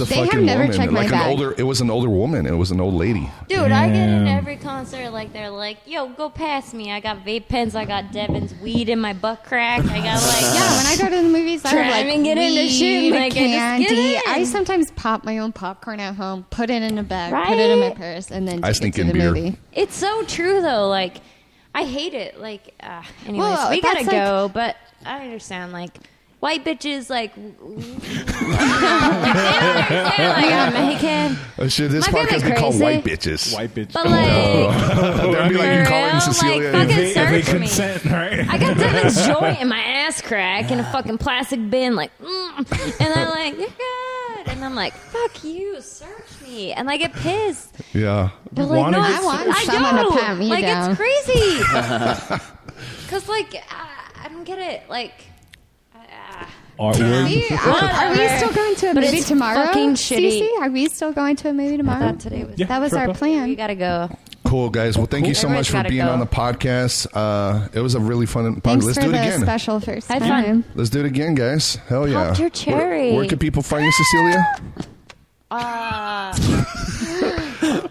was a They have fucking never woman, checked my like an bag. older. It was an older woman. It was an old lady. Dude, I get in Damn. every concert like they're like, "Yo, go past me. I got vape pens. I got Devin's weed in my butt crack. I got like Yeah, when I go to the movies, I Try would, like and get into weed, shit, like, I just candy. get in. I sometimes pop my own popcorn at home, put it in a bag, put it in my Right? purse, and then I take it sneak to in the beer. movie. It's so true though. Like, I hate it. Like, uh, anyways, Well, we gotta that's like- go. But I understand. Like, white bitches like. <laughs> w- w- like, they don't understand, like, I'm Mexican. Uh, should this My family podcast be called crazy. White Bitches? White Bitches. But, <laughs> like, That'd be like you calling Cecilia. fucking If they- if they search me. consent, right? I <laughs> got Devin's joint in my ass crack in a fucking plastic bin, like, mm, and I'm like, you're good, and I'm like, fuck you, search me, and I get pissed. yeah. They're like, no, it's- someone to know. pat me like, down. it's crazy. <laughs> Cause like, I, I don't get it. Like, Are <laughs> we, are, are we still going to a But movie it's tomorrow? fucking Cece? shitty. Are we still going to a movie tomorrow? today was Yeah, that was sure, our bud. plan. You gotta go. Cool guys. Well, thank you so Everyone's much for gotta being go. on the podcast. Uh, it was a really fun podcast. Thanks Let's for do it the again. special first Had time. fun. Let's do it again, guys. Hell yeah. Popped your Where- cherry. Where, can people find you, Cecilia? Ah. <laughs> Uh,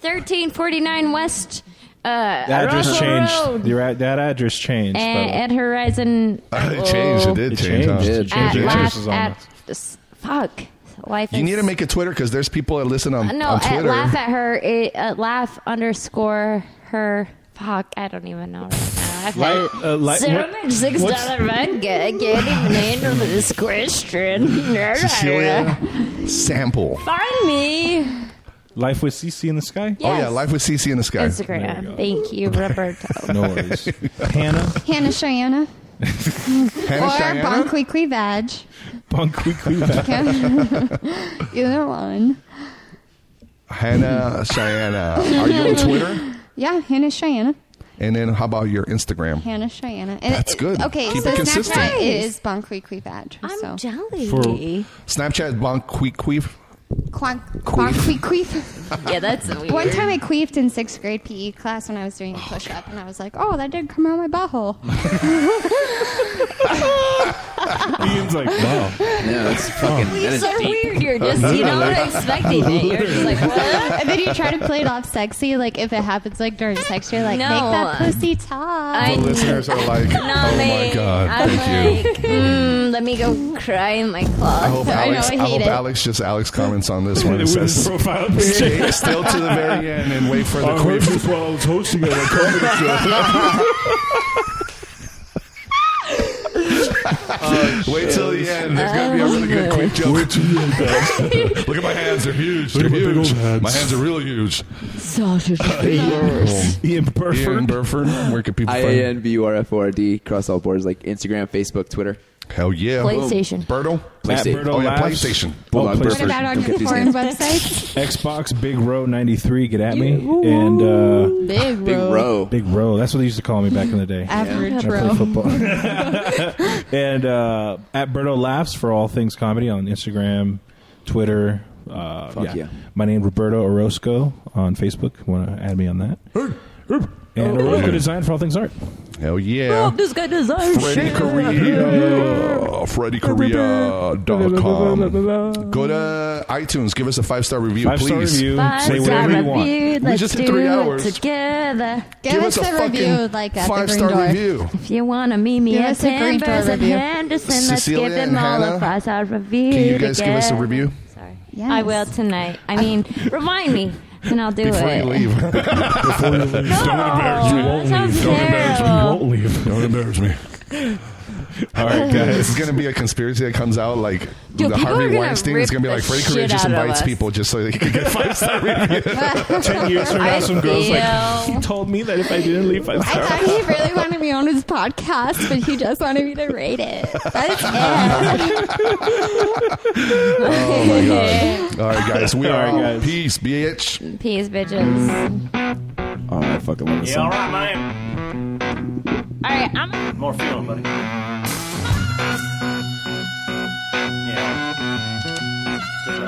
1349 West Uh, The address Russell changed. Road. Your ad- that address changed. A- though. at Horizon. <laughs> It changed. It did It change. changed. huh? It At changed. It life, changes on at, s- fuck. Life You is- need to make a Twitter because there's people that listen on, Uh, No, on at Twitter. laugh at her. It, at laugh underscore her. Fuck, I don't even know right now. I've Like- had uh, like- seven what- and six what's- dollar vodka. I can't even handle this question. Cecilia Sample. Find me. Life with CC in the sky. Oh yeah, Yes. Life with CC in the Sky. Instagram. Thank you, Roberto. <laughs> No worries. Hannah <laughs> Hannah <laughs> Cheyenne. Hannah or Cheyenne? Bonquiqui Cleavage. Bunk <laughs> Weekly. <laughs> Either one. Hannah Cheyenne. Uh, Are you on Twitter? <laughs> Yeah, Hannah Cheyenne. And then how about your Instagram? Hannah Cheyenne. And That's it- good. Okay, Keep so it consistent. Snapchat is Bonquiqui Badge. I'm so. jelly. For Snapchat bonk queef queef. Quank, bonquiqui queef. <laughs> Yeah, that's weird. Oh, One time I queefed in sixth grade PE class when I was doing a push up, and I was like, oh, that did come out my butthole. Ian's like, wow. Yeah, that's fucking. that is so deep. weird. You're just you know not expecting it. You're just like what? and then you try to play it off sexy, like if it happens like during sex, you're like, No. make that pussy talk. I- The listeners are like, <laughs> oh my mate. god, I'm thank you. like, mm, let me go cry in my closet. I hope Alex. know, I, I hope hate it. Alex just Alex comments on this one. It With his says <laughs> profile stay picture. still to the very end and wait <laughs> for the queef. while I was hosting it. I <laughs> Oh, Wait till the end. There's gonna be a really good queef joke. Wait till the end, guys. Look at my hands. They're huge. They're at my big huge. old hands. My hands are real huge. Sausage Ian Burford. Ian Burford. Where can people I uh, find A you? N B U R F O R D across all boards like Instagram, Facebook, Twitter. Hell yeah. PlayStation. Birdo. At PlayStation. Birdo Oh yeah, Labs. PlayStation. Oh, Bulldog PlayStation. What about on Don't your get these foreign names. website? Xbox Big Row 93. Get at me. And uh, Big Big row. Big Row. That's what they used to call me back in the day. Average I play row. football. <laughs> and uh, at Berto Laughs for all things comedy on Instagram, Twitter. Uh, Fuck yeah. My name Roberto Orozco on Facebook. Want to add me on that? And Orozco Design for all things art. Hell yeah. This guy deserves Freddie Oh, Korea. FreddieKorea.com. Go to iTunes. Give us a five star review, Five star please. review. Five Say star whatever you want. review. Let's just hit do three it hours. together. Give, us, a, review, like at the five green star door. review. If you want to meet me Give at us a green door Timbers and review. Henderson, let's Cecilia give them and all Hannah, a five-star review. Can you guys give us a together. review? Sorry. Yes. I will tonight. I <laughs> mean, remind me, and I'll do Before it. <laughs> you leave. Before you leave. No, that sounds terrible. leave. Don't embarrass me. All <laughs> right, guys. This is going to be a conspiracy that comes out like Dude, the people are Harvey gonna Weinstein is going to be rip like the Freddie Korea shit just out of invites us. people just so they <laughs> can get five star review. Ten years from now, I some girls like feel- he told me that if I didn't leave five I star. thought he really wanted me on his podcast, but he just wanted me to rate it. That's it. Oh my <laughs> god! All right, guys. We All are right, out. guys. peace, bitch. Peace, bitches. Oh, I fucking love this song. right, man. All right, I'm. More feeling, buddy. Yeah. Still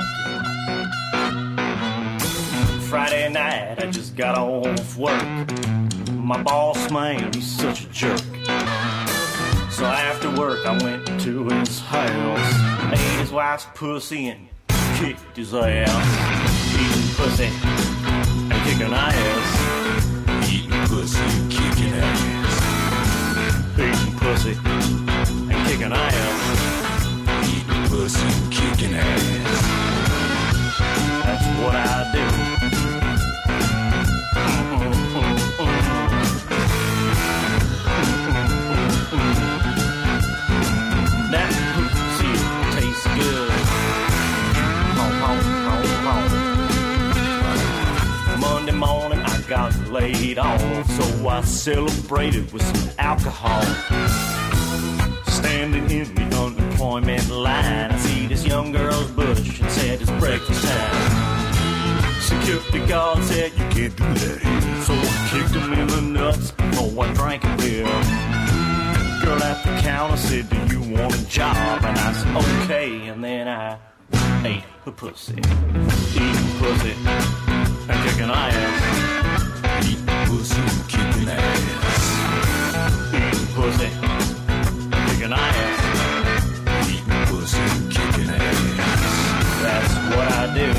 up. Friday night, I just got off work. My boss man, he's such a jerk. So after work, I went to his house, ate his wife's pussy, and kicked his ass. Eating pussy and kicking ass. Eating pussy and kicking ass. Eating pussy and kicking ass. Eating pussy and kicking ass. That's what I do. That pussy tastes good. Home, home, home, home. Monday morning I got laid off, so I celebrated with some alcohol. Standing in the unemployment line, I see this young girl's bush and said it's breakfast time. Security guard said you can't do that here, so I kicked him in the nuts before I drank a beer. Girl at the counter said, "Do you want a job?" And I said, "Okay," and then I ate her pussy, eating pussy and kicking ass. Eat pussy and kicking ass. Eat pussy, kicking ass. Eat pussy and kicking ass. That's what I do.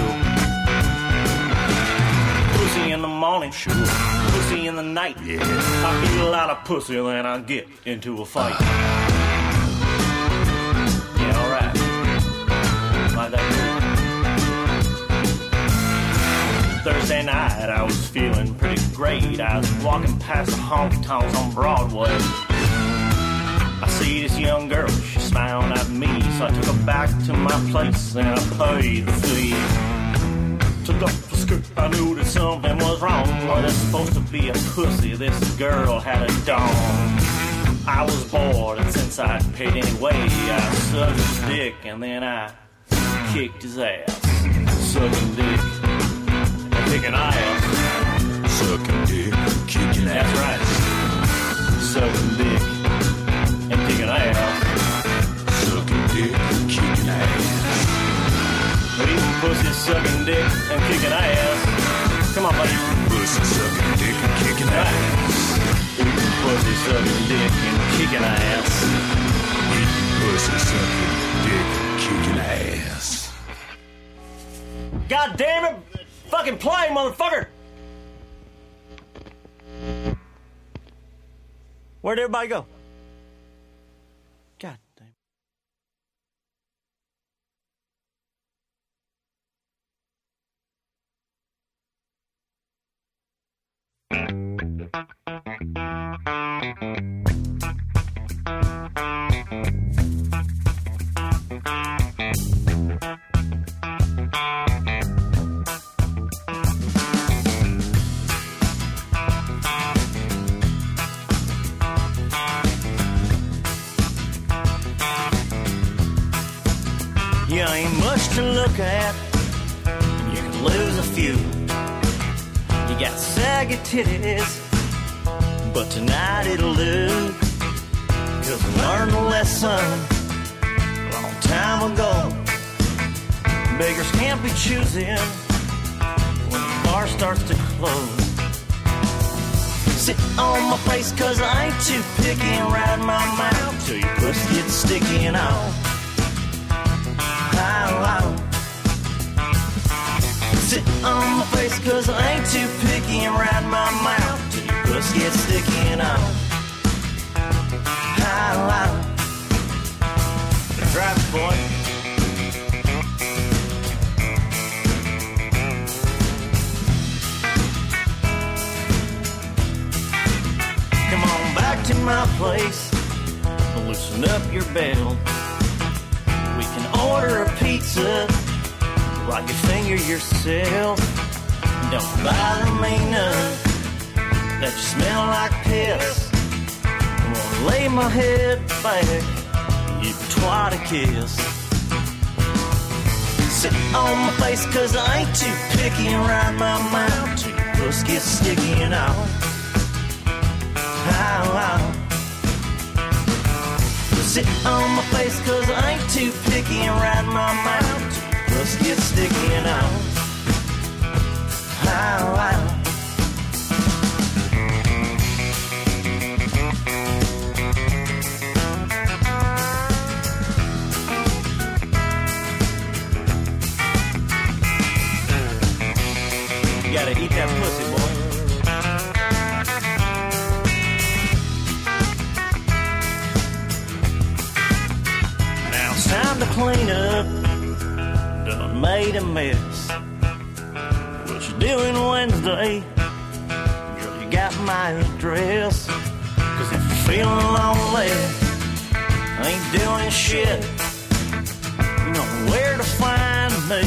Pussy in the morning, sure. Pussy pussy in the night. Yeah. I eat a lot of pussy, then I get into a fight. Yeah, alright. Like that. Thursday night, I was feeling pretty great. I was walking past the honky tonks on Broadway. I see this young girl, she smiled at me, so I took her back to my place and I paid the fee. Took off the skirt, I knew that something was wrong. Well, there's supposed to be a pussy, this girl had a dong. I was bored, and since I paid anyway, I sucked his dick and then I kicked his ass. Sucking dick, and kicking ass. Sucking dick, kicking ass. That's right. Sucking dick and kicking ass. Sucking dick, kicking ass. But even pussy sucking dick and kicking ass. Come on, buddy. Pussy sucking dick and kicking ass. Eating pussy sucking dick and kicking ass. Eating pussy sucking dick kicking ass. God damn it! Fucking play, motherfucker! Where'd everybody go? God damn. You ain't much to look at. You can lose a few. You got saggy titties, but tonight it'll do. Cause I learned a lesson a long time ago. Beggars can't be choosing when the bar starts to close. Sit on my face cause I ain't too picky and ride my mouth till your pussy gets sticky and all. Sit on my face cause I ain't too picky and ride my mouth till your puss gets sticky and all. Drive it, boy. Come on back to my place. Loosen up your belt. We can order a pizza. Like your finger yourself. Don't bother me none. That you smell like piss. I wanna lay my head back. Give your twat a kiss. Sit on my face cause I ain't too picky and ride my mouth till your puss gets sticky and all. Ow, ow. Sit on my face cause I ain't too picky and ride my mouth. Just get sticky and out. Ow, ow. You gotta eat that pussy, boy. Now it's time to clean up done made a mess. What you doing Wednesday? Girl, you got my address. Cause if you're feeling lonely, I ain't doing shit. You know where to find me,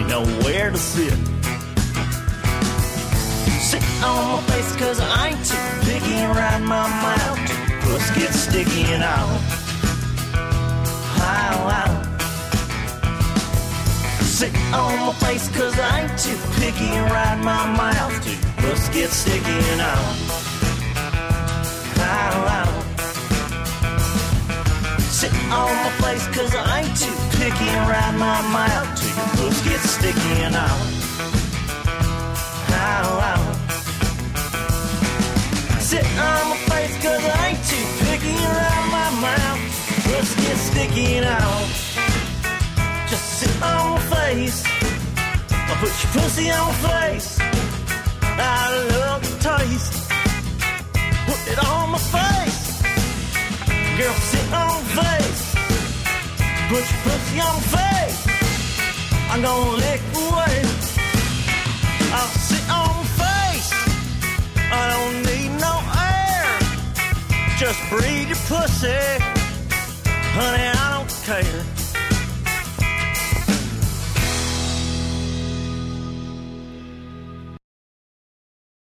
you know where to sit. Sit on my face cause I ain't too picky and ride my mouth. Puss gets sticky and I'll. I'll, I'll Sit on my face cause I ain't too picky and ride my mouth too. Puss gets sticky and out. Sit on my face cause I ain't too picky and ride my mouth till your puss gets sticky and out. Sit on my face cause I ain't too picky and ride my mouth. Puss gets sticky and out. Just sit on my face. I put your pussy on my face. I love taste. Put it on my face. Girl, sit on face. Put your pussy on face. I'm gonna lick away. I'll sit on face. I don't need no air. Just breathe your pussy.